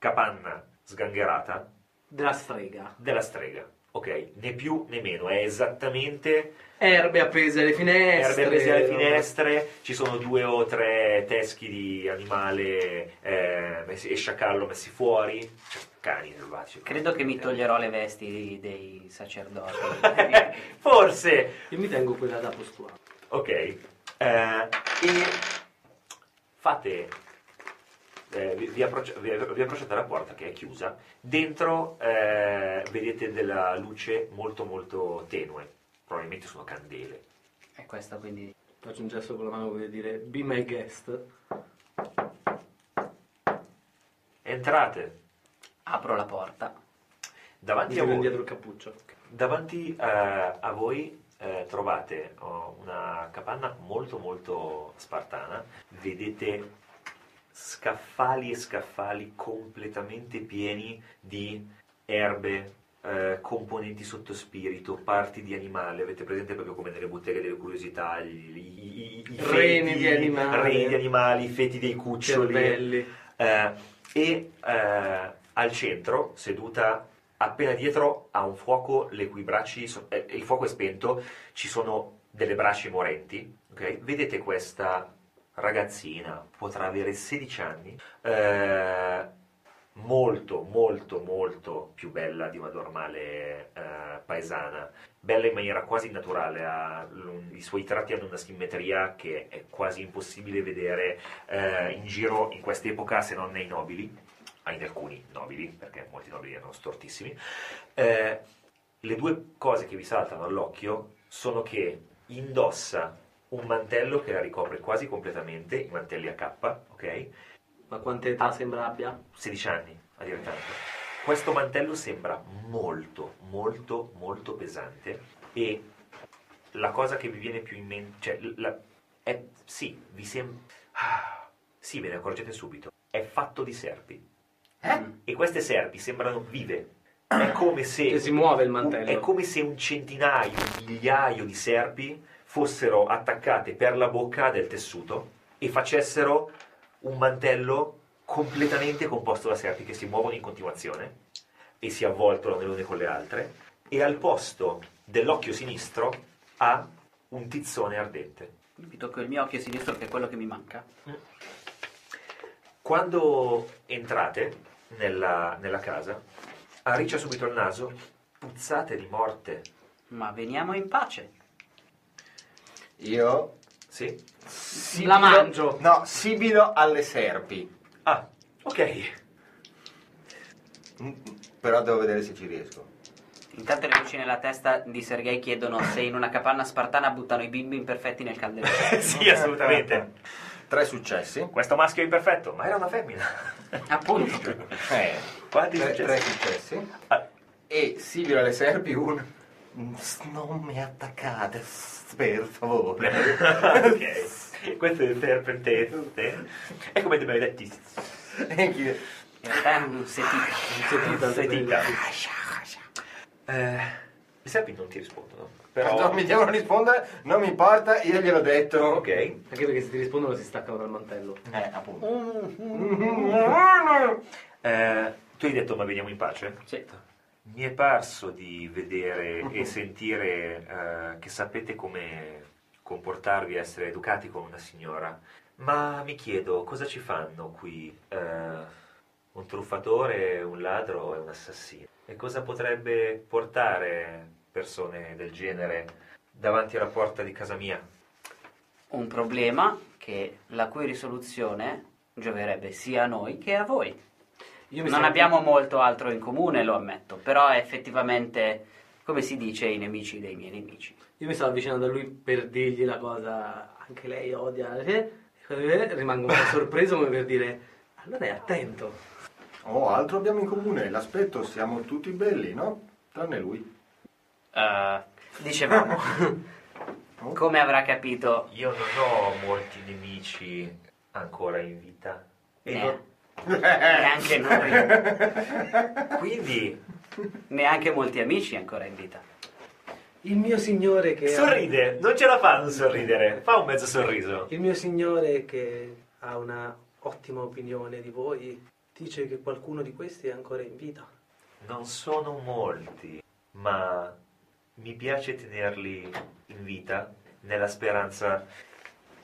Speaker 2: capanna sgangherata
Speaker 8: Della strega.
Speaker 2: della strega, ok? Né più né meno, è esattamente
Speaker 8: Erbe appese alle finestre.
Speaker 2: erbe prese alle finestre, ci sono due o tre teschi di animale eh, messi- e sciacallo messi fuori, cioè, cani selvatici.
Speaker 1: Credo che mi toglierò le vesti dei sacerdoti.
Speaker 2: Forse,
Speaker 8: Io mi tengo quella da postura.
Speaker 2: Ok, eh, e fate, eh, vi, vi approcci- vi- vi approcciate alla porta che è chiusa, dentro eh, vedete della luce molto molto tenue, probabilmente sono candele.
Speaker 1: E questo quindi...
Speaker 8: Faccio un gesto con la mano per dire be my guest.
Speaker 2: Entrate,
Speaker 1: Apro la porta.
Speaker 8: Mi
Speaker 2: davanti a
Speaker 8: tiro
Speaker 2: voi,
Speaker 8: indietro il cappuccio.
Speaker 2: davanti, eh, a voi eh, trovate oh, una capanna molto molto spartana, vedete scaffali e scaffali completamente pieni di erbe, eh, componenti sottospirito, parti di animale, avete presente proprio come nelle botteghe delle curiosità, i, i- i- i
Speaker 8: Reni
Speaker 2: feti,
Speaker 8: di animale.
Speaker 2: reni di animali, i feti dei cuccioli,
Speaker 8: Cervelli.
Speaker 2: eh, e eh, al centro, seduta appena dietro a un fuoco le cui bracci so- eh, il fuoco è spento, ci sono delle braccia morenti, ok? Vedete questa ragazzina, potrà avere 16 anni, eh, molto molto molto più bella di una normale eh, paesana, bella in maniera quasi naturale, ha- i suoi tratti hanno una simmetria che è quasi impossibile vedere eh, in giro in quest'epoca se non nei nobili, ah, in alcuni nobili, perché molti nobili erano stortissimi. Eh, le due cose che vi saltano all'occhio sono che indossa un mantello che la ricopre quasi completamente, i mantelli a K, ok?
Speaker 8: Ma quante età sembra abbia?
Speaker 2: 16 anni a dire tanto. Questo mantello sembra molto, molto, molto pesante e la cosa che vi viene più in mente, cioè, l- la- è, sì, vi sembra, sì, ve ne accorgete subito, è fatto di serpi. E queste serpi sembrano vive. È come se...
Speaker 8: Che si muove il
Speaker 2: Un-
Speaker 8: mantello.
Speaker 2: È come se un centinaio, un migliaio di serpi fossero attaccate per la bocca del tessuto e facessero un mantello completamente composto da serpi che si muovono in continuazione e si avvoltano le une con le altre e al posto dell'occhio sinistro ha un tizzone ardente.
Speaker 1: Mi tocco il mio occhio sinistro che è quello che mi manca.
Speaker 2: Quando entrate nella, nella casa, arriccia subito il naso, puzzate di morte.
Speaker 1: Ma veniamo in pace.
Speaker 4: Io
Speaker 2: Sì?
Speaker 8: La mangio.
Speaker 4: No, sibilo alle serpi.
Speaker 2: Ah, ok.
Speaker 4: Mm, Però devo vedere se ci riesco.
Speaker 1: Intanto le voci nella testa di Sergei chiedono se in una capanna spartana buttano i bimbi imperfetti nel calderone.
Speaker 2: Eh sì, assolutamente.
Speaker 4: Tre successi.
Speaker 2: Questo maschio è imperfetto, ma era una femmina.
Speaker 1: Appunto.
Speaker 4: Eh,
Speaker 2: Quanti
Speaker 4: tre, tre
Speaker 2: successi?
Speaker 4: successi.
Speaker 2: Ah,
Speaker 4: E Silvio alle serpi un... Mm, Non mi attaccate, per favore.
Speaker 2: ok. Questo è il serpentente. È come dei maledetti.
Speaker 4: E chi-
Speaker 1: Eh, setita.
Speaker 2: Setita.
Speaker 3: Eh,
Speaker 2: I serpi non ti rispondono.
Speaker 4: Quando
Speaker 2: Però...
Speaker 4: mi devono rispondere, non mi importa, io gliel'ho detto.
Speaker 2: Ok.
Speaker 8: Anche perché se ti rispondono si staccano dal mantello.
Speaker 4: Eh, appunto.
Speaker 2: Eh, tu hai detto ma veniamo in pace?
Speaker 1: Sì.
Speaker 2: Mi è parso di vedere e sentire eh, che sapete come comportarvi e essere educati con una signora, ma mi chiedo cosa ci fanno qui eh, un truffatore, un ladro e un assassino? E cosa potrebbe portare persone del genere davanti alla porta di casa mia?
Speaker 1: Un problema che, la cui risoluzione gioverebbe sia a noi che a voi.
Speaker 8: Io mi
Speaker 1: Non
Speaker 8: sento-
Speaker 1: abbiamo molto altro in comune, lo ammetto, però effettivamente, come si dice, i nemici dei miei nemici.
Speaker 8: Io mi sto avvicinando a lui per dirgli la cosa, anche lei odia, eh, eh, rimango un po' sorpreso come per dire, allora è attento.
Speaker 4: Oh, altro abbiamo in comune, l'aspetto, siamo tutti belli, no? Tranne lui.
Speaker 1: Eh, dicevamo, come avrà capito,
Speaker 2: Io non ho molti nemici ancora in vita. E
Speaker 1: ne-
Speaker 2: non-
Speaker 1: neanche noi,
Speaker 2: Quindi
Speaker 1: neanche molti amici ancora in vita.
Speaker 8: Il mio signore che...
Speaker 2: sorride, non ce la fa a non sorridere, fa un mezzo sorriso.
Speaker 8: Il mio signore che ha una ottima opinione di voi dice che qualcuno di questi è ancora in vita.
Speaker 2: Non sono molti, ma mi piace tenerli in vita nella speranza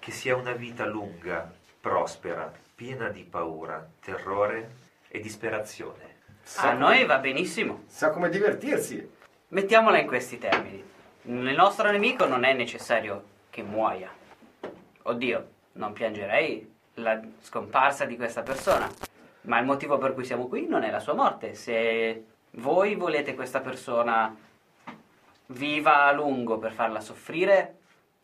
Speaker 2: che sia una vita lunga, prospera, piena di paura, terrore e disperazione.
Speaker 1: A noi va benissimo.
Speaker 4: Sa come divertirsi.
Speaker 1: Mettiamola in questi termini. Il nostro nemico non è necessario che muoia. Oddio, non piangerei la scomparsa di questa persona. Ma il motivo per cui siamo qui non è la sua morte. Se voi volete questa persona viva a lungo per farla soffrire,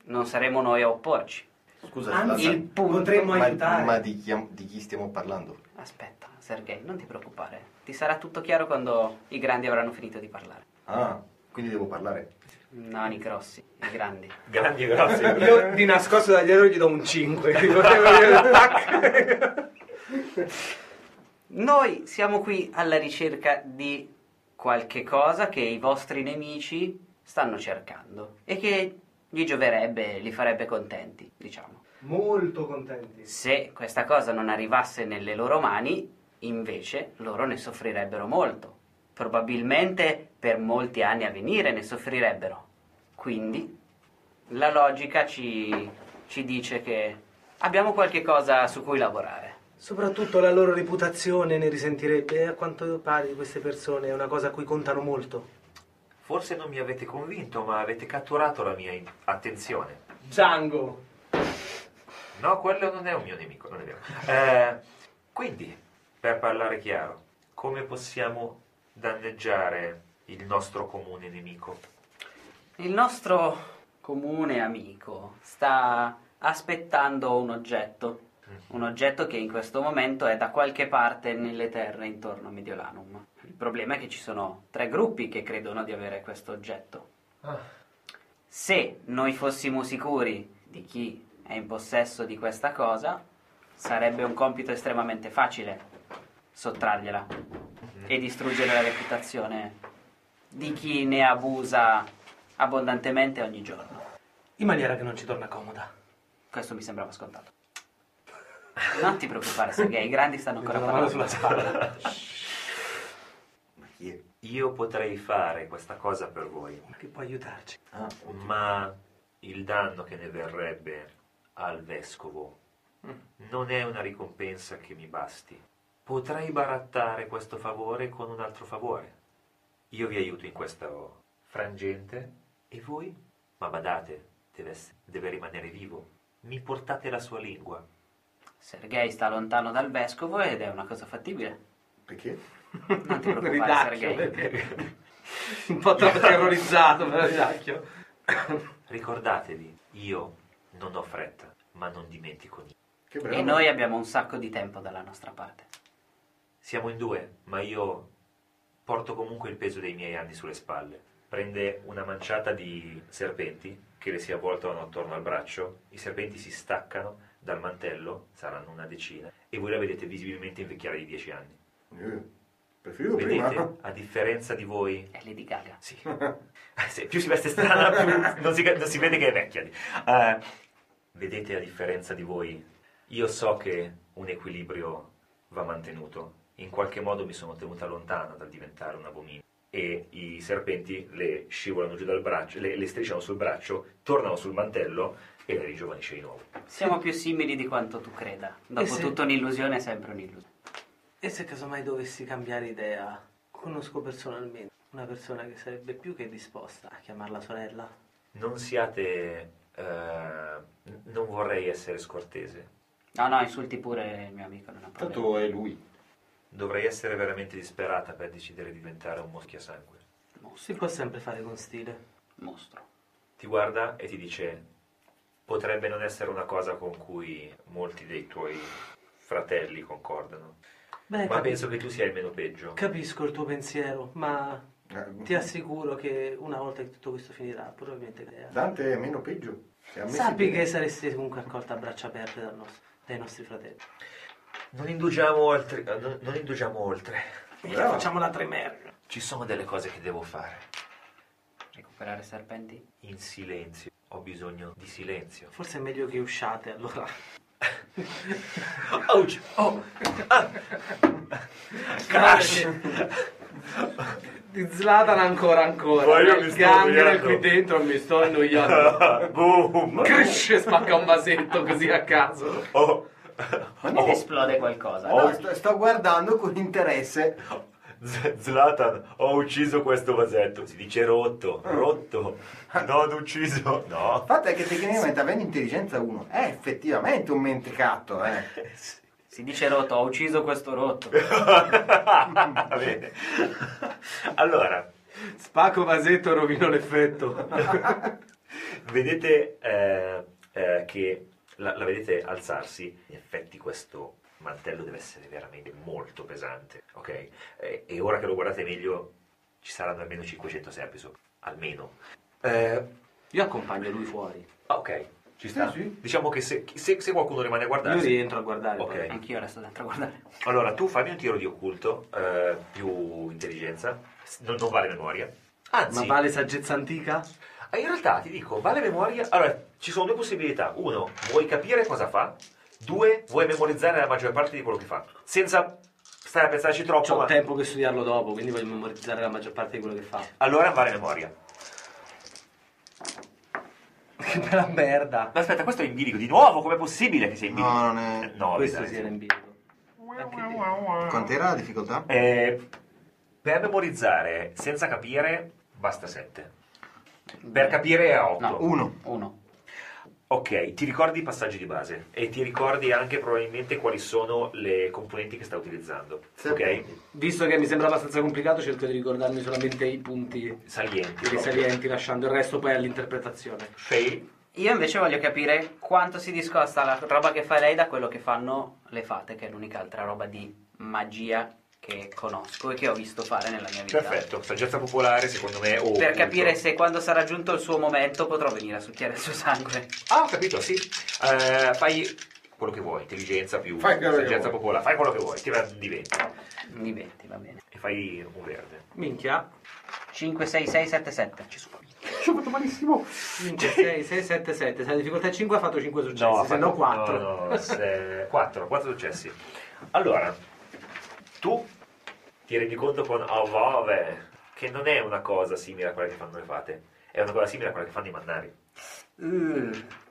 Speaker 1: non saremo noi a opporci.
Speaker 4: Scusa,
Speaker 3: Anzi,
Speaker 4: la-
Speaker 3: il punto- potremmo
Speaker 4: ma,
Speaker 3: aiutare.
Speaker 4: ma di, chi, di chi stiamo parlando?
Speaker 1: Aspetta, Sergei, non ti preoccupare. Ti sarà tutto chiaro quando i grandi avranno finito di parlare.
Speaker 4: Ah, quindi devo parlare.
Speaker 1: Non i grossi, i grandi.
Speaker 2: Grandi e grazie.
Speaker 3: io di nascosto dagli eroi gli do un 5. quindi volevo dire, tac.
Speaker 1: Noi siamo qui alla ricerca di qualche cosa che i vostri nemici stanno cercando e che gli gioverebbe, li farebbe contenti, diciamo.
Speaker 8: Molto contenti.
Speaker 1: Se questa cosa non arrivasse nelle loro mani, invece loro ne soffrirebbero molto. Probabilmente per molti anni a venire ne soffrirebbero. Quindi la logica ci, ci dice che abbiamo qualche cosa su cui lavorare.
Speaker 8: Soprattutto la loro reputazione ne risentirebbe e a quanto pare di queste persone è una cosa a cui contano molto.
Speaker 2: Forse non mi avete convinto, ma avete catturato la mia in- attenzione.
Speaker 8: Django!
Speaker 2: No, quello non è un mio nemico, non è vero. Eh, quindi, per parlare chiaro, come possiamo danneggiare il nostro comune nemico?
Speaker 1: Il nostro comune amico sta aspettando un oggetto, un oggetto che in questo momento è da qualche parte nelle terre intorno a Mediolanum. Il problema è che ci sono tre gruppi che credono di avere questo oggetto. Se noi fossimo sicuri di chi è in possesso di questa cosa, sarebbe un compito estremamente facile sottrargliela e distruggere la reputazione di chi ne abusa abbondantemente ogni giorno.
Speaker 8: In maniera che non ci torna comoda.
Speaker 1: Questo mi sembrava scontato. Non ti preoccupare, Sergei, i grandi stanno ancora
Speaker 8: Metto la mano
Speaker 1: parlando.
Speaker 8: sulla spalla.
Speaker 4: Ma chi è?
Speaker 2: Io potrei fare questa cosa per voi,
Speaker 8: Ma che può aiutarci.
Speaker 4: Ah,
Speaker 2: ma il danno che ne verrebbe al vescovo non è una ricompensa che mi basti. Potrei barattare questo favore con un altro favore. Io vi aiuto in questo frangente e voi? Ma badate, deve, ess- deve rimanere vivo. Mi portate la sua lingua.
Speaker 1: Sergei sta lontano dal vescovo ed è una cosa fattibile.
Speaker 4: perché?
Speaker 1: Non ti preoccupare,
Speaker 3: Ridacchio.
Speaker 1: Sergei.
Speaker 3: perché- Un po' troppo terrorizzato per ridacchio.
Speaker 2: Ricordatevi, io non ho fretta, ma non dimentico niente.
Speaker 4: Che bravo.
Speaker 1: E noi abbiamo un sacco di tempo dalla nostra parte.
Speaker 2: Siamo in due, ma io porto comunque il peso dei miei anni sulle spalle. Prende una manciata di serpenti che le si avvoltano attorno al braccio, i serpenti si staccano dal mantello, saranno una decina, e voi la vedete visibilmente invecchiare di 10 anni.
Speaker 4: Eh, Preferivo prima.
Speaker 2: Vedete, a differenza di voi,
Speaker 1: È Lady Gaga.
Speaker 2: sì. Se più si veste strana, più non si, non si vede che è vecchia. Eh, vedete, a differenza di voi, io so che un equilibrio va mantenuto. In qualche modo mi sono tenuta lontana dal diventare un abominio. E i serpenti le scivolano giù dal braccio, le, le strisciano sul braccio, tornano sul mantello e le rigiovanisce di nuovo.
Speaker 1: Siamo più simili di quanto tu creda. Dopotutto un'illusione è sempre un'illusione.
Speaker 8: E se casomai dovessi cambiare idea, conosco personalmente una persona che sarebbe più che disposta a chiamarla sorella.
Speaker 2: Non siate... eh, n- non vorrei essere scortese.
Speaker 1: No, no, insulti pure il mio amico, non ha problemi.
Speaker 4: Tanto è lui.
Speaker 2: Dovrei essere veramente disperata per decidere di diventare un moschia sangue.
Speaker 8: Si può sempre fare con stile.
Speaker 1: Mostro.
Speaker 2: ti guarda e ti dice potrebbe non essere una cosa con cui molti dei tuoi fratelli concordano,
Speaker 8: Beh,
Speaker 2: ma
Speaker 8: capi-
Speaker 2: penso che tu sia il meno peggio.
Speaker 8: capisco il tuo pensiero, ma
Speaker 4: Eh,
Speaker 8: ti assicuro che una volta che tutto questo finirà, probabilmente eh,
Speaker 4: Dante è meno peggio. Si è ammessi
Speaker 8: sappi
Speaker 4: bene.
Speaker 8: che saresti comunque accolta a braccia aperte dal nos- dai nostri fratelli.
Speaker 2: Non indugiamo oltre, eh, non, non indugiamo oltre.
Speaker 4: Brava.
Speaker 8: Facciamo la tremerla.
Speaker 2: Ci sono delle cose che devo fare.
Speaker 1: Recuperare serpenti?
Speaker 2: In silenzio. Ho bisogno di silenzio.
Speaker 8: Forse è meglio che usciate allora.
Speaker 2: Ouch! Oh! Ah! Crash!
Speaker 8: Zlatan ancora ancora.
Speaker 2: Ma io mi
Speaker 8: Il
Speaker 2: sto
Speaker 8: gangrene
Speaker 2: annoiando.
Speaker 8: qui dentro mi sto annoiando.
Speaker 2: Boom!
Speaker 8: Cresce spacca un vasetto così a caso.
Speaker 2: Oh!
Speaker 1: Ed esplode qualcosa.
Speaker 4: No, sto, sto guardando con interesse.
Speaker 2: Z- Zlatan, ho ucciso questo vasetto. Si dice rotto, rotto. Non ucciso. No.
Speaker 4: Il fatto è che tecnicamente avendo intelligenza 1 è effettivamente un mentecatto, eh.
Speaker 1: Si dice rotto, ho ucciso questo rotto.
Speaker 2: Va bene. Allora,
Speaker 8: Spacco vasetto rovino l'effetto.
Speaker 2: vedete eh, eh, che la, la vedete alzarsi. In effetti questo mantello deve essere veramente molto pesante, ok? Eh, e ora che lo guardate meglio, ci saranno almeno 500 serpi sopra. Almeno. Eh,
Speaker 8: Io accompagno lui fuori.
Speaker 2: ah, ok, ci sta.
Speaker 4: Sì, sì.
Speaker 2: Diciamo che se, se- se qualcuno rimane a
Speaker 8: Io
Speaker 2: guardarsi...
Speaker 8: rientro a guardare.
Speaker 2: Ok.
Speaker 8: poi.
Speaker 1: Anch'io resto dentro a guardare.
Speaker 2: Allora, tu fammi un tiro di occulto, eh, più intelligenza, S- non, non vale memoria.
Speaker 8: Ma
Speaker 2: Anzi,
Speaker 8: vale saggezza antica?
Speaker 2: eh, in realtà ti dico, vale memoria. Allora, ci sono due possibilità. Uno, vuoi capire cosa fa. Due, vuoi memorizzare la maggior parte di quello che fa. Senza stare a pensarci troppo.
Speaker 8: Ho
Speaker 2: ma-
Speaker 8: tempo che studiarlo dopo, quindi voglio memorizzare la maggior parte di quello che fa.
Speaker 2: Allora, vale memoria.
Speaker 8: Che bella merda.
Speaker 2: Ma aspetta, questo è in bilico di nuovo? Com'è possibile che sia in
Speaker 4: No,
Speaker 2: bilico? Eh,
Speaker 4: non è-
Speaker 2: No,
Speaker 8: Questo
Speaker 2: dai,
Speaker 8: si
Speaker 2: sì.
Speaker 8: era in bilico.
Speaker 4: Quant'era la difficoltà?
Speaker 2: Eh, per memorizzare senza capire, basta 7. Per capire è 8.
Speaker 1: No.
Speaker 4: 1.
Speaker 1: Uno.
Speaker 2: Ok, ti ricordi i passaggi di base e ti ricordi anche probabilmente quali sono le componenti che sta utilizzando. Ok?
Speaker 4: Serpenti.
Speaker 8: Visto che mi sembra abbastanza complicato, cerco di ricordarmi solamente i punti
Speaker 2: Salienti.
Speaker 8: risalienti, lasciando il resto poi all'interpretazione.
Speaker 2: Fail.
Speaker 1: Io invece voglio capire quanto si discosta la roba che fa lei da quello che fanno le fate, che è l'unica altra roba di magia che conosco e che ho visto fare nella mia vita.
Speaker 2: Perfetto, saggezza popolare secondo me. o
Speaker 1: Per
Speaker 2: culto.
Speaker 1: capire se quando sarà giunto il suo momento potrò venire a succhiare il suo sangue.
Speaker 2: Ah, ho capito, sì. Eh, fai quello che vuoi, intelligenza più
Speaker 4: Fai quello che
Speaker 2: saggezza
Speaker 4: vuoi.
Speaker 2: popolare, fai quello che vuoi, tira di 20
Speaker 1: Mi 20, va bene.
Speaker 2: e fai un verde.
Speaker 8: Minchia.
Speaker 1: 5, 6, 6, 7, 7. Ci sono.
Speaker 8: Minchia, 6, 6, 7, 7. Se la difficoltà è 5 ha fatto 5 successi,
Speaker 2: ha
Speaker 8: Eh, se
Speaker 2: fatto-
Speaker 8: no 4.
Speaker 2: No, no, 4, 4 successi. Allora, tu ti rendi conto con oh, vabbè, che non è una cosa simile a quella che fanno le fate, è una cosa simile a quella che fanno i mannari.
Speaker 4: Eh.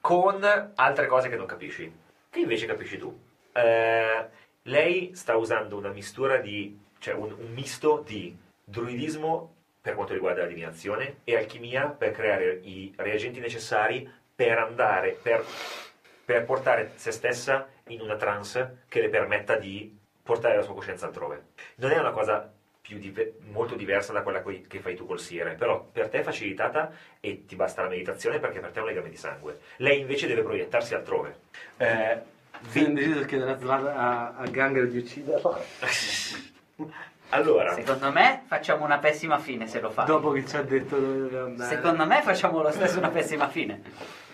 Speaker 2: con altre cose che non capisci, che invece capisci tu. Eh, lei sta usando una mistura di, cioè un, un misto di druidismo per quanto riguarda la divinazione e alchimia per creare i reagenti necessari per andare, per, per portare se stessa in una trance che le permetta di portare la sua coscienza altrove. Non è una cosa più dive- molto diversa da quella coi- che fai tu col siere, però per te è facilitata e ti basta la meditazione perché per te è un legame di sangue. Lei invece deve proiettarsi altrove. Eh,
Speaker 3: Ho deciso che la Zlatan a, a Ganger di ucciderlo.
Speaker 2: Allora,
Speaker 1: Secondo me facciamo una pessima fine se lo fa.
Speaker 3: Dopo che ci ha detto dove doveva andare.
Speaker 1: Secondo me facciamo lo stesso una pessima fine.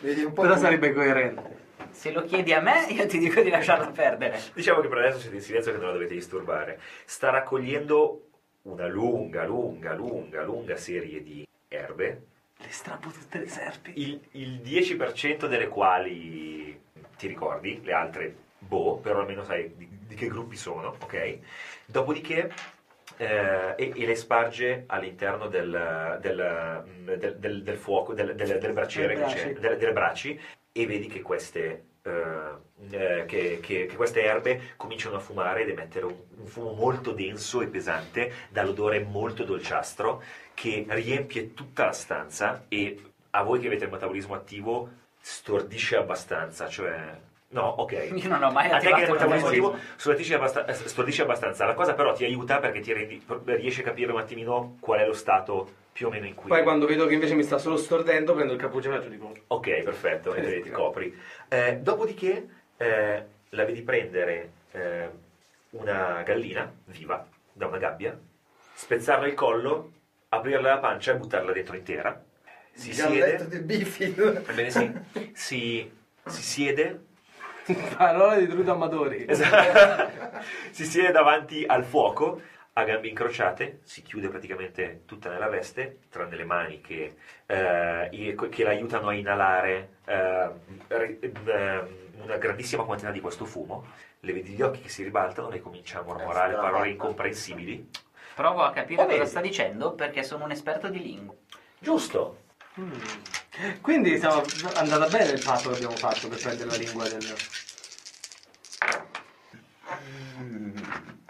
Speaker 4: Vedi un po'
Speaker 3: Però
Speaker 4: come-
Speaker 3: sarebbe coerente.
Speaker 1: Se lo chiedi a me, io ti dico di lasciarlo perdere.
Speaker 2: diciamo che per adesso siete in silenzio che non la dovete disturbare. Sta raccogliendo una lunga, lunga, lunga, lunga serie di erbe,
Speaker 9: Le strappo tutte le serpi.
Speaker 2: il, il 10% delle quali ti ricordi, le altre boh, però almeno sai di, di che gruppi sono, ok? Dopodiché eh, e, e le sparge all'interno del, del, mm, del- del- del fuoco, del, del- delle bracciere
Speaker 3: Delle
Speaker 2: che c'è, delle, delle bracci, e vedi che queste, eh, eh, che, che- che queste erbe cominciano a fumare ed emettere un, un fumo molto denso e pesante, dall'odore molto dolciastro, che riempie tutta la stanza e a voi che avete il metabolismo attivo stordisce abbastanza, cioè... No, ok.
Speaker 1: Io non ho mai
Speaker 2: A te che
Speaker 1: attivato
Speaker 2: nel
Speaker 1: il
Speaker 2: metabolismo
Speaker 1: metabolismo.
Speaker 2: stordisce abbasta- eh, stordisce abbastanza. La cosa però ti aiuta perché ti rendi- riesci a capire un attimino qual è lo stato più o meno in cui...
Speaker 3: Poi quando vedo che invece mi sta solo stordendo, prendo il cappuccio e faccio tipo.
Speaker 2: Ok, perfetto, e te ti copri. Eh, dopodiché eh, la vedi prendere eh, una gallina viva da una gabbia, spezzarle il collo, aprirle la pancia e buttarla dentro intera. Si
Speaker 4: Il galletto
Speaker 2: siede,
Speaker 4: del bifil.
Speaker 2: ebbene sì, si, si siede,
Speaker 3: Parola di Trudo Amadori.
Speaker 8: Esatto.
Speaker 2: Esatto. si siede davanti al fuoco a gambe incrociate, si chiude praticamente tutta nella veste, tranne le mani che, eh, i- che l'aiutano a inalare eh, re- ehm, una grandissima quantità di questo fumo. Le vedi gli occhi che si ribaltano, lei comincia a mormorare
Speaker 4: Eh,
Speaker 2: parole
Speaker 4: strano.
Speaker 2: incomprensibili.
Speaker 1: Provo a capire
Speaker 2: Oh,
Speaker 1: cosa
Speaker 2: vedi.
Speaker 1: sta dicendo perché sono un esperto di lingua.
Speaker 2: Giusto,
Speaker 3: Quindi siamo è andata bene il passo che abbiamo fatto per prendere la lingua del.
Speaker 1: Mm,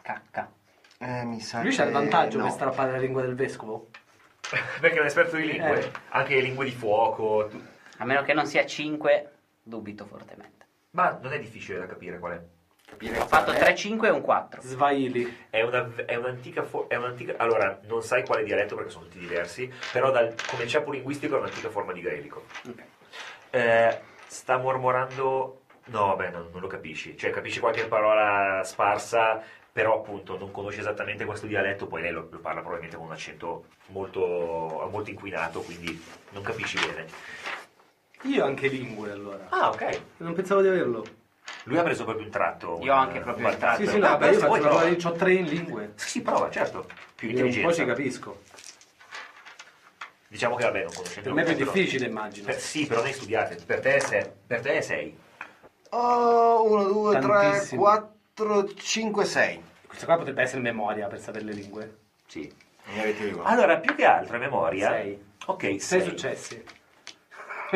Speaker 1: Cacca.
Speaker 4: Eh, mi sa
Speaker 3: Lui
Speaker 4: che
Speaker 3: c'ha il vantaggio
Speaker 4: no.
Speaker 3: per strappare la lingua del vescovo.
Speaker 2: perché è un esperto di lingue,
Speaker 3: Eh.
Speaker 2: anche lingue di fuoco. tu-
Speaker 1: A meno che non sia 5, dubito fortemente.
Speaker 2: Ma non è difficile da capire qual è.
Speaker 1: Ho fatto 3, 5 e un 4.
Speaker 3: Svaili.
Speaker 2: È, una, è un'antica, fo- è un'antica- Allora, non sai quale dialetto perché sono tutti diversi, però dal, come ceppo linguistico è un'antica forma di gaelico. Eh, sta mormorando... No, beh, non, non lo capisci. Cioè, capisci qualche parola sparsa, però appunto non conosci esattamente questo dialetto, poi lei lo, lo parla probabilmente con un accento molto, molto inquinato, quindi non capisci bene.
Speaker 3: Io anche lingue allora.
Speaker 2: Ah, ok.
Speaker 3: Non pensavo di averlo.
Speaker 2: Lui ha preso proprio un tratto.
Speaker 1: Io
Speaker 2: un-
Speaker 1: anche proprio
Speaker 2: un
Speaker 1: il tratto.
Speaker 3: Sì, sì,
Speaker 2: Ah,
Speaker 3: no, vabbè, io
Speaker 2: se vuoi
Speaker 3: faccio
Speaker 2: prova.
Speaker 3: ho tre in lingue.
Speaker 2: Sì, sì, prova, certo. Più
Speaker 3: Quindi un po' ci
Speaker 2: intelligenza.
Speaker 3: capisco.
Speaker 2: Diciamo che vabbè, non conoscendo
Speaker 3: Per me è più
Speaker 2: però-
Speaker 3: difficile, immagino.
Speaker 2: Per- Cioè, sì, però ne studiate. Per te è sei. Per te è sei.
Speaker 4: Oh, 1, 2, 3,
Speaker 3: Tantissimo.
Speaker 4: 4, 5, 6.
Speaker 3: Questa qua potrebbe essere memoria per sapere le lingue.
Speaker 2: Sì.
Speaker 4: Ne avete uno.
Speaker 2: Allora, più che altro, a memoria...
Speaker 3: Sei.
Speaker 2: Ok,
Speaker 3: Sei cioè.
Speaker 2: sei.
Speaker 3: successi.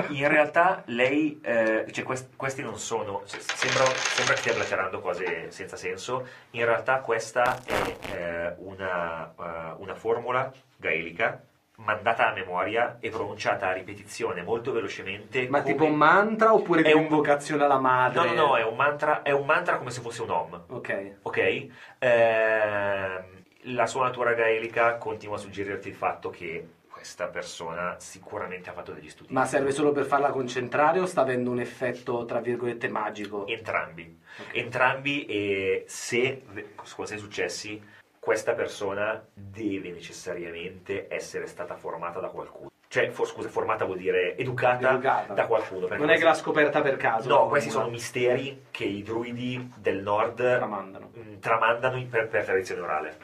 Speaker 2: In realtà lei, eh, cioè quest- questi non sono, se- sembra, sembra che stia blaterando cose senza senso, in realtà questa è eh, una, eh, una formula gaelica mandata a memoria e pronunciata a ripetizione molto velocemente.
Speaker 3: Ma
Speaker 2: come-
Speaker 3: tipo un mantra oppure
Speaker 2: È
Speaker 3: tipo
Speaker 2: un-
Speaker 3: invocazione alla
Speaker 2: No,
Speaker 3: madre?
Speaker 2: no, no, è un mantra, è un mantra come se fosse un om.
Speaker 3: Ok.
Speaker 2: Ok, ehm, la sua natura gaelica continua a suggerirti il fatto che questa persona sicuramente ha fatto degli studi.
Speaker 3: Ma serve solo per farla concentrare o sta avendo un effetto, tra virgolette, magico?
Speaker 2: Entrambi, entrambi e se con sei successi questa persona deve necessariamente essere stata formata da qualcuno. Cioè, for- scusa, formata vuol dire educata,
Speaker 3: Educata.
Speaker 2: da qualcuno. perché
Speaker 3: Non è che l'ha
Speaker 2: questi-
Speaker 3: scoperta per caso.
Speaker 2: No, questi
Speaker 3: Una-
Speaker 2: sono misteri che i druidi del nord
Speaker 3: Tramandano.
Speaker 2: mh, mm, tramandano in- per, per tradizione orale.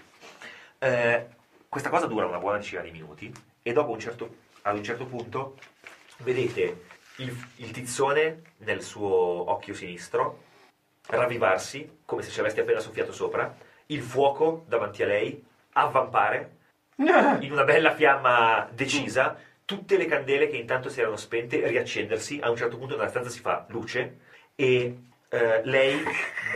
Speaker 2: Eh, questa cosa dura una buona decina di minuti e dopo un certo- ad un certo punto vedete il, il tizzone nel suo occhio sinistro ravvivarsi come se ci aveste appena soffiato sopra, il fuoco davanti a lei avvampare in una bella fiamma decisa, tutte le candele che intanto si erano spente riaccendersi, a un certo punto nella stanza si fa luce e eh, lei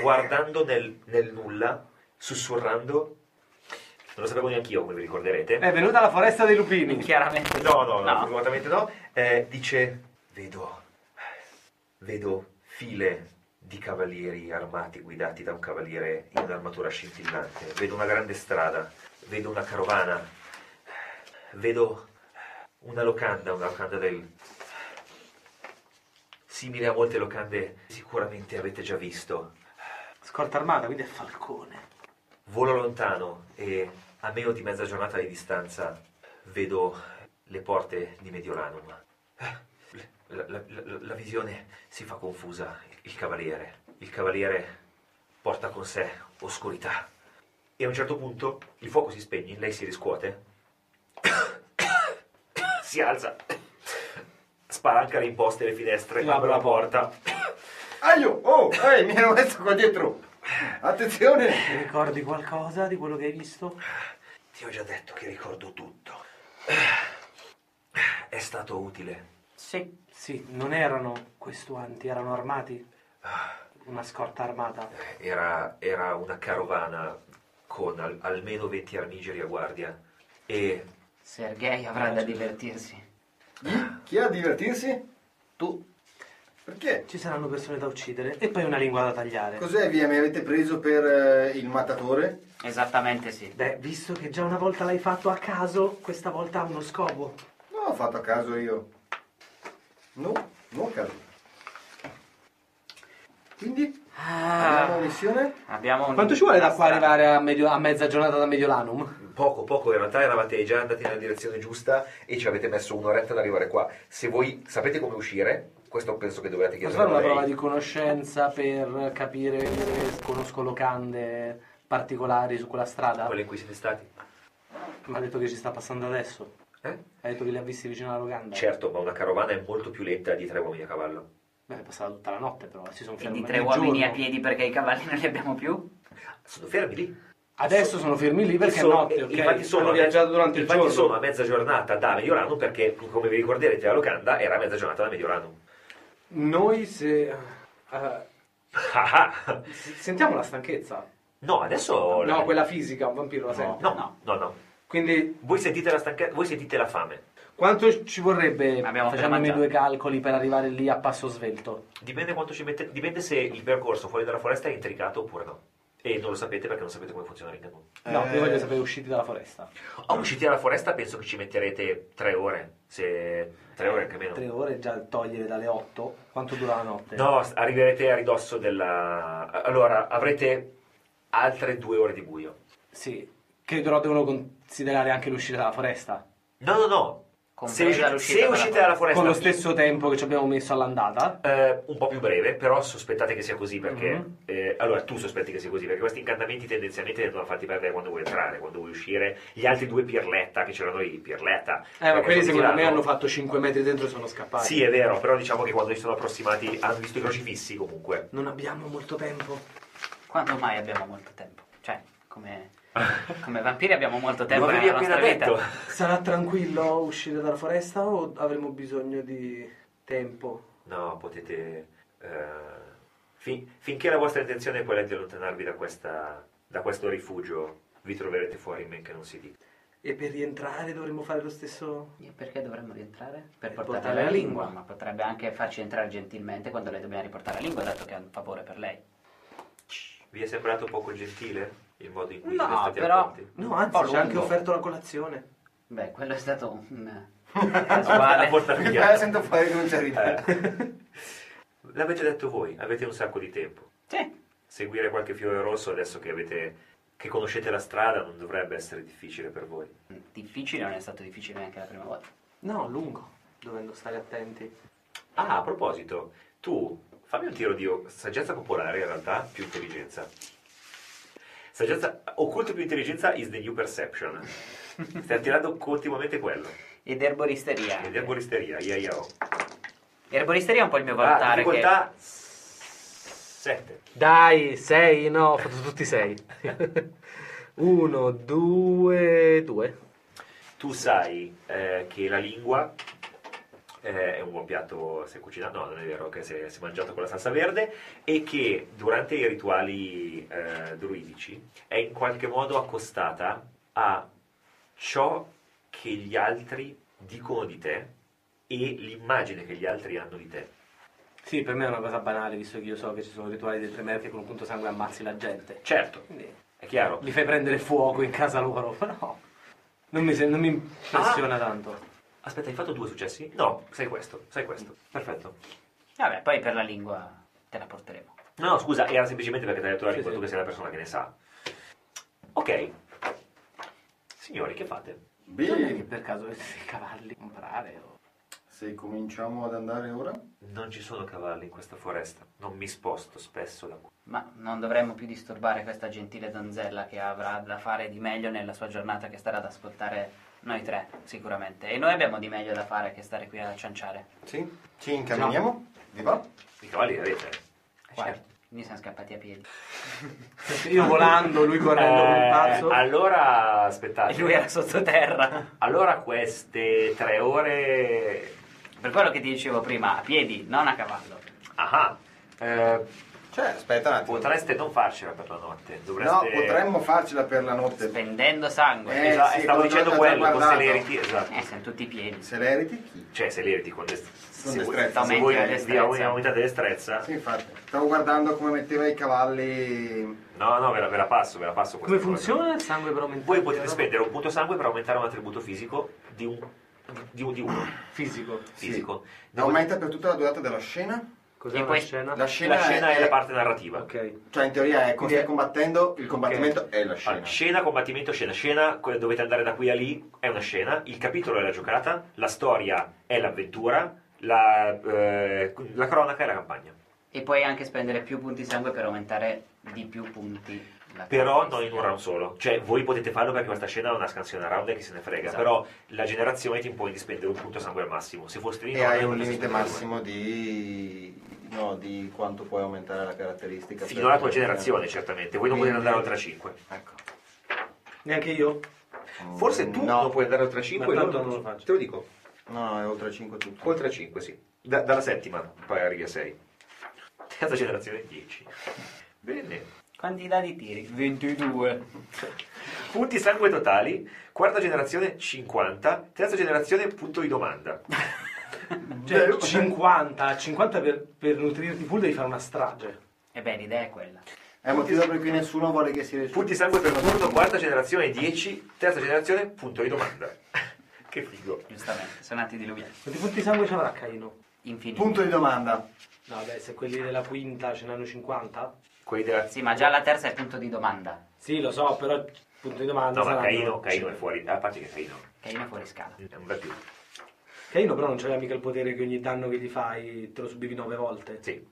Speaker 2: guardando nel, nel nulla, sussurrando, non lo sapevo neanche io come vi ricorderete,
Speaker 3: È venuta la foresta dei lupini.
Speaker 1: Chiaramente
Speaker 2: No, no, no, fortunatamente no. Eh, dice, vedo, vedo file di cavalieri armati guidati da un cavaliere in un'armatura scintillante. Vedo una grande strada, vedo una carovana, vedo una locanda, una locanda del... simile a molte locande sicuramente avete già visto.
Speaker 3: Scorta armata, quindi è Falcone.
Speaker 2: Volo lontano e a meno di mezza giornata di distanza vedo le porte di Mediolanum. Eh, La, la- la- la visione si fa confusa. Il cavaliere. Il cavaliere porta con sé oscurità. E a un certo punto il fuoco si spegne, lei si riscuote, si alza, spalanca le imposte le finestre, apre la porta.
Speaker 4: Aglio, oh, ehi, mi ero messo qua dietro. Attenzione.
Speaker 3: Ti ricordi qualcosa di quello che hai visto?
Speaker 2: Ti ho già detto che ricordo tutto. Eh, È stato utile.
Speaker 1: Sì.
Speaker 3: Sì, non erano questuanti, erano armati. Una scorta armata.
Speaker 2: Era, era una carovana con al- almeno 20 armigeri a guardia e
Speaker 1: Sergei avrà da divertirsi.
Speaker 4: Chi ha a divertirsi?
Speaker 1: Tu.
Speaker 4: Perché?
Speaker 3: Ci saranno persone da uccidere e poi una lingua da tagliare.
Speaker 4: Cos'è, via, mi avete preso per eh, il matatore?
Speaker 1: Esattamente sì.
Speaker 3: Beh, visto che già una volta l'hai fatto a caso, questa volta ha uno scopo.
Speaker 4: No, ho fatto a caso io. No, non a caso. Quindi,
Speaker 2: Ah.
Speaker 4: abbiamo missione?
Speaker 1: Abbiamo un...
Speaker 3: Quanto ci vuole da
Speaker 1: una
Speaker 3: qua
Speaker 1: strada.
Speaker 3: arrivare a, medio- a mezza giornata da Mediolanum?
Speaker 2: Poco, poco, in realtà eravate già andati nella direzione giusta e ci avete messo un'oretta ad arrivare qua. Se voi sapete come uscire, questo penso che dovete
Speaker 3: Posso
Speaker 2: chiedere
Speaker 3: fare una
Speaker 2: a lei.
Speaker 3: prova di conoscenza per capire se conosco locande particolari su quella strada?
Speaker 2: Quelle in cui siete stati?
Speaker 3: Ma ha detto che ci sta passando adesso.
Speaker 2: Eh?
Speaker 3: Ha detto che li ha visti vicino alla locanda.
Speaker 2: Certo, ma una carovana è molto più lenta di tre uomini a cavallo.
Speaker 3: Beh, è passata tutta la notte però, si sono
Speaker 1: E
Speaker 3: fermati
Speaker 1: di tre
Speaker 3: il
Speaker 1: uomini
Speaker 3: Cioè, giorno.
Speaker 1: a piedi perché i cavalli non li abbiamo più?
Speaker 2: Sono fermi lì.
Speaker 3: Adesso sono fermi lì perché
Speaker 2: Sono- eh,
Speaker 3: è notte, ok?
Speaker 2: Infatti sono,
Speaker 3: Hanno viaggiato durante il
Speaker 2: infatti
Speaker 3: giorno.
Speaker 2: sono a mezza giornata da Mediolanum perché, come vi ricorderete, la locanda era a mezza giornata da Mediolanum.
Speaker 8: Noi se... eh,
Speaker 2: Ah, ah.
Speaker 8: s- sentiamo la stanchezza.
Speaker 2: no, adesso...
Speaker 8: No, quella fisica, un vampiro la sente.
Speaker 2: No, no, no.
Speaker 8: Quindi
Speaker 2: Voi sentite la stanchezza, voi sentite la fame.
Speaker 3: Quanto ci vorrebbe,
Speaker 1: Abbiamo
Speaker 3: facendo i miei
Speaker 1: fermato.
Speaker 3: due calcoli, per arrivare lì a passo svelto?
Speaker 2: Dipende quanto ci mette, dipende se il percorso fuori dalla foresta è intricato oppure no. E non lo sapete perché non sapete come funziona Ringanon.
Speaker 3: No,
Speaker 4: Eh.
Speaker 3: io voglio sapere usciti dalla foresta.
Speaker 2: Oh, usciti dalla foresta penso che ci metterete tre ore, se... tre ore anche meno.
Speaker 3: Tre ore già togliere dalle 8. Quanto dura la notte?
Speaker 2: No, s- arriverete a ridosso della... Allora, avrete altre due ore di buio.
Speaker 3: Sì, che però devono considerare anche l'uscita dalla foresta.
Speaker 2: No, no, no. Se,
Speaker 1: Compresa
Speaker 2: usci-
Speaker 1: l'uscita
Speaker 2: se
Speaker 1: dalla
Speaker 2: uscite dalla foresta...
Speaker 3: Con lo stesso tempo che ci abbiamo messo all'andata.
Speaker 2: eh, un po' più breve, però sospettate che sia così perché...
Speaker 3: Mhm.
Speaker 2: eh, allora, tu sospetti che sia così perché questi incantamenti tendenzialmente vengono fatti perdere quando vuoi entrare, quando vuoi uscire. Gli altri due Pirletta che c'erano lì, Pirletta...
Speaker 8: Eh, ma
Speaker 2: perché
Speaker 8: quelli
Speaker 2: sono
Speaker 8: secondo me
Speaker 2: Milano.
Speaker 8: hanno fatto 5 metri dentro e sono scappati.
Speaker 2: Sì, è vero, però diciamo che quando si sono approssimati hanno visto i crocifissi comunque.
Speaker 8: Non abbiamo molto tempo.
Speaker 1: Quando mai abbiamo molto tempo? Cioè, come, come vampiri abbiamo molto
Speaker 2: Lo
Speaker 1: tempo
Speaker 2: avevi
Speaker 1: nella nostra
Speaker 2: appena
Speaker 1: vita.
Speaker 2: detto.
Speaker 8: Sarà tranquillo uscire dalla foresta o avremo bisogno di tempo?
Speaker 2: No, potete... eh, fin- finché la vostra intenzione è quella di allontanarvi da, questa, da questo rifugio, vi troverete fuori in men che non si dica.
Speaker 8: E per rientrare dovremmo fare lo stesso...
Speaker 1: E perché dovremmo rientrare? Per
Speaker 8: Per
Speaker 1: portare,
Speaker 8: portare
Speaker 1: la
Speaker 8: la
Speaker 1: lingua.
Speaker 8: lingua.
Speaker 1: ma potrebbe anche farci entrare gentilmente quando lei dobbiamo riportare la lingua, dato che è un favore per lei.
Speaker 2: Vi è sembrato poco gentile il modo in cui
Speaker 1: No,
Speaker 2: siete stati
Speaker 1: però-
Speaker 2: accolti?
Speaker 8: No,
Speaker 1: Un
Speaker 8: anzi,
Speaker 1: po'
Speaker 8: ci ha anche
Speaker 1: lungo.
Speaker 8: offerto la colazione.
Speaker 1: Beh, quello è stato un...
Speaker 2: La
Speaker 1: casuale.
Speaker 2: porta
Speaker 4: Mi
Speaker 2: via.
Speaker 4: sento fuori non c'è ridere.
Speaker 2: Eh. L'avete detto voi, avete un sacco di tempo.
Speaker 1: Sì,
Speaker 2: Seguire qualche fiore rosso adesso che avete... Che conoscete la strada non dovrebbe essere difficile per voi.
Speaker 1: difficile, non è stato difficile neanche la prima volta.
Speaker 8: No, lungo, dovendo stare attenti.
Speaker 2: Ah, a proposito, tu fammi un tiro di o- saggezza popolare in realtà più intelligenza. Saggezza occulto più intelligenza is the new perception. Stai tirando continuamente quello.
Speaker 1: Ed erboristeria.
Speaker 2: Ed erboristeria, ia ia o.
Speaker 1: Erboristeria è un po' il mio
Speaker 2: Ah,
Speaker 1: valutare che...
Speaker 2: difficoltà 7.
Speaker 8: Dai, sei, no, ho fatto tutti sei. Uno, due, due.
Speaker 2: Tu sai eh, che la lingua eh, è un buon piatto se cucinato, no, non è vero, che se, se mangiato con la salsa verde, e che durante i rituali eh, druidici è in qualche modo accostata a ciò che gli altri dicono di te e l'immagine che gli altri hanno di te.
Speaker 3: Sì, per me è una cosa banale, visto che io so che ci sono rituali dei tre merti con un punto sangue ammazzi la gente.
Speaker 2: Certo,
Speaker 3: Quindi
Speaker 2: è chiaro.
Speaker 3: li fai prendere fuoco in casa loro, però non mi, se- non mi
Speaker 8: Ah.
Speaker 3: impressiona tanto.
Speaker 2: Aspetta, hai fatto due successi? No, sai questo, sai questo. Perfetto.
Speaker 1: Vabbè, poi per la lingua te la porteremo.
Speaker 2: No, no, scusa, era semplicemente perché ti hai detto la lingua, tu che sei la persona che ne sa. Ok. Signori, che fate?
Speaker 8: Non è che
Speaker 4: Bene,
Speaker 8: per caso avete dei cavalli comprare o...
Speaker 4: se cominciamo ad andare ora.
Speaker 2: Non ci sono cavalli in questa foresta. Non mi sposto spesso da qui.
Speaker 1: Ma non dovremmo più disturbare questa gentile donzella che avrà da fare di meglio nella sua giornata che starà ad ascoltare noi tre, sicuramente. E noi abbiamo di meglio da fare che stare qui a cianciare.
Speaker 2: Eh,
Speaker 4: Sì, ci incaminiamo. Vi va?
Speaker 2: I cavalli li avete? Certo.
Speaker 1: Guarda, mi sono scappati a piedi.
Speaker 8: Io volando, lui correndo come un
Speaker 2: Eh,
Speaker 8: pazzo.
Speaker 2: allora, aspettate.
Speaker 1: E lui era sottoterra.
Speaker 2: Allora queste tre ore...
Speaker 1: Per quello che ti dicevo prima, a piedi, non a cavallo.
Speaker 2: Ah, eh,
Speaker 4: Cioè, aspetta un attimo.
Speaker 2: potreste non farcela per la notte.
Speaker 4: No,
Speaker 2: Dovreste...
Speaker 4: potremmo farcela per la notte.
Speaker 1: Spendendo sangue.
Speaker 4: Eh,
Speaker 2: Esa-
Speaker 4: sì,
Speaker 2: stavo
Speaker 4: con
Speaker 2: dicendo
Speaker 4: Jonathan
Speaker 2: quello, con
Speaker 4: guardato.
Speaker 2: celerity, esatto.
Speaker 1: Eh, sono tutti piedi.
Speaker 4: Se lei ritichi.
Speaker 2: Cioè, celerity con destrezza. Se voi,
Speaker 4: destrezza.
Speaker 2: se voi
Speaker 1: Aumenti la
Speaker 2: vi
Speaker 1: destrezza.
Speaker 2: aum- aumentate destrezza...
Speaker 4: Sì, infatti. Stavo guardando come metteva i cavalli.
Speaker 2: No, no, ve la, ve la passo, ve la passo.
Speaker 8: Come
Speaker 2: questa cosa.
Speaker 8: funziona il sangue per aumentare?
Speaker 2: Voi potete
Speaker 8: no?
Speaker 2: spendere un punto sangue per aumentare un attributo fisico di, un, di, un- di uno
Speaker 8: Fisico.
Speaker 2: fisico.
Speaker 4: Ne aumenta per tutta la durata della scena.
Speaker 8: Cos'è
Speaker 1: E
Speaker 8: la
Speaker 1: poi-
Speaker 8: scena?
Speaker 4: La
Speaker 2: Poi
Speaker 4: scena,
Speaker 2: La scena è la parte narrativa.
Speaker 8: Ok.
Speaker 4: Cioè, in teoria è come
Speaker 8: Quindi
Speaker 4: stai
Speaker 8: è-
Speaker 4: combattendo, il combattimento è la
Speaker 2: Allora,
Speaker 4: scena.
Speaker 2: scena, combattimento, scena, scena, que- dovete andare da qui a lì, è una scena, il capitolo è la giocata, la storia è l'avventura, la, eh, la cronaca è la campagna.
Speaker 1: E puoi anche spendere più punti sangue per aumentare di più punti la
Speaker 2: Però non in
Speaker 1: caratteristica.
Speaker 2: un round solo, cioè voi potete farlo perché questa scena è una scansione a round e chi se ne frega,
Speaker 1: Esatto.
Speaker 2: però la generazione ti impone di spendere un punto sangue al massimo, se foste lì
Speaker 4: E
Speaker 2: non
Speaker 4: hai
Speaker 2: ne
Speaker 4: un
Speaker 2: potete
Speaker 4: limite
Speaker 2: spendere
Speaker 4: massimo di... no, di quanto puoi aumentare la caratteristica.
Speaker 2: due.
Speaker 4: per-
Speaker 2: Fino alla tua generazione, certamente, voi non potete andare oltre a 5.
Speaker 4: Ecco.
Speaker 8: Neanche io?
Speaker 2: Forse tu
Speaker 4: No.
Speaker 2: non puoi andare oltre a 5,
Speaker 8: Ma
Speaker 2: io
Speaker 8: tanto
Speaker 2: non
Speaker 8: non lo
Speaker 2: so.
Speaker 8: faccio.
Speaker 2: Te lo dico,
Speaker 4: No, no, è oltre 5 tutto.
Speaker 2: oltre a 5, sì. Da- dalla settima, poi arrivi a 6. Terza generazione 10. Bene.
Speaker 1: Quanti dadi tiri? 22.
Speaker 2: Punti sangue totali, quarta generazione 50, terza generazione punto di domanda.
Speaker 8: Cioè,
Speaker 4: Beh,
Speaker 8: 50, 50 per, per nutrirti full devi fare una strage.
Speaker 1: E beh, l'idea è quella.
Speaker 4: È il motivo per cui nessuno vuole che si risulti.
Speaker 2: Punti sangue per turno, quarta generazione 10, terza generazione punto di domanda. che figo.
Speaker 1: Giustamente, sono nati diluviani.
Speaker 8: Quanti punti di sangue ci avrà Caino?
Speaker 1: Infiniti.
Speaker 4: Punto di domanda.
Speaker 8: No, vabbè, se quelli della quinta ce n'hanno 50?
Speaker 2: Quelli della...
Speaker 1: Sì, ma già la terza è punto di domanda.
Speaker 8: Sì, lo so, però punto di domanda
Speaker 2: No, ma
Speaker 8: saranno-
Speaker 2: Caino, Caino è fuori, a parte che Caino
Speaker 1: Carina fuori scala.
Speaker 2: è un bel più.
Speaker 8: Caino però non c'aveva mica il potere che ogni danno che gli fai te lo subivi 9 volte.
Speaker 2: Sì,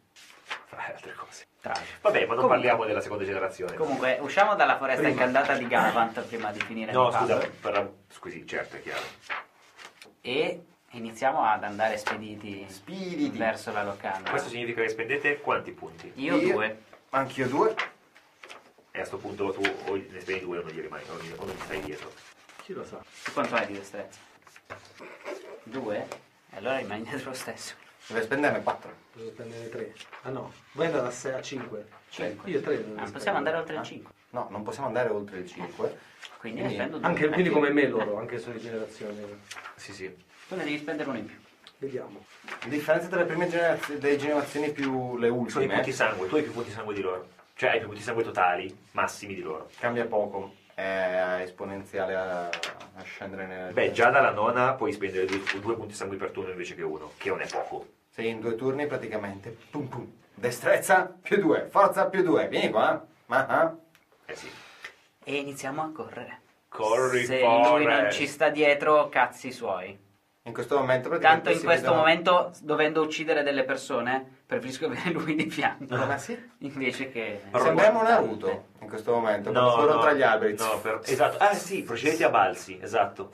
Speaker 2: fra le altre cose.
Speaker 1: Tragico.
Speaker 2: Vabbè, ma non
Speaker 1: Comunque-
Speaker 2: parliamo della seconda generazione.
Speaker 1: Comunque, usciamo dalla foresta incantata di Galavant prima di finire
Speaker 2: No,
Speaker 1: il
Speaker 2: scusa,
Speaker 1: puzzle
Speaker 2: per... scusi, certo, è chiaro.
Speaker 1: Eh. E iniziamo ad andare spediti
Speaker 4: Spiriti.
Speaker 1: verso la locanda.
Speaker 2: Questo significa che spendete quanti punti?
Speaker 1: Io due.
Speaker 4: Anch'io due.
Speaker 2: E a sto punto tu o ne spendi due o non gli rimani, o non- o non gli stai dietro.
Speaker 8: Chi lo sa?
Speaker 1: Tu Quanto hai di destrezza? Due? E allora rimani dietro lo stesso.
Speaker 4: Deve spenderne 4.
Speaker 8: Posso spendere 3. Ah no, voi andate a, 6, a 5.
Speaker 1: Cinque.
Speaker 8: Io 3
Speaker 1: Ah, possiamo andare oltre il 5.
Speaker 4: No, non possiamo andare oltre il 5.
Speaker 1: Quindi ne spendo due.
Speaker 8: Eh, Anche quindi
Speaker 1: Anch'io.
Speaker 8: come me loro, anche se sono di generazione.
Speaker 2: Sì, sì.
Speaker 1: Tu ne devi spendere uno in più.
Speaker 8: Vediamo.
Speaker 4: A differenza delle prime generazioni, delle generazioni più le
Speaker 2: Sono i
Speaker 4: ultime,
Speaker 2: punti sangue, tu hai più punti sangue di loro. Cioè hai più punti sangue totali, massimi di loro.
Speaker 4: cambia poco. È esponenziale a, a scendere nel...
Speaker 2: Beh, già dalla nona puoi spendere due, due punti sangue per turno invece che uno, che non è poco.
Speaker 4: Sei in due turni praticamente. Pum pum. Destrezza più 2, forza più 2. Vieni qua. Ma ah.
Speaker 2: Eh sì.
Speaker 1: E iniziamo a correre.
Speaker 2: Corri,
Speaker 1: Se lui non
Speaker 2: Forrest.
Speaker 1: ci sta dietro, cazzi suoi.
Speaker 4: In questo momento praticamente...
Speaker 1: Tanto in
Speaker 4: si
Speaker 1: questo
Speaker 4: vedono-
Speaker 1: momento, dovendo uccidere delle persone, preferisco avere lui di fianco.
Speaker 2: Ah,
Speaker 4: Ma sì.
Speaker 1: Invece che...
Speaker 2: Però-
Speaker 4: Sembriamo Naruto in questo momento,
Speaker 2: No,
Speaker 4: no, solo
Speaker 2: no,
Speaker 4: tra gli alberi.
Speaker 2: no, per- esatto. Ah sì, procedete a balzi, esatto.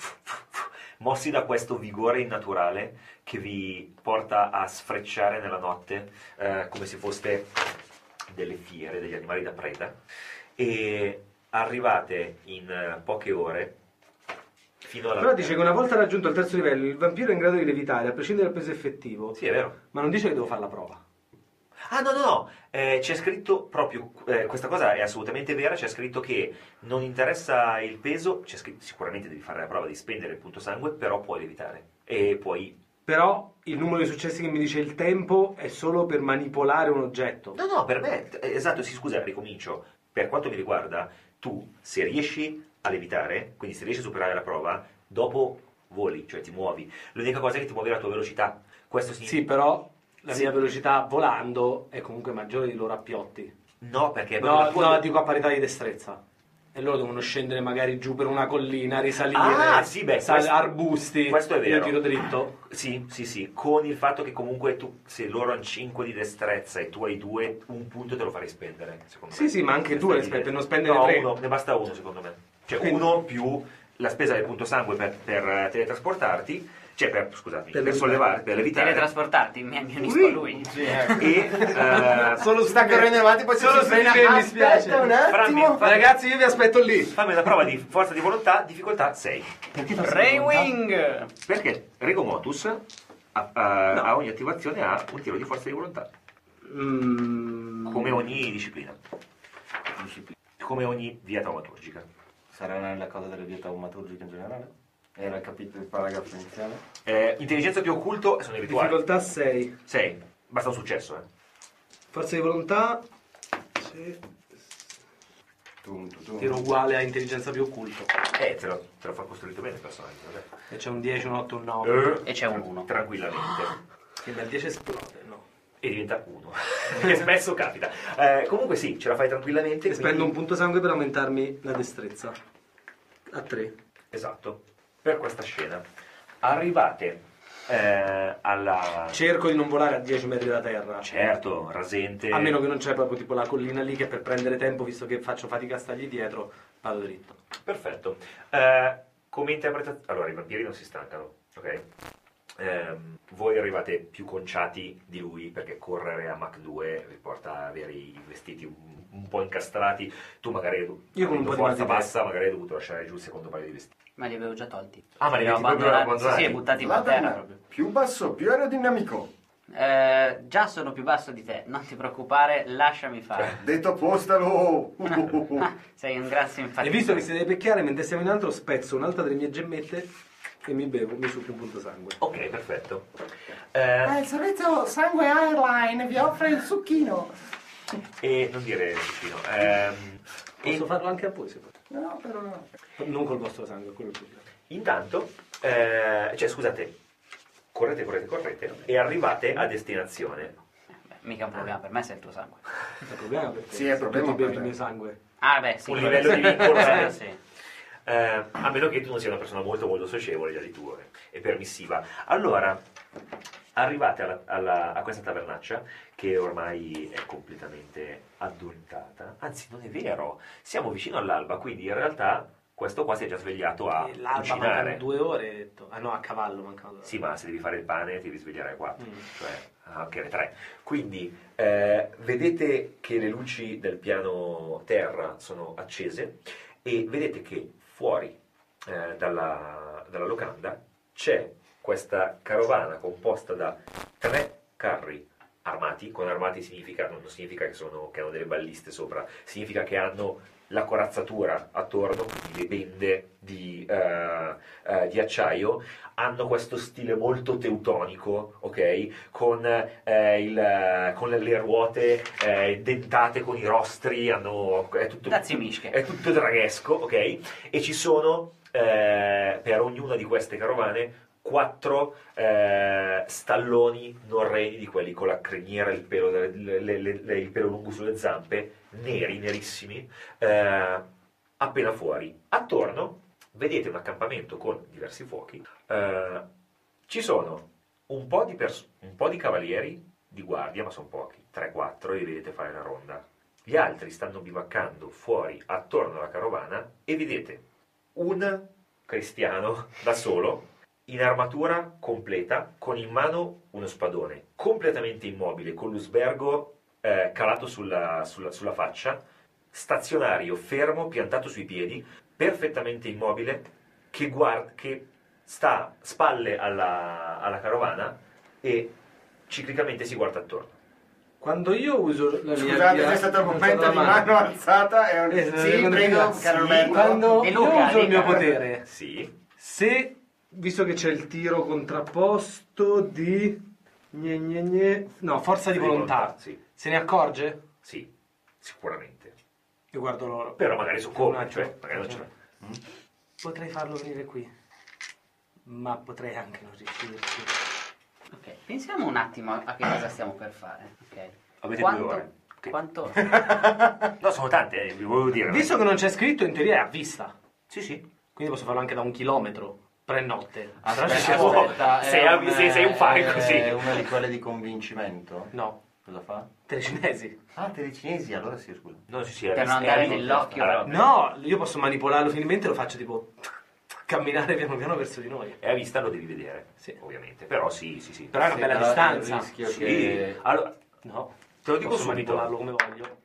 Speaker 2: Mossi da questo vigore innaturale che vi porta a sfrecciare nella notte eh, come se foste delle fiere, degli animali da preda. E arrivate in eh, poche ore fino alla...
Speaker 8: Però dice che una volta raggiunto il terzo livello, il vampiro è in grado di levitare, a prescindere dal peso effettivo.
Speaker 2: Sì, è vero.
Speaker 8: Ma non dice che devo fare la prova.
Speaker 2: Ah no, no, no, eh, c'è scritto proprio, eh, questa cosa è assolutamente vera, c'è scritto che non interessa il peso, c'è scritto, sicuramente devi fare la prova di spendere il punto sangue, però puoi evitare e puoi...
Speaker 8: Però il numero di successi che mi dice il tempo è solo per manipolare un oggetto.
Speaker 2: No, no, per me, eh, esatto, sì, scusa, ricomincio, per quanto mi riguarda, tu se riesci ad evitare, quindi se riesci a superare la prova, dopo voli, cioè ti muovi, l'unica cosa è che ti muovi è la tua velocità, questo significa...
Speaker 8: Sì, però
Speaker 3: la mia velocità volando è comunque maggiore di loro a piotti.
Speaker 2: No, perché è proprio
Speaker 3: No,
Speaker 2: la tua-
Speaker 3: no, dico a parità di destrezza. E loro devono scendere magari giù per una collina, risalire,
Speaker 2: Ah, sì, beh,
Speaker 3: sal-
Speaker 2: questo-
Speaker 3: arbusti,
Speaker 2: questo è vero.
Speaker 3: io tiro dritto.
Speaker 2: Sì, sì, sì, con il fatto che comunque tu, se loro hanno 5 di destrezza e tu hai 2, un punto te lo farei spendere, secondo
Speaker 3: Sì,
Speaker 2: me.
Speaker 3: sì, ma anche
Speaker 2: Per
Speaker 3: due
Speaker 2: stabilire.
Speaker 3: rispetto, non spendere
Speaker 2: no,
Speaker 3: tre.
Speaker 2: uno, ne basta uno, secondo me. Cioè,
Speaker 3: Quindi-
Speaker 2: uno più la spesa del punto sangue per, per, eh, teletrasportarti, cioè per, scusatemi, per,
Speaker 3: levitare.
Speaker 2: sollevarti, per levitare.
Speaker 1: Teletrasportarti, mi, mi unisco a lui.
Speaker 4: Sì, ecco.
Speaker 2: E, eh,
Speaker 4: Solo sta correndo avanti, poi
Speaker 3: Solo
Speaker 4: si
Speaker 3: se
Speaker 4: frena.
Speaker 3: ti fermi, spiace.
Speaker 4: Aspetta un attimo.
Speaker 2: Frammi, fammi-
Speaker 3: Ragazzi, io vi aspetto lì.
Speaker 2: fammi una prova di forza di volontà, difficoltà 6.
Speaker 1: Raywing!
Speaker 2: Perché Rego Motus a, a- a ogni attivazione ha un tiro di forza di volontà,
Speaker 3: Mm.
Speaker 2: come ogni disciplina, come ogni via taumaturgica.
Speaker 4: Sarà la cosa della vita taumaturgica in generale? Era il capitolo, il paragrafo iniziale?
Speaker 2: Eh, intelligenza più occulto sono i rituali.
Speaker 8: Difficoltà 6.
Speaker 2: 6. Basta un successo, eh.
Speaker 8: Forza di volontà. Sì.
Speaker 4: Tu, tu, tu.
Speaker 3: Tiro uguale a intelligenza più occulto.
Speaker 2: Eh, te lo, te lo fa costruito bene il personaggio. vabbè.
Speaker 3: E c'è un 10, un 8, un 9.
Speaker 2: Eh,
Speaker 1: E c'è un uno.
Speaker 2: Tranquillamente.
Speaker 3: Che dal 10 esplode, no?
Speaker 2: E diventa uno. che spesso capita. Eh, comunque sì, ce la fai tranquillamente.
Speaker 3: E
Speaker 2: quindi-
Speaker 3: spendo un punto sangue per aumentarmi la destrezza. A 3.
Speaker 2: Esatto. Per questa scena. Arrivate eh, alla...
Speaker 3: Cerco di non volare a 10 metri da terra.
Speaker 2: certo, rasente.
Speaker 3: A meno che non c'è proprio tipo la collina lì che per prendere tempo, visto che faccio fatica a stargli dietro, vado dritto.
Speaker 2: Perfetto. Eh, come interpretazione... Allora, i vampiri non si stancano, ok? Ehm, voi arrivate più conciati di lui perché correre a Mach 2 vi porta a avere i vestiti un, un po' incastrati. Tu magari hai dovuto...
Speaker 3: Io con un po' di mal di
Speaker 2: forza
Speaker 3: testa.
Speaker 2: bassa, magari hai dovuto lasciare giù il secondo paio di vestiti.
Speaker 1: Ma li avevo già tolti.
Speaker 2: Ah, ma li avevi proprio
Speaker 1: Sì,
Speaker 2: abbandonati?
Speaker 1: sì, buttati per terra
Speaker 4: Vladimir,
Speaker 1: proprio.
Speaker 4: più basso, più aerodinamico.
Speaker 1: Eh, già sono più basso di te, non ti preoccupare, lasciami fare. Ah,
Speaker 4: Detto apposta, lo.
Speaker 1: Sei un grasso infatti.
Speaker 3: E visto che si deve pecchiare, mentre siamo in altro, spezzo un'altra delle mie gemmette e mi bevo, mi succhio un punto sangue.
Speaker 2: Ok, perfetto. Eh,
Speaker 4: il servizio Sangue Airline vi offre il succhino.
Speaker 2: e non dire vicino. Ehm,
Speaker 3: Posso
Speaker 2: e-
Speaker 3: farlo anche a voi se volete.
Speaker 4: No, però no.
Speaker 3: Non col vostro sangue, quello è il problema.
Speaker 2: Intanto, eh, cioè scusate, correte, correte, correte e arrivate a destinazione.
Speaker 1: Beh, mica un problema, per me sei il tuo sangue.
Speaker 3: È il problema perché
Speaker 4: Sì, è il
Speaker 3: se
Speaker 4: problema cioè.
Speaker 3: tu ti bevi
Speaker 4: per
Speaker 3: il
Speaker 4: me.
Speaker 3: mio sangue.
Speaker 1: Ah, beh, sì.
Speaker 2: Un livello di
Speaker 1: Eh,
Speaker 2: vincolo.
Speaker 1: sì.
Speaker 2: Eh, a meno che tu non sia una persona molto molto socievole già di tuo eh, e permissiva. Allora, arrivate alla- alla- a questa tavernaccia che ormai è completamente addormentata. Anzi, non è vero, siamo vicino all'alba, quindi in realtà questo qua si è già svegliato a
Speaker 3: E L'alba mancano
Speaker 2: cucinare.
Speaker 3: due ore, e ho detto. Ah no, a cavallo mancano due ore.
Speaker 2: Sì, ma se devi fare il pane ti devi svegliare a 4,
Speaker 3: Mm.
Speaker 2: cioè anche alle 3. Quindi eh, vedete che le luci del piano terra sono accese e vedete che fuori eh, dalla, dalla locanda c'è questa carovana composta da tre carri armati, con armati significa, non significa che, sono, che hanno delle balliste sopra, significa che hanno la corazzatura attorno, quindi le bende di, eh, eh, di acciaio hanno questo stile molto teutonico, ok? Con, eh, il, eh, con le ruote eh, dentate, con i rostri, hanno, è, tutto,
Speaker 1: Dazzi mischie.
Speaker 2: è tutto draghesco, ok? E ci sono eh, per ognuna di queste carovane quattro eh, stalloni norreni di quelli con la criniera, il pelo, le- le- le- le- il pelo lungo sulle zampe, neri, nerissimi, eh, appena fuori. Attorno vedete un accampamento con diversi fuochi, eh, ci sono un po' di, pers- un po' di cavalieri di guardia, ma sono pochi, 3-4, li vedete fare la ronda. Gli altri stanno bivaccando fuori attorno alla carovana e vedete un cristiano da solo, in armatura completa, con in mano uno spadone, completamente immobile, con l'usbergo eh, calato sulla, sulla- sulla faccia, stazionario, fermo, piantato sui piedi, perfettamente immobile, che, guard- che sta spalle alla, alla carovana e ciclicamente si guarda attorno.
Speaker 3: Quando io uso la mia
Speaker 4: Scusate,
Speaker 3: via-
Speaker 4: c'è stato il
Speaker 3: non so
Speaker 4: momento
Speaker 3: la
Speaker 4: di mano alzata e un...
Speaker 3: Eh, non
Speaker 4: sì,
Speaker 3: avevo
Speaker 4: prego,
Speaker 3: capito.
Speaker 4: caro
Speaker 3: Sì,
Speaker 4: Alberto.
Speaker 3: Quando
Speaker 1: Di Luca,
Speaker 3: io uso il
Speaker 1: dica.
Speaker 3: mio potere,
Speaker 2: Sì.
Speaker 3: se visto che c'è il tiro contrapposto di gne gne gne- no, forza di volontà,
Speaker 2: Sì,
Speaker 3: se ne accorge?
Speaker 2: sì, sicuramente.
Speaker 3: Io guardo loro.
Speaker 2: Però magari
Speaker 3: Un
Speaker 2: soccorre,
Speaker 3: attimo.
Speaker 2: cioè, magari non ce l'ha.
Speaker 3: Potrei farlo venire qui, ma potrei anche non riuscirci.
Speaker 1: Ok, pensiamo un attimo a che cosa stiamo per fare. Ok.
Speaker 2: Avete due ore. Ok.
Speaker 1: Quanto?
Speaker 2: No, sono tante, eh, vi volevo dire.
Speaker 3: Visto che non c'è scritto, in teoria è a vista.
Speaker 2: Sì, sì.
Speaker 3: Quindi posso farlo anche da un chilometro, pre notte.
Speaker 2: Oh,
Speaker 1: Aspetta, è
Speaker 2: sei a- sei- sei un falco,
Speaker 4: è
Speaker 2: sì.
Speaker 4: una di quelle di convincimento.
Speaker 3: No,
Speaker 4: Cosa fa?
Speaker 3: telecinesi.
Speaker 4: Ah, telecinesi, allora sì, scusa.
Speaker 2: No, sì, sì,
Speaker 1: Per non andare nell'occhio,
Speaker 2: Allora,
Speaker 1: proprio.
Speaker 3: No, io posso manipolarlo finalmente e lo faccio tipo camminare piano piano verso di noi.
Speaker 2: È a vista, lo devi vedere,
Speaker 3: Sì.
Speaker 2: ovviamente. Però sì, sì, sì.
Speaker 3: Però è una
Speaker 10: Sì,
Speaker 3: bella
Speaker 10: però il
Speaker 3: distanza.
Speaker 10: rischio
Speaker 2: Sì.
Speaker 10: che-
Speaker 2: Allora,
Speaker 3: No,
Speaker 2: te lo dico
Speaker 3: posso
Speaker 2: subito.
Speaker 3: manipolarlo come voglio.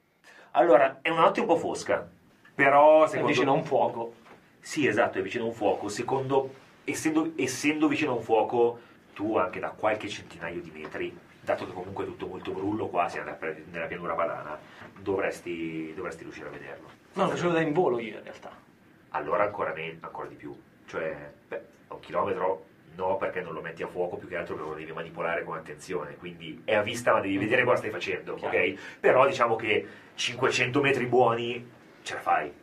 Speaker 2: Allora, è una notte un po' fosca. Però
Speaker 3: È
Speaker 2: secondo
Speaker 3: vicino a un fuoco.
Speaker 2: Sì, esatto, è vicino a un fuoco. Secondo, essendo, essendo vicino a un fuoco, tu anche da qualche centinaio di metri, dato che comunque è tutto molto brullo qua, siamo nella, nella pianura padana, dovresti, dovresti riuscire a vederlo.
Speaker 3: No, lo facevo da in volo io in realtà.
Speaker 2: Allora ancora, me- ancora di più. Cioè, beh, a un chilometro no, perché non lo metti a fuoco, più che altro perché lo devi manipolare con attenzione. Quindi è a vista, ma
Speaker 4: Mm.
Speaker 2: devi vedere cosa stai facendo,
Speaker 3: Chiaro.
Speaker 2: ok? Però diciamo che 500 metri buoni ce la fai.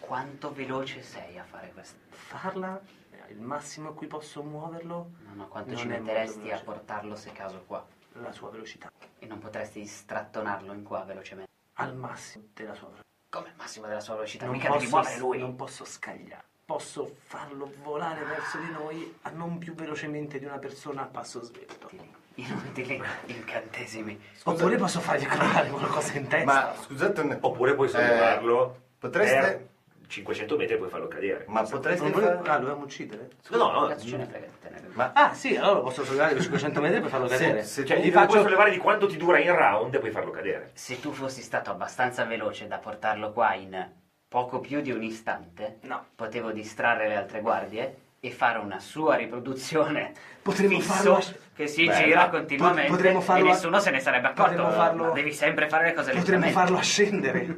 Speaker 1: Quanto veloce sei a fare questo?
Speaker 3: Farla è il massimo a cui posso muoverlo
Speaker 1: No, no, quanto
Speaker 3: Non
Speaker 1: ci
Speaker 3: è molto
Speaker 1: metteresti a
Speaker 3: veloce.
Speaker 1: portarlo se caso qua?
Speaker 3: la sua velocità.
Speaker 1: E non potresti strattonarlo in qua velocemente?
Speaker 3: Al massimo della sua velocità.
Speaker 1: Come il massimo della sua velocità?
Speaker 3: Non
Speaker 1: Mica
Speaker 3: posso-
Speaker 1: devi muovere lui.
Speaker 3: Non posso scagliare. Posso farlo volare verso di noi a non più velocemente di una persona a passo svelto.
Speaker 1: Inutili incantesimi.
Speaker 3: Oppure posso fargli crollare qualcosa in testa.
Speaker 4: Ma scusate un Eh,
Speaker 2: Oppure puoi sollevarlo.
Speaker 4: potreste-
Speaker 2: per 500 metri e puoi farlo cadere.
Speaker 4: Ma
Speaker 3: Non
Speaker 4: potreste
Speaker 3: volevo-
Speaker 4: fare...
Speaker 3: Ah, dovevamo uccidere?
Speaker 2: No, no, mm. no.
Speaker 1: Cazzo cioè, ce ne frega di tenere.
Speaker 4: Ma-
Speaker 3: Ah, sì, allora lo posso sollevare per 500 metri per farlo
Speaker 4: Se-
Speaker 3: cadere.
Speaker 4: se
Speaker 3: cioè,
Speaker 4: tu-
Speaker 3: gli
Speaker 2: Lo puoi
Speaker 3: faccio...
Speaker 2: sollevare di quanto ti dura in round e puoi farlo cadere.
Speaker 1: Se tu fossi stato abbastanza veloce da portarlo qua in poco più di un istante,
Speaker 3: No.
Speaker 1: potevo distrarre le altre guardie e fare una sua riproduzione
Speaker 3: Potremmo
Speaker 1: fisso
Speaker 3: farlo-
Speaker 1: che si
Speaker 4: Beh,
Speaker 1: gira
Speaker 4: no.
Speaker 1: continuamente
Speaker 3: Potremmo farlo
Speaker 1: e
Speaker 3: a-
Speaker 1: nessuno se ne sarebbe accorto.
Speaker 3: Potremmo farlo-
Speaker 1: Ma Devi sempre fare le cose
Speaker 3: Potremmo
Speaker 1: lentamente.
Speaker 3: farlo ascendere.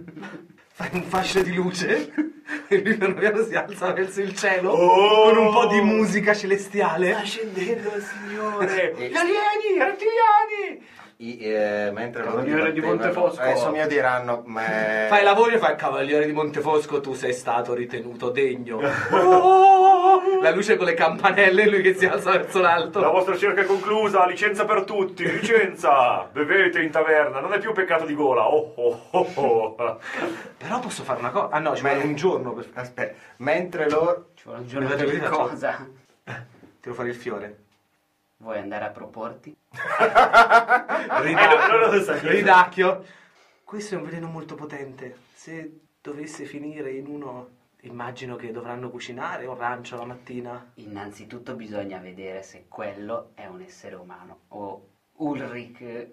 Speaker 3: Fai un fascio di luce e lui piano piano si alza verso il cielo
Speaker 2: Oh!
Speaker 3: con un po' di musica celestiale.
Speaker 2: scendendo il signore.
Speaker 4: Eh.
Speaker 2: Gli alieni, i rettiliani.
Speaker 4: I, eh, mentre loro
Speaker 11: Cavaliere di
Speaker 4: dibattevano-
Speaker 11: Montefosco.
Speaker 4: Adesso mi diranno... Ma...
Speaker 3: Fai la voce e fai cavaliere di Montefosco, tu sei stato ritenuto degno. La luce con le campanelle e lui che si alza verso
Speaker 2: La
Speaker 3: l'alto.
Speaker 2: vostra ricerca è conclusa, licenza per tutti, licenza! Bevete in taverna, non è più peccato di gola. Oh, oh, oh, oh.
Speaker 3: Però posso fare una cosa. Ah no, ci
Speaker 4: Ma-
Speaker 3: vuole un giorno per
Speaker 4: Aspetta, mentre loro...
Speaker 1: Ci vuole un giorno
Speaker 3: Mi fate
Speaker 1: per ogni
Speaker 3: vedere, cioè.
Speaker 1: cosa.
Speaker 3: Tiro fuori il fiore.
Speaker 1: Vuoi andare a proporti?
Speaker 2: Eh, no, no, no,
Speaker 3: Ridacchio.
Speaker 2: sai.
Speaker 3: Ridacchio. Questo è un veleno molto potente. Se dovesse finire in uno, immagino che dovranno cucinare un rancio la mattina.
Speaker 1: Innanzitutto bisogna vedere se quello è un essere umano o Ulrich eh,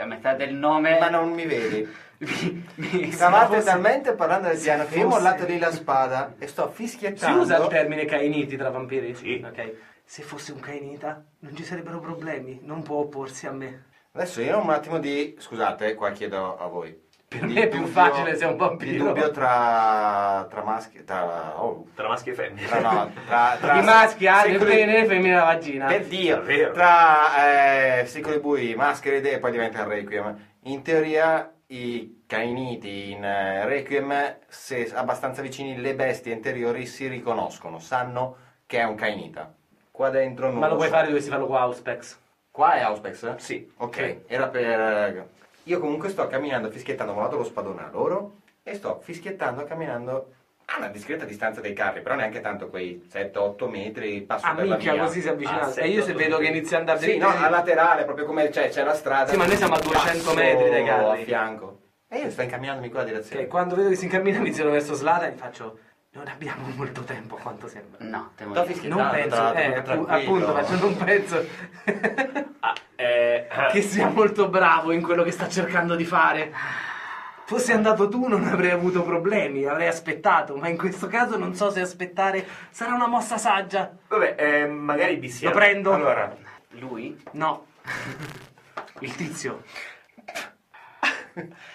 Speaker 1: a metà del nome
Speaker 4: Eh, Ma non mi vedi.
Speaker 1: mi- mi-
Speaker 4: Stavate
Speaker 3: fosse-
Speaker 4: talmente parlando del piano che io ho
Speaker 3: fosse-
Speaker 4: mollato lì la spada e sto
Speaker 3: Si
Speaker 4: fischiettando.
Speaker 3: usa il termine cainiti tra vampiri?
Speaker 2: Sì.
Speaker 3: Ok. Se fosse un cainita, non ci sarebbero problemi. Non può opporsi a me.
Speaker 4: Adesso io ho un attimo di... Scusate, qua chiedo a voi.
Speaker 3: Per
Speaker 4: Di
Speaker 3: me è più
Speaker 4: dubbio-
Speaker 3: facile se è un
Speaker 4: Di
Speaker 3: vampiro.
Speaker 4: dubbio tra... tra maschi... tra... oh,
Speaker 2: Tra maschi e femmine.
Speaker 4: tra, no, tra, tra-
Speaker 3: I maschi hanno il
Speaker 4: secoli-
Speaker 3: pene e le femmine la vagina.
Speaker 4: Per Dio,
Speaker 2: Davvero?
Speaker 4: tra eh, secoli bui, maschere e idee, poi diventa il Requiem. In teoria i cainiti in eh, Requiem, se abbastanza vicini le bestie interiori, si riconoscono, sanno che è un cainita. Qua dentro non
Speaker 3: Ma lo puoi
Speaker 4: so.
Speaker 3: fare dovresti farlo qua a Auspex.
Speaker 4: Qua è Auspex?
Speaker 2: Sì.
Speaker 4: Ok, era per... eh, Io comunque sto camminando, fischiettando, ho volato lo spadone a loro e sto fischiettando, camminando a una discreta distanza dei carri, però neanche tanto quei 7-8 metri, passo
Speaker 3: Ah,
Speaker 4: per la
Speaker 3: minchia,
Speaker 4: via.
Speaker 3: così si avvicina.
Speaker 2: Ah,
Speaker 3: e io se
Speaker 2: sette, otto
Speaker 3: vedo che
Speaker 2: metri.
Speaker 3: inizia ad andare
Speaker 4: Sì, no, a laterale, proprio come cioè, c'è, c'è la strada.
Speaker 3: Sì, ma noi siamo a 200
Speaker 4: Passo
Speaker 3: metri dai
Speaker 4: a
Speaker 3: carri.
Speaker 4: fianco. E io sto incamminandomi in quella direzione.
Speaker 3: Ok, cioè, quando vedo che si incammina mi giro verso Slada e gli faccio non abbiamo molto tempo quanto sembra.
Speaker 1: No, temo
Speaker 4: Sto
Speaker 1: di no.
Speaker 4: fischi-
Speaker 3: Non
Speaker 4: tanto, tra
Speaker 3: penso,
Speaker 4: l'altro,
Speaker 3: eh,
Speaker 4: perché
Speaker 3: appu-
Speaker 4: tranquillo.
Speaker 3: appunto faccio non penso
Speaker 2: Ah, eh,
Speaker 3: che sia molto bravo in quello che sta cercando di fare. Fosse andato tu non avrei avuto problemi, avrei aspettato, ma in questo caso non so se aspettare sarà una mossa saggia.
Speaker 2: Vabbè, eh, magari bissiamo.
Speaker 3: Lo prendo.
Speaker 2: Allora,
Speaker 1: Lui?
Speaker 3: No. Il tizio. Non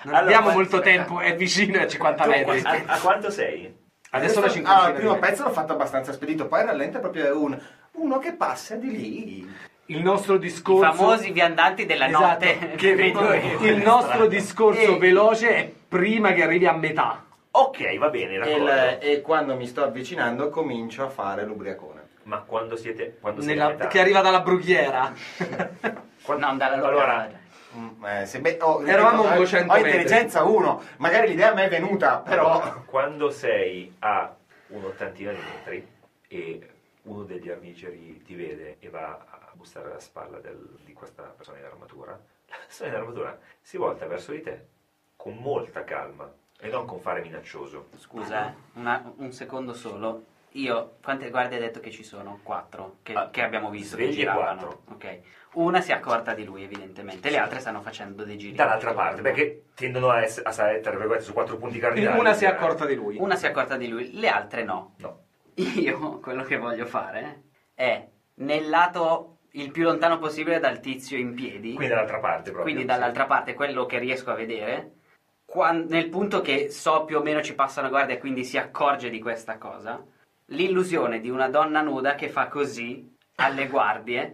Speaker 2: Allora,
Speaker 3: abbiamo
Speaker 2: quanti-
Speaker 3: molto tempo, è vicino a 50 metri.
Speaker 2: a, a quanto sei?
Speaker 3: Adesso la 50
Speaker 4: Allora, Ah, il primo pezzo l'ho fatto abbastanza spedito, poi rallenta proprio un... Uno che passa di lì.
Speaker 3: Il nostro
Speaker 1: I
Speaker 3: discorso
Speaker 1: famosi viandanti della
Speaker 3: Esatto,
Speaker 1: notte Eh.
Speaker 3: che
Speaker 1: vengono
Speaker 3: il nostro discorso
Speaker 4: E-
Speaker 3: veloce è prima che arrivi a metà.
Speaker 2: Ok, va bene, d'accordo.
Speaker 4: E, il- e quando mi sto avvicinando comincio a fare l'ubriacone.
Speaker 2: Ma quando siete... Quando siete a
Speaker 3: Nella-
Speaker 2: metà-
Speaker 3: che arriva dalla brughiera.
Speaker 2: quando-
Speaker 1: No, dalla
Speaker 2: Allora,
Speaker 1: locale.
Speaker 4: Mm, eh, se be- oh, ripeto,
Speaker 3: Eravamo un
Speaker 4: ho-
Speaker 3: 200
Speaker 4: Ho
Speaker 3: metri.
Speaker 4: intelligenza 1, magari l'idea mi è venuta, però...
Speaker 2: Quando sei a un'ottantina di metri e uno degli armigeri ti vede e va a bussare alla spalla del- di questa persona in armatura, la persona in armatura si volta verso di te con molta calma e non con fare minaccioso.
Speaker 1: Scusa, eh, una- un secondo solo. Io, quante guardie hai detto che ci sono? Quattro, che,
Speaker 2: Ah,
Speaker 1: che abbiamo visto, che
Speaker 2: svegli
Speaker 1: giravano.
Speaker 2: quattro.
Speaker 1: Ok. Una si è accorta di lui, evidentemente, le altre stanno facendo dei giri.
Speaker 2: Dall'altra
Speaker 1: attorno.
Speaker 2: parte, perché tendono a, essere, a stare tra virgolette, su quattro punti cardinali.
Speaker 3: Una si è accorta di lui.
Speaker 1: Una si è accorta di lui, le altre no.
Speaker 2: No.
Speaker 1: Io quello che voglio fare è nel lato il più lontano possibile dal tizio in piedi.
Speaker 2: Quindi dall'altra parte proprio.
Speaker 1: Quindi dall'altra parte quello che riesco a vedere, quan- nel punto che so più o meno ci passa una guardia e quindi si accorge di questa cosa, l'illusione di una donna nuda che fa così alle guardie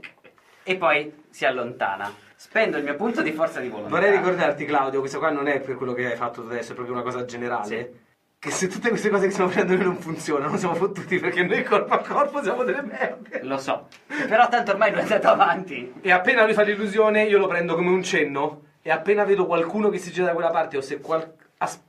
Speaker 1: e poi si allontana. Spendo il mio punto di forza di volontà.
Speaker 3: Vorrei ricordarti, Claudio, questa qua non è per quello che hai fatto tu adesso, è proprio una cosa generale. Che se tutte queste cose che stiamo facendo noi non funzionano, siamo fottuti perché noi corpo a corpo siamo delle merde.
Speaker 1: Lo so, però tanto ormai lui è andato avanti.
Speaker 3: E appena lui fa l'illusione, io lo prendo come un cenno. E appena vedo qualcuno che si gira da quella parte, o se qual... as-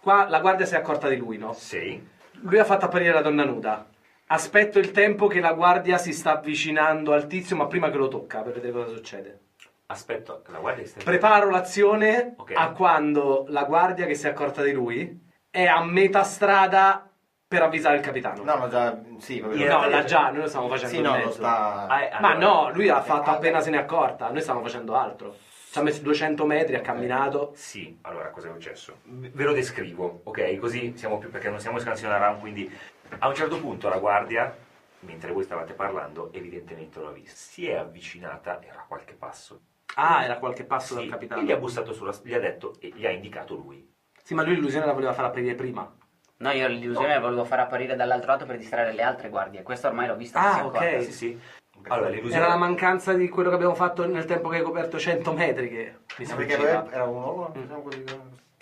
Speaker 3: qua la guardia si è accorta di lui, no?
Speaker 2: Sì.
Speaker 3: Lui ha fatto apparire la donna nuda. Aspetto il tempo che la guardia si sta avvicinando al tizio, ma prima che lo tocca, per vedere cosa succede.
Speaker 2: Aspetto, la guardia che sta...
Speaker 3: Preparo l'azione
Speaker 2: Ok.
Speaker 3: a quando la guardia che si è accorta di lui è a metà strada per avvisare il capitano.
Speaker 4: No, l'ho già... Sì, vabbè.
Speaker 3: No, l'ha già, noi lo stiamo facendo
Speaker 4: Sì,
Speaker 3: in
Speaker 4: no, lo
Speaker 3: mezzo.
Speaker 4: sta...
Speaker 2: Ah, eh,
Speaker 3: Ma
Speaker 2: allora-
Speaker 3: no, lui ha fatto appena se ne è accorta, noi stiamo facendo altro. Ci ha messo 200 metri, ha camminato.
Speaker 2: Sì, allora cosa è successo? Ve ve lo descrivo, ok? Così siamo più perché non siamo scansione alla RAM, quindi a un certo punto la guardia, mentre voi stavate parlando, evidentemente l'ha vista. Si è avvicinata, era a qualche passo.
Speaker 3: Ah, era qualche passo
Speaker 2: Sì,
Speaker 3: dal
Speaker 2: E gli ha
Speaker 3: capitano.
Speaker 2: bussato sulla gli ha detto e gli ha indicato lui.
Speaker 3: Sì, ma lui l'illusione la voleva far aprire prima.
Speaker 1: No, io l'illusione la volevo far apparire dall'altro lato per distrarre le altre guardie. Questo ormai l'ho visto. che
Speaker 3: Ah,
Speaker 1: si è accorta.
Speaker 3: ok.
Speaker 2: Sì, sì. Allora, l'illusione
Speaker 3: Era la mancanza di quello che abbiamo fatto nel tempo che hai coperto 100 metri che mi
Speaker 4: No, perché
Speaker 3: sfuggiva.
Speaker 4: era un oro,
Speaker 3: Mm.
Speaker 4: diciamo così.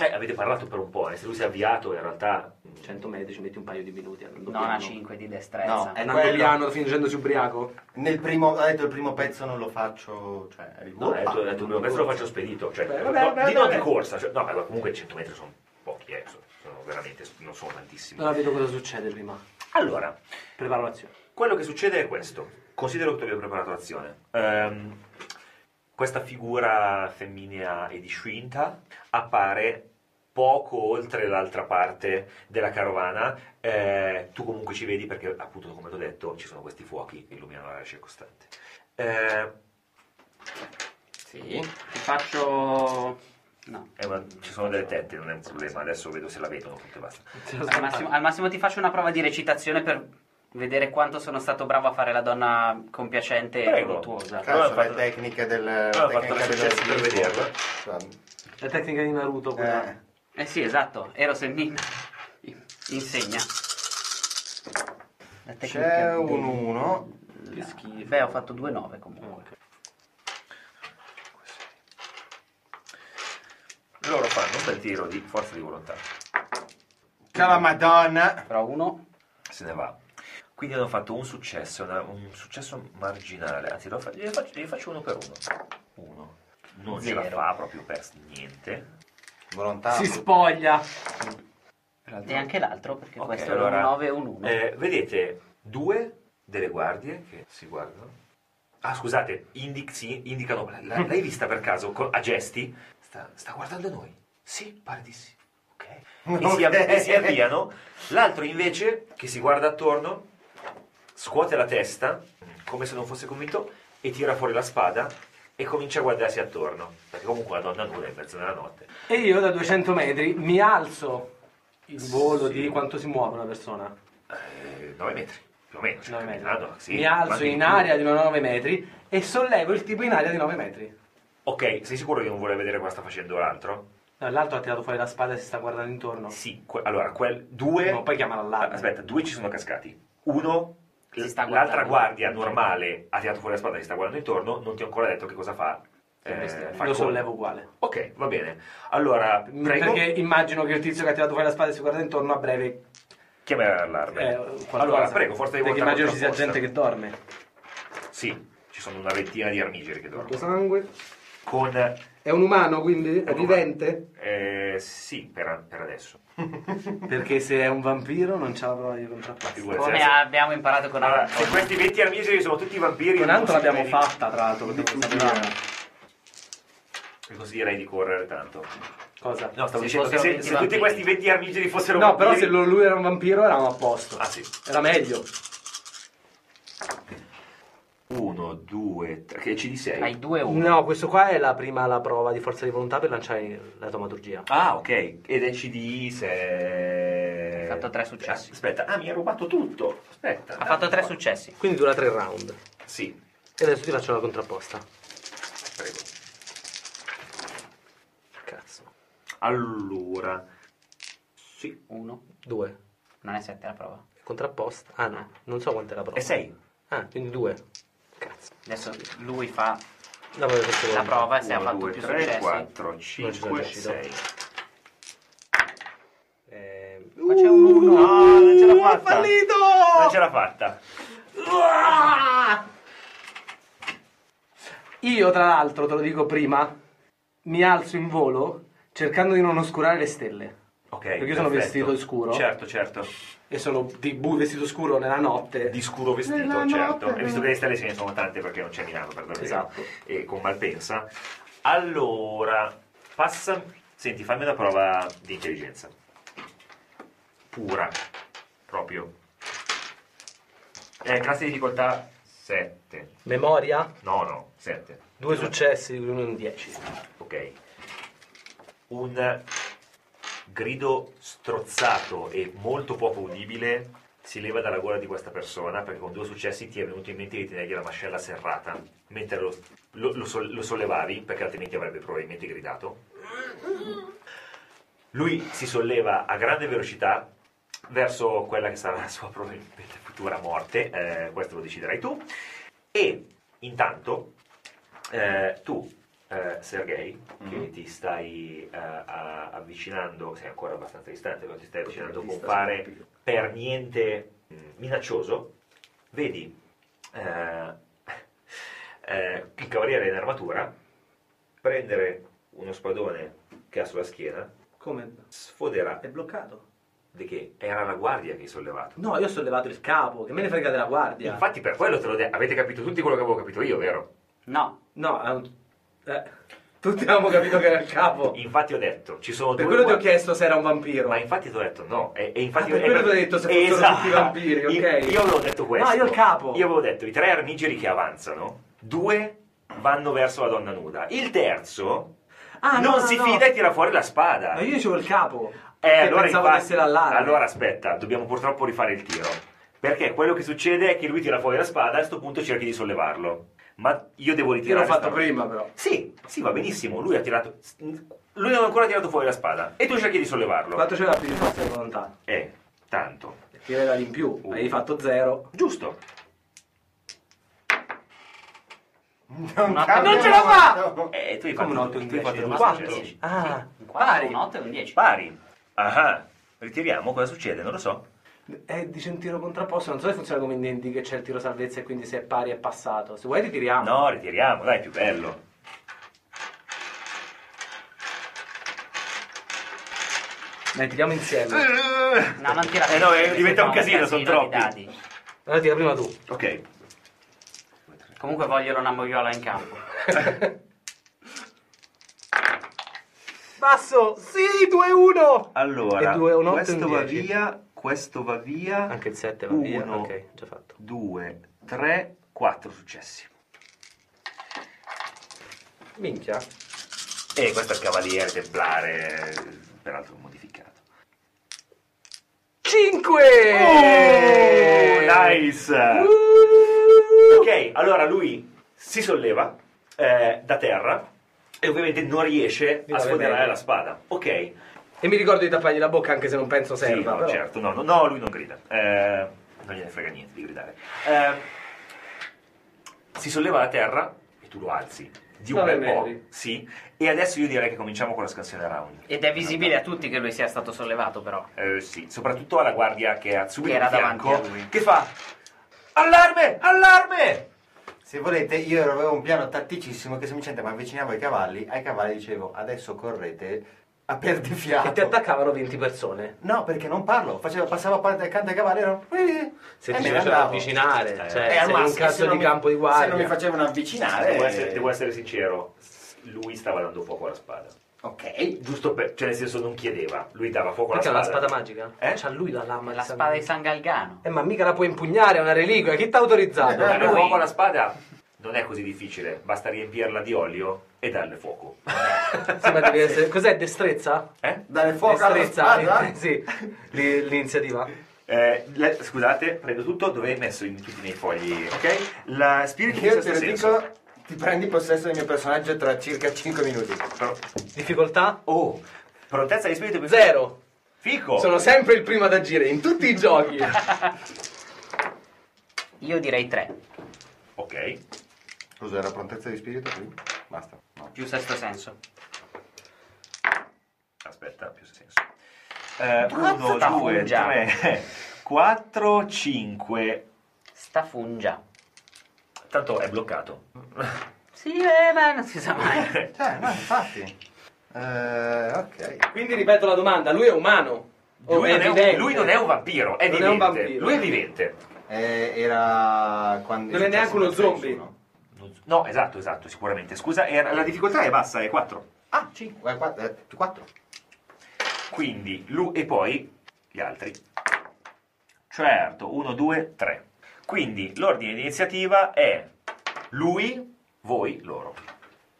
Speaker 2: Eh, avete parlato per un po', nel senso, lui si è avviato in realtà mm,
Speaker 3: 100 metri ci metti un paio di minuti.
Speaker 1: Non a 5 di destrezza.
Speaker 4: No, è-
Speaker 3: Andando
Speaker 4: Quello.
Speaker 3: piano, fingendosi ubriaco.
Speaker 4: Nel primo, ha detto il primo pezzo non lo faccio, cioè,
Speaker 2: No, è il tuo, è il tuo primo pezzo lo faccio spedito, cioè, no, di non di corsa, cioè, no, ma comunque 100 metri sono pochi, eh, sono, sono veramente, non sono tantissimi.
Speaker 3: Allora vedo cosa succede prima.
Speaker 2: Allora,
Speaker 3: Preparo l'azione.
Speaker 2: Quello che succede è questo. Considero che tu abbia preparato l'azione. Ehm, questa figura femminea e discinta appare poco oltre l'altra parte della carovana. Eh, tu comunque ci vedi perché, appunto, come ti ho detto, ci sono questi fuochi che illuminano l'area circostante. Eh,
Speaker 1: Sì. Ti faccio... No.
Speaker 2: è una- ci sono delle tette, non è un problema. Adesso vedo se la vedono tutte basta.
Speaker 3: Cioè,
Speaker 1: Al
Speaker 3: Eh,
Speaker 1: massimo, al massimo ti faccio una prova di recitazione per vedere quanto sono stato bravo a fare la donna compiacente e
Speaker 2: Prego.
Speaker 1: voluttuosa.
Speaker 2: Allora,
Speaker 4: Cazzo, le
Speaker 2: fatto-
Speaker 4: tecniche del...
Speaker 2: Allora, fatto
Speaker 4: tecnica
Speaker 2: la successi per
Speaker 4: dello-
Speaker 2: vederla.
Speaker 3: La tecnica di Naruto quella.
Speaker 4: Eh,
Speaker 1: Eh sì, esatto, Eros e Nin insegna. La tecnica
Speaker 4: c'è
Speaker 1: del-
Speaker 4: un 1.
Speaker 1: Che schifo. Beh, ho fatto 2-9 comunque.
Speaker 2: Loro fanno un bel tiro di forza di volontà.
Speaker 4: Ciao Madonna!
Speaker 1: Però uno...
Speaker 2: se ne va. Quindi hanno fatto un successo, una- un successo marginale, anzi lo fa- gliene faccio, gliene faccio uno per uno. Uno. Non ce la
Speaker 1: Zero.
Speaker 2: fa proprio per niente.
Speaker 4: Volontà.
Speaker 3: Si spoglia.
Speaker 1: E anche l'altro, perché
Speaker 2: Ok,
Speaker 1: questo
Speaker 2: allora,
Speaker 1: è un 9 e un 1.
Speaker 2: eh, vedete due delle guardie che si guardano. Ah, scusate, indi- sì, indicano. la- la- l'hai vista per caso co- a gesti? Sta, sta guardando noi. Sì, pare di sì. Ok. E si, av-
Speaker 4: Ok.
Speaker 2: e si avviano. L'altro invece, che si guarda attorno, scuote la testa, come se non fosse convinto, e tira fuori la spada e comincia a guardarsi attorno. Perché comunque la donna nuda è in mezzo alla notte.
Speaker 3: E io da 200 metri mi alzo il volo
Speaker 2: Sì.
Speaker 3: di quanto si muove una persona.
Speaker 2: 9 Eh, metri, più o meno. cioè,
Speaker 3: 9 metri.
Speaker 2: camminando, sì,
Speaker 3: mi alzo
Speaker 2: quanti di
Speaker 3: in
Speaker 2: più?
Speaker 3: aria di 9 metri e sollevo il tipo in aria di 9 metri.
Speaker 2: Ok, sei sicuro che non vuole vedere cosa sta facendo l'altro?
Speaker 3: No, l'altro ha tirato fuori la spada e si sta guardando intorno.
Speaker 2: Sì, que- allora, quel, due...
Speaker 3: No, poi chiama l'allarme.
Speaker 2: Aspetta, due ci sono cascati. Uno,
Speaker 1: Si
Speaker 2: l-
Speaker 1: sta guardando.
Speaker 2: l'altra guardia normale ha tirato fuori la spada e si sta guardando intorno, non ti ho ancora detto che cosa fa. Eh,
Speaker 3: Lo sollevo uguale.
Speaker 2: Ok, va bene. Allora, prego.
Speaker 3: Perché immagino che il tizio che ha tirato fuori la spada e si guarda intorno a breve
Speaker 2: Chiamare l'allarme.
Speaker 3: Eh, qualcosa.
Speaker 2: allora, prego, forza di
Speaker 3: Perché
Speaker 2: volontà.
Speaker 3: immagino ci sia
Speaker 2: contro
Speaker 3: gente che dorme.
Speaker 2: forza. Sì, ci sono una ventina di armigeri che
Speaker 12: Porto
Speaker 2: dormono.
Speaker 12: sangue.
Speaker 2: Con...
Speaker 12: È un umano quindi? È
Speaker 2: un
Speaker 12: vivente?
Speaker 2: Eh, sì, per, per adesso.
Speaker 3: Perché se è un vampiro non c'ha la prova di contrappasso.
Speaker 2: Figurati,
Speaker 1: Come
Speaker 2: adesso-
Speaker 1: abbiamo imparato con
Speaker 2: Allora,
Speaker 1: Anton.
Speaker 2: se questi 20 armigeri sono tutti vampiri...
Speaker 3: Con altro
Speaker 2: non si
Speaker 3: l'abbiamo
Speaker 2: vede-
Speaker 3: fatta, tra l'altro, perché non sapevamo.
Speaker 2: Vi consiglierei di correre tanto.
Speaker 3: Cosa?
Speaker 2: No,
Speaker 1: Se
Speaker 2: stavo dicendo che
Speaker 1: fossero
Speaker 2: se,
Speaker 1: 20
Speaker 2: se tutti
Speaker 1: vampiri.
Speaker 2: questi 20 armigeri fossero
Speaker 3: No, però se
Speaker 2: vampiri-
Speaker 3: lo- lui era un vampiro eravamo a posto.
Speaker 2: Ah, sì.
Speaker 3: Era meglio.
Speaker 2: 1, 2, 3, che ci di 6.
Speaker 1: Hai 2-1.
Speaker 8: No, questo qua è la prima la prova di forza di volontà per lanciare la tomaturgia.
Speaker 2: Ah, ok. Ed è CD se...
Speaker 1: Ha fatto tre successi.
Speaker 2: Ah, aspetta, ah, mi ha rubato tutto. Aspetta.
Speaker 1: Ha fatto tre successi.
Speaker 8: Quindi dura tre round.
Speaker 2: Sì,
Speaker 8: E adesso ti faccio la contrapposta.
Speaker 2: prego.
Speaker 8: Cazzo.
Speaker 2: Allora... Sì.
Speaker 1: 1.
Speaker 8: Due.
Speaker 1: Non è 7 la prova.
Speaker 8: Contrapposta. Ah no, non so quant'è la
Speaker 3: Eh
Speaker 8: prova.
Speaker 2: E 6.
Speaker 8: Ah, quindi due. Cazzo.
Speaker 1: Adesso lui fa
Speaker 8: La prova. di forza di
Speaker 1: la
Speaker 8: volontà.
Speaker 1: prova e se ha fatto
Speaker 2: 2,
Speaker 1: più
Speaker 2: 3,
Speaker 1: successi.
Speaker 2: 4,
Speaker 8: Non ci sono
Speaker 2: 5,
Speaker 8: riuscito.
Speaker 2: 6.
Speaker 8: Eh,
Speaker 1: Qua c'è
Speaker 3: Uh,
Speaker 1: un uno.
Speaker 2: No, non ce l'ha fatta.
Speaker 8: Uh, fallito!
Speaker 2: Non ce l'ha fatta.
Speaker 3: Io, tra l'altro, te lo dico prima, mi alzo in volo cercando di non oscurare le stelle.
Speaker 2: Ok,
Speaker 3: Perché io sono
Speaker 2: perfetto.
Speaker 3: vestito di scuro.
Speaker 2: Certo, certo.
Speaker 3: E sono di bu- vestito scuro nella notte.
Speaker 2: Di scuro vestito, certo. E visto che le stelle ce ne sono tante perché non c'è Milano per davvero.
Speaker 3: Esatto.
Speaker 2: E con Malpensa. Allora, passa... Senti, fammi una prova di intelligenza. Pura. Proprio. Eh, classe di difficoltà 7.
Speaker 8: Memoria?
Speaker 2: No, no, 7.
Speaker 8: Due successi, di cui uno in dieci.
Speaker 2: Ok. Un grido strozzato e molto poco udibile si leva dalla gola di questa persona perché con due successi ti è venuto in mente di tenergli la mascella serrata mentre lo, lo- lo sol- lo sollevavi perché altrimenti avrebbe probabilmente gridato. Lui si solleva a grande velocità verso quella che sarà la sua probabilmente futura morte, eh, questo lo deciderai tu, e intanto eh, tu, eh, Sergei, che ti stai eh, a- avvicinando, sei ancora abbastanza distante, ma ti stai avvicinando a un compare per niente mh, minaccioso, vedi eh, eh, il cavaliere in armatura prendere uno spadone che ha sulla schiena,
Speaker 8: Come?
Speaker 2: sfoderà
Speaker 8: bloccato.
Speaker 2: di che era la guardia che hai sollevato.
Speaker 8: No, io ho sollevato il capo, che me ne frega della guardia.
Speaker 2: Infatti per quello te l'ho detto, avete capito tutti quello che avevo capito io, vero?
Speaker 1: No,
Speaker 8: No, è un- eh, tutti avevamo capito che era il capo.
Speaker 2: Infatti ho detto, ci sono due
Speaker 8: Per quello ti ho
Speaker 2: guardie-
Speaker 8: chiesto se era un vampiro.
Speaker 2: Ma infatti ti ho detto no. E, e infatti
Speaker 8: Ah, per quello ti ho detto se fossero
Speaker 2: Esatto.
Speaker 8: tutti vampiri, ok?
Speaker 2: Io, io avevo detto questo.
Speaker 8: No, io il capo.
Speaker 2: Io avevo detto i tre armigeri che avanzano, due vanno verso la donna nuda. Il terzo
Speaker 8: Ah, no,
Speaker 2: non
Speaker 8: no,
Speaker 2: si
Speaker 8: no.
Speaker 2: fida e tira fuori la spada.
Speaker 8: Ma io dicevo il capo.
Speaker 2: Eh,
Speaker 8: che
Speaker 2: allora,
Speaker 8: pensavo
Speaker 2: infatti-
Speaker 8: fosse l'allarme.
Speaker 2: allora aspetta, dobbiamo purtroppo rifare il tiro. Perché quello che succede è che lui tira fuori la spada e a questo punto cerchi di sollevarlo. Ma io devo
Speaker 8: Io l'ho
Speaker 2: ritirare
Speaker 8: fatto
Speaker 2: sta-
Speaker 8: prima, però.
Speaker 2: Sì, sì, va benissimo. Lui ha tirato. Lui non ha ancora tirato fuori la spada. E tu cerchi di sollevarlo.
Speaker 8: Quanto c'era più di forza di volontà?
Speaker 2: Eh, tanto.
Speaker 8: Perché era in più.
Speaker 2: Uh.
Speaker 8: Avevi fatto zero.
Speaker 2: Giusto.
Speaker 4: Non, cambia
Speaker 8: non ce la fa!
Speaker 4: molto.
Speaker 2: Eh, tu hai
Speaker 8: Come un
Speaker 2: fatto,
Speaker 8: 8 in
Speaker 2: tu hai
Speaker 8: 10?
Speaker 2: fatto due
Speaker 8: Quattro.
Speaker 2: successi.
Speaker 8: Ah,
Speaker 1: un 4, un 8 e un 10.
Speaker 2: Pari. Ah, ritiriamo, cosa succede? Non lo so.
Speaker 8: è Eh, dice un tiro contrapposto. Non so se funziona come in D&D che c'è il tiro salvezza e quindi se è pari è passato. Se vuoi ti tiriamo.
Speaker 2: No, ritiriamo, dai, è più bello.
Speaker 8: Ne tiriamo insieme.
Speaker 1: No, non tira.
Speaker 2: Eh no, eh,
Speaker 1: questo
Speaker 2: diventa
Speaker 1: fa
Speaker 2: un casino, sono
Speaker 1: casino di
Speaker 2: troppi.
Speaker 1: dadi.
Speaker 8: Allora tira prima tu.
Speaker 2: Ok.
Speaker 1: Comunque vogliono una moviola in campo.
Speaker 8: Basso! Sì, 2-1!
Speaker 2: Allora,
Speaker 8: E due, un otto e
Speaker 2: questo
Speaker 8: un
Speaker 2: va
Speaker 8: dieci.
Speaker 2: via, questo va via.
Speaker 8: Anche il 7 va via.
Speaker 2: Uno,
Speaker 8: Ok, già fatto.
Speaker 2: due, tre, quattro successi.
Speaker 8: Minchia.
Speaker 2: E questo è il cavaliere templare, eh, peraltro modificato.
Speaker 8: 5! Uh,
Speaker 2: Oh, nice! Ok, allora lui si solleva eh, da terra e ovviamente non riesce a
Speaker 8: vabbè,
Speaker 2: sfoderare
Speaker 8: meglio.
Speaker 2: la spada. Ok,
Speaker 8: E mi ricordo di tappargli la bocca anche se non penso
Speaker 2: sì,
Speaker 8: serva.
Speaker 2: no,
Speaker 8: però.
Speaker 2: certo, no, no, no, lui non grida. Eh, non gliene frega niente di gridare. Eh, si solleva da terra e tu lo alzi di un
Speaker 3: Vabbè,
Speaker 2: bel po'.
Speaker 3: Mary.
Speaker 2: Sì. E adesso io direi che cominciamo con la scansione round.
Speaker 1: Ed è visibile a tutti che lui sia stato sollevato, però.
Speaker 2: Eh, sì, soprattutto alla guardia che ha subito
Speaker 1: Che era
Speaker 2: di fianco,
Speaker 1: davanti a lui.
Speaker 2: che fa allarme, allarme!
Speaker 4: Se volete, io avevo un piano tatticissimo che semplicemente mi avvicinavo ai cavalli, ai cavalli dicevo adesso correte a perdifiato.
Speaker 8: E ti attaccavano 20 persone.
Speaker 4: No, perché non parlo, facevo, passavo accanto accanto ai cavalli, ero... eh,
Speaker 8: Se
Speaker 4: e
Speaker 8: ti
Speaker 4: me ne
Speaker 8: facevano
Speaker 4: andavo.
Speaker 8: avvicinare,
Speaker 2: Eh,
Speaker 8: cioè,
Speaker 4: Eh, al
Speaker 8: se in un
Speaker 4: massimo, se
Speaker 8: caso
Speaker 4: non
Speaker 8: di
Speaker 4: mi-
Speaker 8: campo di
Speaker 4: Se non mi
Speaker 8: guardia.
Speaker 4: facevano
Speaker 1: Ah,
Speaker 4: avvicinare...
Speaker 1: eh.
Speaker 2: Devo, essere, devo essere sincero, lui stava dando fuoco alla spada.
Speaker 4: Ok.
Speaker 2: Giusto per, cioè nel senso non chiedeva, lui dava fuoco alla
Speaker 8: Perché ha
Speaker 2: spada.
Speaker 8: la spada magica?
Speaker 2: Eh?
Speaker 8: C'ha lui la lama
Speaker 1: La spada di San Galgano.
Speaker 8: Eh, ma mica la puoi impugnare, è una reliquia, chi t'ha autorizzato?
Speaker 4: Eh,
Speaker 2: Dare
Speaker 4: lui-
Speaker 2: fuoco alla spada non è così difficile, basta riempirla di olio e darle fuoco.
Speaker 8: Sì, ma deve essere- Cos'è, destrezza?
Speaker 2: Eh?
Speaker 4: Dare fuoco alla spada?
Speaker 8: eh, sì, L- l'iniziativa.
Speaker 2: Eh, le- scusate, prendo tutto dove hai messo in tutti i miei fogli, ok? La spirito
Speaker 4: Io te lo dico, ti prendi possesso del mio personaggio tra circa 5 minuti.
Speaker 8: Difficoltà?
Speaker 2: Oh, prontezza di spirito in senso-
Speaker 8: Zero.
Speaker 2: Fico.
Speaker 8: Sono sempre il primo ad agire in tutti i giochi.
Speaker 1: Io direi tre.
Speaker 2: Ok.
Speaker 4: Cos'era prontezza di spirito? qui? Basta. No.
Speaker 1: Più sesto senso.
Speaker 2: Aspetta, più senso. Eh,
Speaker 1: Cazzo,
Speaker 2: 1,
Speaker 1: ta
Speaker 2: 2,
Speaker 1: fungia.
Speaker 2: 3, 4, 5.
Speaker 1: Sta fungia.
Speaker 2: Tanto è bloccato.
Speaker 1: Sì, eh, ma non si sa mai.
Speaker 4: Cioè, no, infatti. Eh, ok.
Speaker 8: Quindi ripeto la domanda, lui è umano? O
Speaker 2: Lui, non, è
Speaker 8: Oh, vivente?
Speaker 2: un, lui non è un vampiro, è
Speaker 8: Non è
Speaker 2: vivente.
Speaker 8: un vampiro.
Speaker 2: Lui è vivente.
Speaker 4: Eh, era quando...
Speaker 8: Non è neanche uno zombie.
Speaker 2: No, esatto, esatto, sicuramente. Scusa, era- la difficoltà è bassa, è 4.
Speaker 4: Ah, 5. 4.
Speaker 2: Quindi, lui e poi gli altri. Certo, 1, 2, 3. Quindi l'ordine di iniziativa è lui, voi, loro.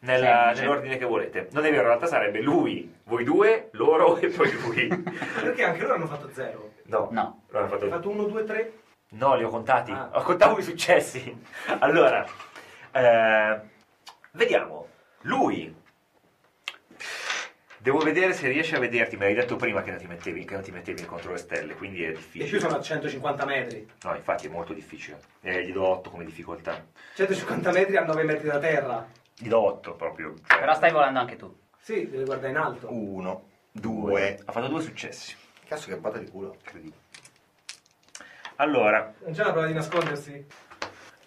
Speaker 2: Nella-
Speaker 1: Semplice.
Speaker 2: nell'ordine che volete. Non è vero, in realtà sarebbe lui, voi due, loro e poi lui.
Speaker 3: Perché anche loro hanno fatto zero.
Speaker 2: No.
Speaker 1: No.
Speaker 2: Allora, ho fatto-
Speaker 3: 1, 2, 3.
Speaker 2: No, li ho contati.
Speaker 3: Ah.
Speaker 2: Ho contato i successi. Allora, eh, vediamo. Lui. Devo vedere se riesce a vederti. Me l'hai detto prima che non ti mettevi, che non ti mettevi contro le stelle, quindi è
Speaker 3: E più
Speaker 2: difficile.
Speaker 3: sono a 150 metri.
Speaker 2: No, infatti è molto difficile. Eh, gli do 8 come difficoltà.
Speaker 3: 150 metri a 9 metri da terra.
Speaker 2: Gli do 8 proprio. cioè-
Speaker 1: Però stai volando anche tu.
Speaker 3: Sì, deve guardare in alto.
Speaker 8: Uh.
Speaker 4: 1,
Speaker 2: Due.
Speaker 4: 2.
Speaker 2: Ha fatto due successi.
Speaker 4: Cazzo che botta di culo.
Speaker 2: Incredibile. Allora,
Speaker 3: Non c'è la prova di nascondersi?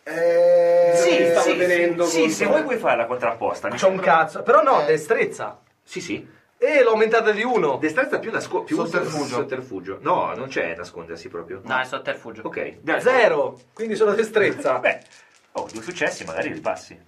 Speaker 4: Eh...
Speaker 3: Sì,
Speaker 4: stavo-
Speaker 3: sì. tenendo
Speaker 2: sì,
Speaker 3: contro-
Speaker 2: se vuoi puoi fare la contrapposta. mi
Speaker 8: C'ho un
Speaker 2: sembra-
Speaker 8: cazzo. Però
Speaker 3: Eh.
Speaker 8: no, destrezza.
Speaker 2: Sì, sì.
Speaker 8: E l'ho aumentata di uno.
Speaker 2: Destrezza più, nasco- più
Speaker 4: Sotterfugio.
Speaker 2: sotterfugio. No, non c'è nascondersi proprio.
Speaker 1: No, è sotterfugio.
Speaker 2: Ok. Dai,
Speaker 8: Zero. Quindi solo destrezza.
Speaker 2: Certo. Eh, Beh, oh, due successi, magari li passi.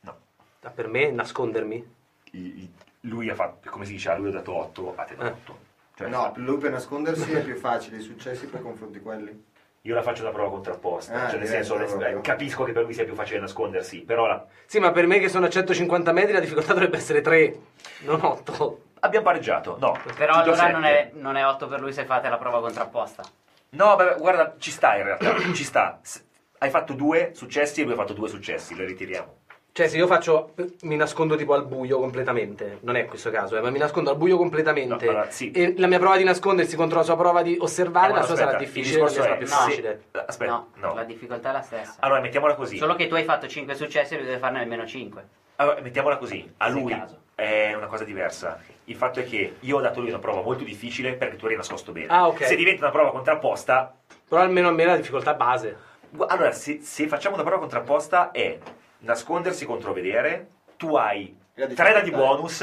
Speaker 2: No.
Speaker 8: Ma per me nascondermi?
Speaker 2: I- i- Lui ha fatto, come si dice, a lui ho dato 8, a te do
Speaker 8: Eh.
Speaker 2: 8. Cioè,
Speaker 4: No, lui per nascondersi è più facile, i successi per confronti quelli.
Speaker 2: Io la faccio una prova contrapposta.
Speaker 4: Ah,
Speaker 2: cioè, nel
Speaker 4: direi
Speaker 2: senso,
Speaker 4: proprio.
Speaker 2: eh, capisco che per lui sia più facile nascondersi, però la-
Speaker 8: Sì, ma per me che sono a 150 metri la difficoltà dovrebbe essere 3, non 8.
Speaker 2: abbiamo pareggiato. No,
Speaker 1: Però
Speaker 2: Tutto
Speaker 1: allora
Speaker 2: sette.
Speaker 1: non è, non è 8 per lui se fate la prova contrapposta.
Speaker 2: No, beh, guarda, ci sta in realtà, ci sta. S- Hai fatto due successi e lui ha fatto due successi, le ritiriamo.
Speaker 8: Cioè, se io faccio. mi nascondo tipo al buio completamente. Non è questo caso, eh, ma mi nascondo al buio completamente.
Speaker 2: No, allora, sì.
Speaker 8: E la mia prova di nascondersi contro la sua prova di osservare,
Speaker 2: Eh, ma
Speaker 8: la sua
Speaker 2: aspetta,
Speaker 8: sarà
Speaker 2: il
Speaker 8: difficile, la mia
Speaker 2: discorso
Speaker 8: sarà
Speaker 2: è-
Speaker 8: più
Speaker 2: no.
Speaker 8: facile.
Speaker 2: Eh, Aspetta,
Speaker 1: no,
Speaker 2: no.
Speaker 1: la difficoltà è la stessa.
Speaker 2: Allora, mettiamola così.
Speaker 1: Solo che tu hai fatto 5 successi e lui deve farne almeno 5.
Speaker 2: Allora, mettiamola così, a
Speaker 1: Se
Speaker 2: lui
Speaker 1: caso.
Speaker 2: è una cosa diversa. Il fatto è che io ho dato lui una prova molto difficile perché tu eri nascosto bene.
Speaker 8: Ah, ok.
Speaker 2: Se diventa una prova contrapposta,
Speaker 8: Però almeno a me la difficoltà base.
Speaker 2: gu- allora se, se facciamo una prova contrapposta è nascondersi contro vedere, tu hai
Speaker 4: La
Speaker 2: 3
Speaker 4: difficoltà
Speaker 2: dadi
Speaker 4: è-
Speaker 2: bonus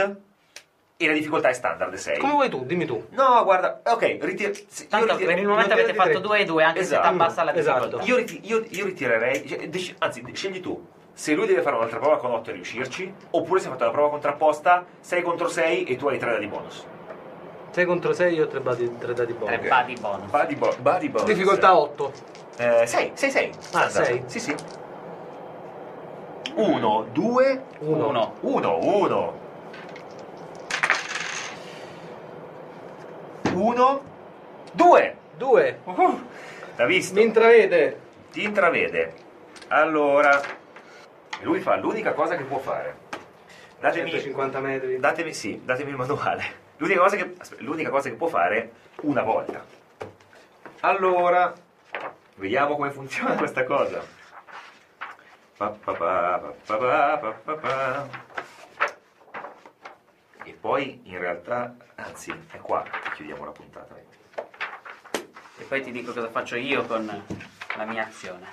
Speaker 2: e la difficoltà è standard 6.
Speaker 8: Come vuoi tu, dimmi tu.
Speaker 2: No, guarda, ok, ritiro... se- io
Speaker 1: Tanto
Speaker 2: ritiro-
Speaker 1: per il momento
Speaker 8: non
Speaker 1: avete
Speaker 8: dire di
Speaker 1: fatto
Speaker 8: tre.
Speaker 1: 2 e 2, anche se
Speaker 2: Esatto.
Speaker 1: ti abbassa la
Speaker 8: Esatto.
Speaker 1: difficoltà.
Speaker 2: Io, riti- io- io ritirerei, cioè, dec- anzi, de- scegli tu. Se lui deve fare un'altra prova con 8 e riuscirci, oppure se ha fatto la prova contrapposta 6 contro 6 e tu hai 3 dadi bonus.
Speaker 8: 6 contro 6, io ho 3 dadi, tre dadi
Speaker 1: Tre
Speaker 8: bonus.
Speaker 1: body bonus.
Speaker 2: Body, bo- body bonus. Eh,
Speaker 8: Difficoltà 8.
Speaker 2: 6, 6, 6.
Speaker 8: Ah, sei?
Speaker 2: Sì, sì. 1, 2,
Speaker 8: 1.
Speaker 2: 1, 1. 1, 2.
Speaker 8: 2.
Speaker 2: L'ha visto?
Speaker 8: Mi intravede.
Speaker 2: Ti intravede. Allora, lui fa l'unica cosa che può fare. Datemi,
Speaker 3: 150 metri.
Speaker 2: datemi, sì, datemi il manuale. L'unica cosa, che, aspetta, l'unica cosa che può fare una volta. Allora, vediamo come funziona questa cosa. Pa, pa, pa, pa, pa, pa, pa, pa, pa. E poi in realtà, anzi, è qua che chiudiamo la puntata.
Speaker 1: E poi ti dico cosa faccio io con la mia azione.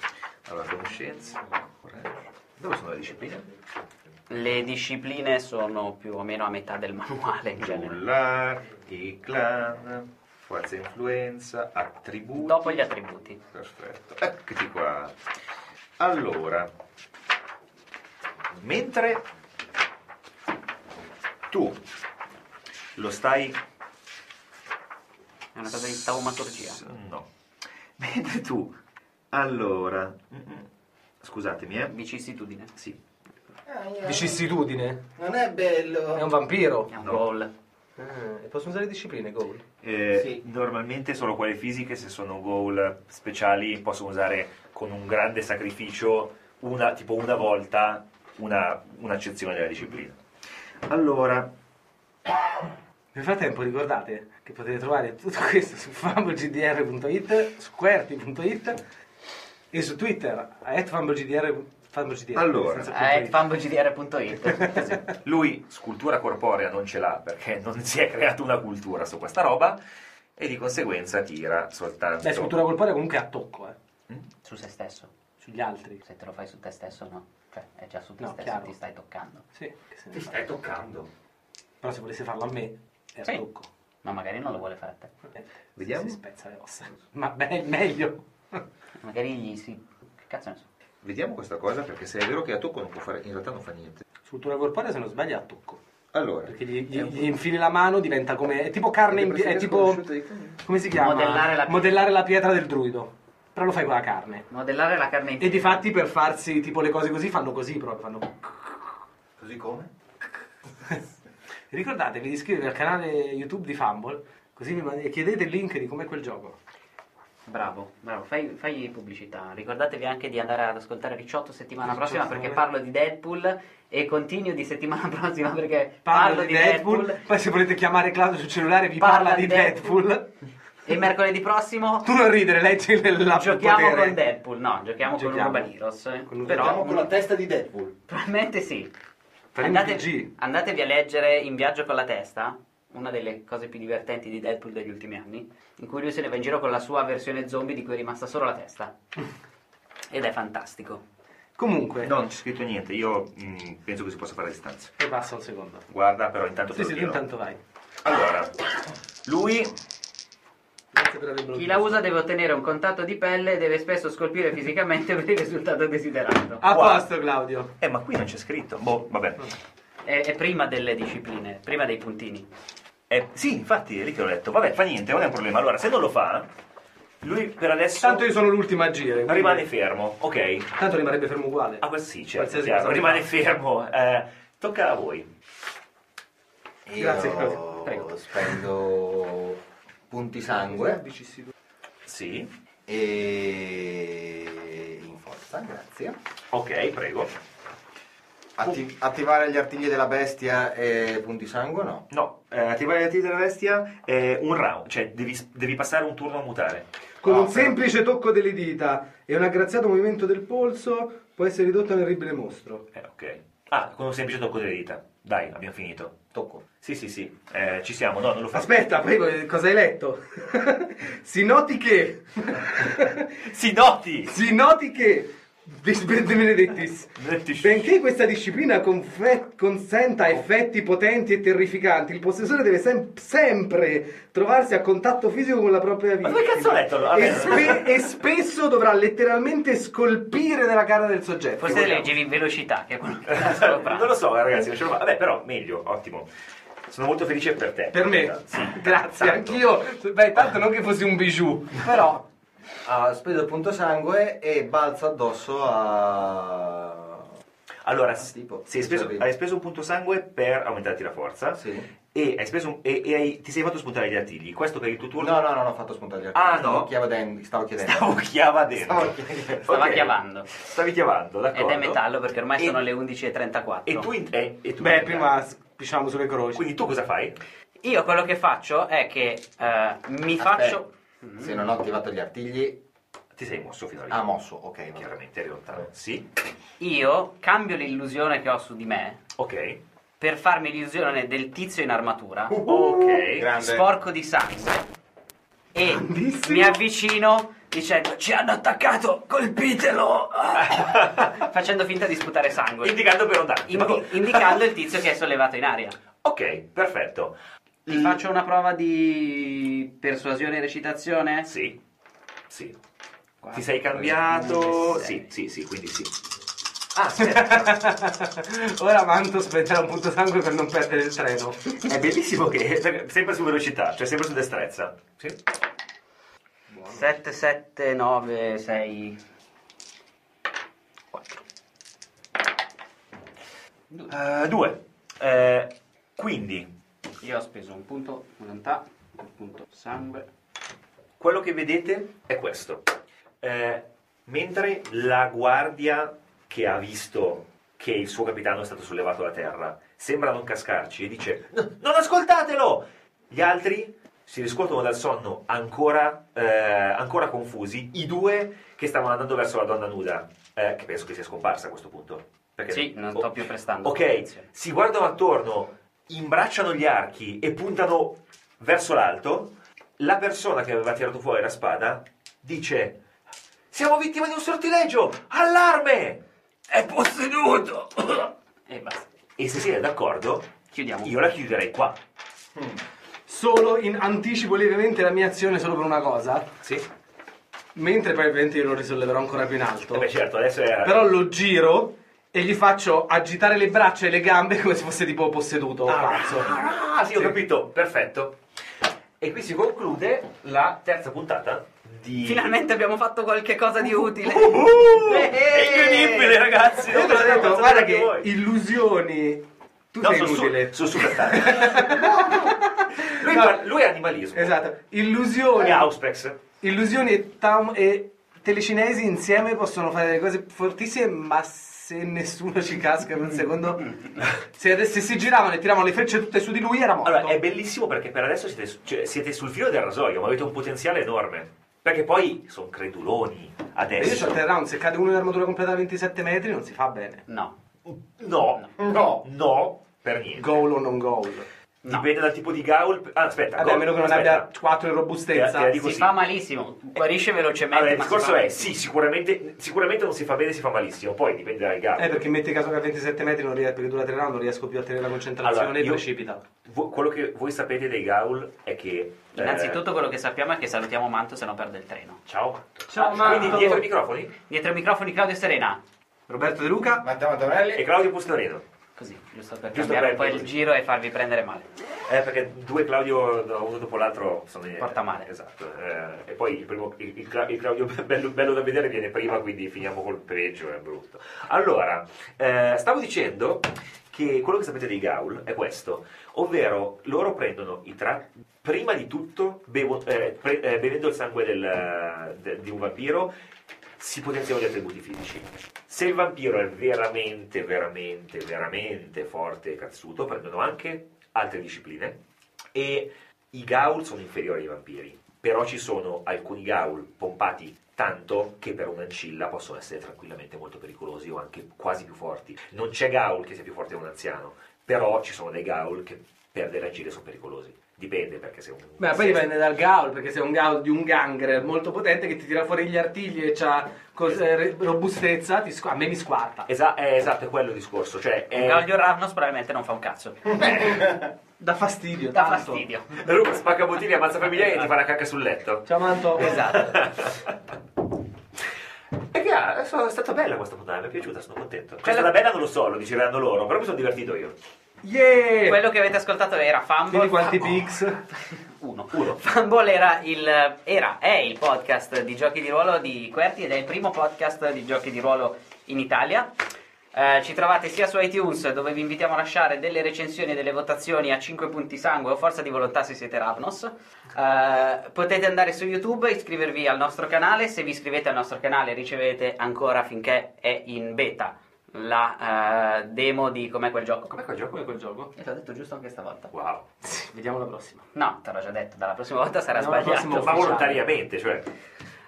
Speaker 2: Allora, conoscenza, coraggio. Dove sono le discipline?
Speaker 1: Le discipline sono più o meno a metà del manuale in genere.
Speaker 2: Nulla, Cioè, i clan, forza e influenza, attributi.
Speaker 1: Dopo gli attributi.
Speaker 2: Perfetto, eccoti qua. Allora, mentre tu lo stai...
Speaker 1: È una cosa di taumaturgia.
Speaker 2: No. Mentre tu... Allora... mm, Scusatemi, eh.
Speaker 1: Vicissitudine.
Speaker 2: Sì.
Speaker 3: Vicissitudine?
Speaker 4: Non è bello.
Speaker 3: È un vampiro.
Speaker 1: È un
Speaker 2: No.
Speaker 1: goal.
Speaker 3: Ah, e posso usare discipline, goal?
Speaker 2: Eh,
Speaker 4: Sì.
Speaker 2: Normalmente solo quelle fisiche, se sono goal speciali, possono usare con un grande sacrificio, una, tipo una volta, una, un'accezione della disciplina. Allora,
Speaker 3: Nel frattempo ricordate che potete trovare tutto questo su fumblegdr.it, su qwerty.it e su Twitter a fumblegdr. fumblegdr,
Speaker 2: Allora.
Speaker 3: senza punto
Speaker 1: È
Speaker 3: it.
Speaker 1: fambogdr.it.
Speaker 2: lui scultura corporea non ce l'ha perché non si è creata una cultura su questa roba e di conseguenza tira soltanto...
Speaker 3: Beh, scultura corporea comunque è a tocco, eh,
Speaker 1: Su se stesso.
Speaker 3: sugli altri.
Speaker 1: Se te lo fai su te stesso no. Cioè, è già su te
Speaker 3: No,
Speaker 1: stesso,
Speaker 3: chiaro.
Speaker 1: ti stai toccando.
Speaker 3: Sì, che se ne
Speaker 7: Ti
Speaker 3: fa.
Speaker 7: stai toccando.
Speaker 3: Però se volesse farlo a me è a
Speaker 1: Sì.
Speaker 3: tocco.
Speaker 1: Ma magari non lo vuole fare a te.
Speaker 3: Eh,
Speaker 2: Vediamo.
Speaker 3: Si spezza le ossa. Ma beh, meglio.
Speaker 1: Magari gli si... Che cazzo ne so.
Speaker 2: Vediamo questa cosa perché se è vero che a tocco non può fare, in realtà non fa niente.
Speaker 3: Scultura corporea, se non sbaglio, è a tocco.
Speaker 2: Allora,
Speaker 3: Perché gli, gli- gli infili la mano, diventa come... È tipo carne in pietra, è tipo... Come si chiama?
Speaker 1: Modellare la-
Speaker 3: Modellare la pietra del druido. Però lo fai con la carne.
Speaker 1: Modellare la carne in
Speaker 3: E difatti per farsi tipo le cose così fanno così proprio, fanno...
Speaker 4: Così come?
Speaker 3: Ricordatevi di iscrivervi al canale YouTube di Fumble, così vi mand- chiedete il link di com'è quel gioco.
Speaker 1: Bravo, bravo, fai, fai pubblicità. Ricordatevi anche di andare ad ascoltare 18 settimana prossima
Speaker 3: 18
Speaker 1: perché
Speaker 3: settimane.
Speaker 1: parlo di Deadpool e continuo di settimana prossima perché
Speaker 3: Parla di, Deadpool, poi se volete chiamare Claudio sul cellulare vi parla, di Deadpool.
Speaker 1: E mercoledì prossimo
Speaker 3: Tu non ridere, leggi il- la
Speaker 1: giochiamo
Speaker 3: potere.
Speaker 1: con Deadpool. No, giochiamo,
Speaker 3: Giochiamo.
Speaker 1: con Urban Heroes. eh.
Speaker 3: Con Urban-
Speaker 1: Però
Speaker 4: Partiamo con la testa di Deadpool.
Speaker 1: probabilmente sì.
Speaker 3: Faremo un
Speaker 1: Andate-
Speaker 3: PG.
Speaker 1: andatevi a leggere In viaggio con la testa, una delle cose più divertenti di Deadpool degli ultimi anni, in cui lui se ne va in giro con la sua versione zombie di cui è rimasta solo la testa. Ed è fantastico.
Speaker 7: Eh.
Speaker 3: Comunque,
Speaker 2: no, non c'è scritto niente, io mm, penso che si possa fare a distanza.
Speaker 3: e passa un secondo.
Speaker 2: Guarda, però intanto te
Speaker 3: Sì,
Speaker 2: lo
Speaker 3: sì, tu
Speaker 2: tiro.
Speaker 3: intanto vai.
Speaker 2: Allora, lui
Speaker 3: Grazie per avermelo
Speaker 1: Chi
Speaker 3: chiesto.
Speaker 1: la usa deve ottenere un contatto di pelle e deve spesso scolpire fisicamente per il risultato desiderato.
Speaker 3: A
Speaker 2: Wow.
Speaker 3: posto Claudio.
Speaker 2: Eh, ma qui non c'è scritto. Boh, vabbè.
Speaker 1: È, è prima delle discipline, prima dei puntini.
Speaker 2: Eh, sì, infatti, è lì che ho detto. Vabbè, fa niente, non è un problema. Allora, se non lo fa, lui per adesso
Speaker 3: Tanto io sono l'ultimo a girare. quindi-
Speaker 2: rimane fermo. Ok.
Speaker 3: Tanto rimarrebbe fermo uguale.
Speaker 2: Ah, questo sì, certo,
Speaker 3: Qualsiasi
Speaker 2: chiaro.
Speaker 3: cosa
Speaker 2: Rimane
Speaker 3: fa.
Speaker 2: fermo. Eh, tocca a voi.
Speaker 3: Grazie,
Speaker 4: Io
Speaker 3: Claudio.
Speaker 1: Prego.
Speaker 4: spendo punti
Speaker 3: Eh?
Speaker 4: sangue
Speaker 2: Sì.
Speaker 4: e in forza, grazie.
Speaker 2: Ok, prego.
Speaker 4: Atti- attivare gli artigli della bestia e punti sangue no.
Speaker 2: No, eh, attivare l'attività della bestia è un round, cioè devi, devi passare un turno a mutare.
Speaker 3: Con
Speaker 4: Ah,
Speaker 3: un
Speaker 4: però-
Speaker 3: semplice tocco delle dita e un aggraziato movimento del polso può essere ridotto a un orribile mostro.
Speaker 2: Eh, ok. Ah, con un semplice tocco delle dita. Dai, abbiamo finito.
Speaker 4: Tocco.
Speaker 2: Sì, sì, sì. Eh, ci siamo, no, non lo fa.
Speaker 3: Aspetta, poi voi- cosa hai letto? si noti che...
Speaker 2: Si noti!
Speaker 3: si noti che... Bis- ben- Benedettis. Benché questa disciplina confe- consenta effetti potenti e terrificanti, il possessore deve sem- sempre trovarsi a contatto fisico con la propria vita.
Speaker 2: Ma dove cazzo ho letto? Vabbè.
Speaker 3: E, spe- e spesso dovrà letteralmente scolpire nella cara del soggetto.
Speaker 1: Forse leggevi in velocità, che è quello che era sopra.
Speaker 2: non lo so, ragazzi, lasciamo Vabbè, però, meglio, ottimo. Sono molto felice per te.
Speaker 3: Per me,
Speaker 2: Sì,
Speaker 3: grazie,
Speaker 2: tanto.
Speaker 3: anch'io. Beh, tanto non che fossi un bijou.
Speaker 4: Però ha speso il punto sangue e balza addosso a...
Speaker 2: Allora,
Speaker 4: Ah, tipo,
Speaker 2: sei speso-
Speaker 4: sarebbe-
Speaker 2: hai speso un punto sangue per aumentarti la forza.
Speaker 4: Sì.
Speaker 2: E, hai speso un- e- e hai- ti sei fatto spuntare gli artigli. Questo per il tuo turno.
Speaker 4: No, no, no, non ho fatto spuntare gli artigli.
Speaker 2: Ah, no?
Speaker 4: Stavo chiedendo. Stavo chiedendo.
Speaker 2: Stavo chiava dentro.
Speaker 4: Stavo chiedendo.
Speaker 1: Stava
Speaker 2: Ok.
Speaker 1: chiavando.
Speaker 2: Stavi chiavando, d'accordo.
Speaker 1: Ed è metallo perché ormai
Speaker 2: E-
Speaker 1: sono le 11.34.
Speaker 2: E tu, in- eh, e tu
Speaker 3: Beh,
Speaker 2: in-
Speaker 3: prima pisciamo sulle croci.
Speaker 2: Quindi tu cosa fai?
Speaker 1: Io quello che faccio è che eh, mi
Speaker 4: Aspetta,
Speaker 1: faccio...
Speaker 4: Se non ho attivato gli artigli,
Speaker 2: Ti Ti sei mosso fino a lì.
Speaker 4: Ah, mosso, ok. va bene.
Speaker 2: Chiaramente eri lontano. Sì.
Speaker 1: Io cambio l'illusione che ho su di me
Speaker 2: Ok.
Speaker 1: per farmi l'illusione del tizio in armatura,
Speaker 2: uh, Ok.
Speaker 4: Uh, Grande.
Speaker 1: sporco di sangue, e mi avvicino dicendo ci hanno attaccato, colpitelo! Ah! Facendo finta di sputare sangue,
Speaker 2: Indicando per andarti.
Speaker 1: Indi- indicando il tizio che è sollevato in aria.
Speaker 2: Ok, perfetto.
Speaker 1: Ti
Speaker 4: Mm.
Speaker 1: faccio una prova di persuasione e recitazione?
Speaker 2: Sì. Sì.
Speaker 1: Quattro,
Speaker 2: Ti sei cambiato.
Speaker 1: cinque,
Speaker 2: Sì,
Speaker 1: sei.
Speaker 2: sì, sì, quindi sì.
Speaker 1: Ah, aspetta.
Speaker 3: Ora Manto spenderà un punto sangue per non perdere il treno.
Speaker 2: È bellissimo che sempre su velocità, cioè sempre su destrezza. Sì.
Speaker 1: 7, 7, 9, 6.
Speaker 2: Eh, due. Eh, quindi,
Speaker 1: Io ho speso un punto volontà, un punto sangue.
Speaker 2: quello che vedete è questo. Eh, mentre la guardia che ha visto che il suo capitano è stato sollevato da terra sembra non cascarci e dice "No, non ascoltatelo! Gli altri si riscuotono dal sonno ancora, eh, ancora confusi, i due che stavano andando verso la donna nuda, eh, che penso che sia scomparsa a questo punto. Perché
Speaker 1: Sì, non sto più prestando.
Speaker 2: Oh, Ok,
Speaker 1: attenzione.
Speaker 2: si guardano attorno, imbracciano gli archi e puntano verso l'alto. La persona che aveva tirato fuori la spada dice: Siamo vittime di un sortilegio! Allarme! È posseduto!
Speaker 1: E basta.
Speaker 2: E se siete d'accordo,
Speaker 1: Chiudiamo.
Speaker 2: io la chiuderei qua.
Speaker 3: Solo in anticipo lievemente la mia azione solo per una cosa.
Speaker 2: Sì?
Speaker 3: Mentre poi ovviamente io lo risolleverò ancora più in alto.
Speaker 2: Vabbè, certo, adesso era.
Speaker 3: Però lo giro e gli faccio agitare le braccia e le gambe come se fosse tipo posseduto. pazzo.
Speaker 2: Ah, ah, sì, ho
Speaker 3: Sì.
Speaker 2: capito, perfetto. E qui si conclude la terza puntata di.
Speaker 1: Finalmente abbiamo fatto qualche cosa di utile.
Speaker 2: Uh,
Speaker 1: Eh, eh.
Speaker 2: è incredibile, ragazzi!
Speaker 3: Io
Speaker 2: Non
Speaker 3: te l'ho
Speaker 2: potete
Speaker 3: detto,
Speaker 2: ammazzare
Speaker 3: guarda
Speaker 2: anche
Speaker 3: che
Speaker 2: voi.
Speaker 3: illusioni. Tu sei
Speaker 2: sono su-
Speaker 3: inutile.
Speaker 2: sono super tardi. lui,
Speaker 3: No.
Speaker 2: par- lui è animalismo.
Speaker 3: Esatto.
Speaker 2: È
Speaker 3: Illusioni.
Speaker 2: Auspex.
Speaker 3: Illusioni e, tam- e telecinesi insieme possono fare delle cose fortissime, ma se nessuno ci casca per un secondo. Se, adesso- se si giravano e tiravano le frecce tutte su di lui, era morto.
Speaker 2: Allora, è bellissimo perché per adesso siete, su- cioè, siete sul filo del rasoio, ma avete un potenziale enorme. Perché poi sono creduloni
Speaker 3: E Io
Speaker 2: adesso.
Speaker 3: c'ho il round, se cade uno in armatura completa a 27 metri non si fa bene.
Speaker 1: No.
Speaker 2: No, no, no, per niente.
Speaker 3: Goal o non goal.
Speaker 2: Dipende dal tipo di gaul. Ah, aspetta.
Speaker 3: Vabbè, a
Speaker 2: goal-
Speaker 3: meno che non
Speaker 2: aspetta.
Speaker 3: abbia 4 in robustezza.
Speaker 2: Te la- te la
Speaker 1: Si
Speaker 2: dico sì.
Speaker 1: fa malissimo. Guarisce velocemente.
Speaker 2: Allora, il
Speaker 1: ma si
Speaker 2: discorso
Speaker 1: fa
Speaker 2: è,
Speaker 1: malissimo.
Speaker 2: sì, sicuramente, sicuramente non si fa bene, si fa malissimo. Poi dipende dal gaul.
Speaker 3: Eh, perché metti caso che a 27 metri non riesco, perché dura 3 round, non riesco più a tenere la concentrazione
Speaker 2: Allora,
Speaker 3: e
Speaker 2: io-
Speaker 3: precipita.
Speaker 2: Vo- quello che voi sapete dei gaul è che... eh,
Speaker 1: Innanzitutto quello che sappiamo è che salutiamo Manto se no perde il treno.
Speaker 2: Ciao. Ah,
Speaker 3: Ciao,
Speaker 2: Quindi
Speaker 3: Marco.
Speaker 2: dietro i microfoni
Speaker 1: Dietro i microfoni Claudio e Serena.
Speaker 3: Roberto De Luca,
Speaker 4: Matteo Antonelli.
Speaker 2: e Claudio Pustorino.
Speaker 1: Così, giusto per
Speaker 2: Giusto
Speaker 1: cambiare
Speaker 2: per-
Speaker 1: un po' il giro e farvi prendere male.
Speaker 2: Eh, perché due Claudio no, uno dopo l'altro sono in-
Speaker 1: Porta male.
Speaker 2: Esatto. eh, e poi il, primo, il, il Cla- il Claudio bello, bello da vedere viene prima, quindi finiamo col peggio, è brutto. Allora, eh, stavo dicendo che quello che sapete dei Gaul è questo, ovvero loro prendono i tra... Prima di tutto, bevo- eh, pre- eh, bevendo il sangue del- de- di un vampiro, si potenziano gli attributi fisici. Se il vampiro è veramente, veramente, veramente forte e cazzuto, prendono anche altre discipline e i gaul sono inferiori ai vampiri. Però ci sono alcuni gaul pompati tanto che per un'ancilla possono essere tranquillamente molto pericolosi o anche quasi più forti. Non c'è gaul che sia più forte di un anziano, però ci sono dei gaul che per delle ancille sono pericolosi. Dipende perché se un...
Speaker 3: Beh, poi
Speaker 2: se-
Speaker 3: dipende dal gaul, perché sei un gaul di un gangre molto potente che ti tira fuori gli artigli e c'ha cos- eh, re- robustezza, ti squ- a me mi squarta.
Speaker 2: Esa- eh, esatto, è quello il discorso. Cioè, è...
Speaker 1: Un Claudio Ravnos probabilmente non fa un cazzo.
Speaker 3: Da fastidio,
Speaker 1: Dà
Speaker 3: tanto.
Speaker 1: fastidio.
Speaker 2: Ruba, eh, spacca bottiglia, ammazza famiglia e ti fa la cacca sul letto.
Speaker 3: Ciao Manto.
Speaker 1: Esatto.
Speaker 2: E che ha- è so- è stata bella questa puntata, mi è piaciuta, sono contento. Cioè, è stata bella non lo so, lo diceranno loro, però mi sono divertito io.
Speaker 3: Yeah!
Speaker 1: Quello che avete ascoltato era Fumble.
Speaker 3: Vedi quanti pix?
Speaker 1: Uno.
Speaker 2: Uno.
Speaker 1: Fumble era il, era, è il podcast di giochi di ruolo di Querti ed è il primo podcast di giochi di ruolo in Italia. Eh, ci trovate sia su iTunes dove vi invitiamo a lasciare delle recensioni e delle votazioni a 5 punti sangue o forza di volontà se siete Ravnos. Eh, potete andare su YouTube e iscrivervi al nostro canale. Se vi iscrivete al nostro canale ricevete ancora finché è in beta la eh, demo di com'è quel gioco.
Speaker 2: Com'è quel gioco?
Speaker 3: Come quel gioco?
Speaker 1: E l'ho detto giusto anche stavolta.
Speaker 2: Wow.
Speaker 3: Vediamo la prossima.
Speaker 1: No, te l'ho già detto, dalla prossima volta sarà
Speaker 3: No, la
Speaker 1: sbagliato.
Speaker 3: prossima
Speaker 2: Ma volontariamente, cioè.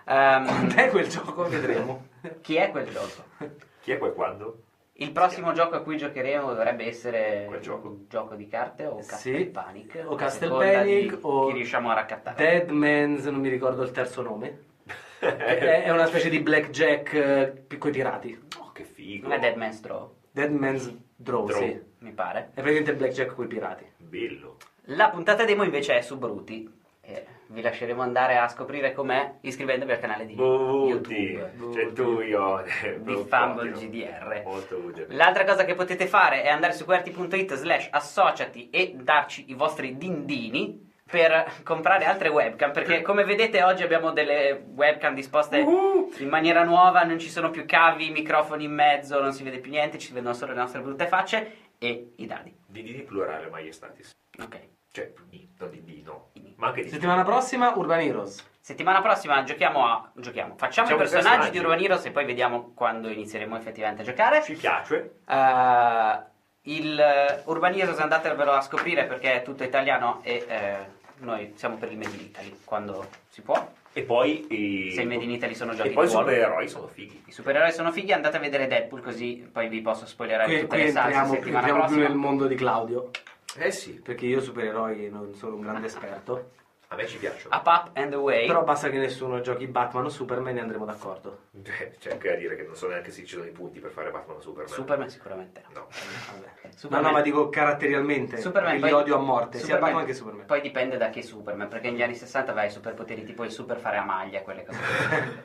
Speaker 1: Ehm,
Speaker 3: È quel gioco, vedremo.
Speaker 1: chi è quel gioco?
Speaker 2: Chi è quel quando?
Speaker 1: Il prossimo gioco a cui giocheremo dovrebbe essere
Speaker 2: Quel gioco.
Speaker 1: un gioco di carte o Castle
Speaker 3: Sì.
Speaker 1: Panic.
Speaker 3: O
Speaker 1: a
Speaker 3: Castle
Speaker 1: seconda
Speaker 3: Panic,
Speaker 1: di
Speaker 3: o
Speaker 1: chi riusciamo a raccattare.
Speaker 3: Dead Man's, non mi ricordo il terzo nome.
Speaker 2: Eh.
Speaker 3: È, è una specie di blackjack eh, coi pirati.
Speaker 2: Oh, che figo.
Speaker 1: Non è Dead Man's Draw,
Speaker 3: Dead Man's Draw,
Speaker 2: Draw.
Speaker 3: sì.
Speaker 1: mi pare.
Speaker 3: È praticamente blackjack coi pirati.
Speaker 2: Bello.
Speaker 1: La puntata demo invece è su Bruti. E vi lasceremo andare a scoprire com'è iscrivendovi al canale di
Speaker 2: Buti,
Speaker 1: YouTube.
Speaker 2: Centurione,
Speaker 1: Di Fumble GDR.
Speaker 2: Molto utile.
Speaker 1: L'altra cosa che potete fare è andare su qwerty.it slash associati e darci i vostri dindini per comprare altre webcam perché come vedete oggi abbiamo delle webcam disposte
Speaker 3: Uhuh!
Speaker 1: in maniera nuova non ci sono più cavi, microfoni in mezzo non si vede più niente, ci vedono solo le nostre brutte facce e i dadi
Speaker 2: Di di plurale maiestatis.
Speaker 1: ok
Speaker 2: Cioè, di, no, di, di no. Ma anche di
Speaker 3: Settimana prossima, Urban Heroes.
Speaker 1: settimana prossima giochiamo a giochiamo facciamo
Speaker 2: Facciamo
Speaker 1: i personaggi
Speaker 2: i personaggi.
Speaker 1: di Urban Heroes e poi vediamo quando inizieremo effettivamente a giocare
Speaker 2: Ci piace.
Speaker 1: Eh, il eh, Urban Heroes andatevelo a scoprire perché è tutto italiano e eh, noi siamo per il Made in Italy quando si può.
Speaker 2: E poi... i-
Speaker 1: Se i Made in Italy sono giochi
Speaker 2: E poi i
Speaker 1: di ruolo.
Speaker 2: supereroi sono fighi.
Speaker 1: I supereroi sono fighi, andate a vedere Deadpool così poi vi posso spoilerare
Speaker 3: Qui,
Speaker 1: tutte
Speaker 3: qui
Speaker 1: le salse
Speaker 3: entriamo,
Speaker 1: settimana
Speaker 3: entriamo più
Speaker 1: prossima.
Speaker 3: nel mondo di Claudio.
Speaker 2: Eh sì,
Speaker 3: Perché io supereroi non sono un grande esperto.
Speaker 2: a me ci piacciono.
Speaker 1: Up Up and Away.
Speaker 3: Però basta che nessuno giochi Batman o Superman e andremo d'accordo.
Speaker 2: Beh, Cioè, c'è anche da dire che non so neanche se ci sono i punti per fare Batman o Superman.
Speaker 1: Superman sicuramente. no.
Speaker 2: No.
Speaker 3: Vabbè.
Speaker 1: Superman-
Speaker 3: No, no, ma dico caratterialmente.
Speaker 1: Superman,
Speaker 3: Superman, li
Speaker 1: poi-
Speaker 3: odio a morte, sia
Speaker 1: Superman-
Speaker 3: Batman che Superman.
Speaker 1: Poi dipende da che Superman, perché negli anni 60 aveva i superpoteri tipo il super fare a maglia e quelle cose.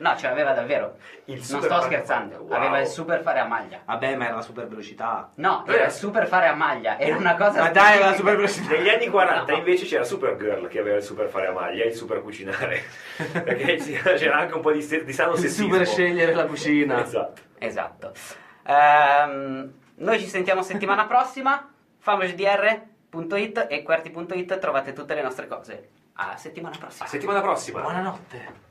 Speaker 1: no, ce l'aveva davvero.
Speaker 2: Il
Speaker 1: non
Speaker 2: super
Speaker 1: sto
Speaker 2: fare a
Speaker 1: scherzando,
Speaker 2: maglia, wow.
Speaker 1: aveva il super fare a maglia.
Speaker 3: Vabbè, ma era la super velocità.
Speaker 1: No, era
Speaker 2: Eh.
Speaker 1: il super fare a maglia, era una cosa
Speaker 3: Ma dai, era la
Speaker 1: specifica.
Speaker 3: super velocità.
Speaker 2: Negli anni 40
Speaker 1: No.
Speaker 2: invece c'era Supergirl che aveva il super fare a maglia e il super cucinare. Perché c'era anche un po' di, se- di sano
Speaker 3: Il
Speaker 2: sessismo.
Speaker 3: super scegliere la cucina.
Speaker 2: Esatto.
Speaker 1: Esatto. Ehm, noi ci sentiamo settimana prossima. famosdr.it e QWERTY.it trovate tutte le nostre cose. A settimana prossima.
Speaker 2: A settimana prossima.
Speaker 3: Buonanotte.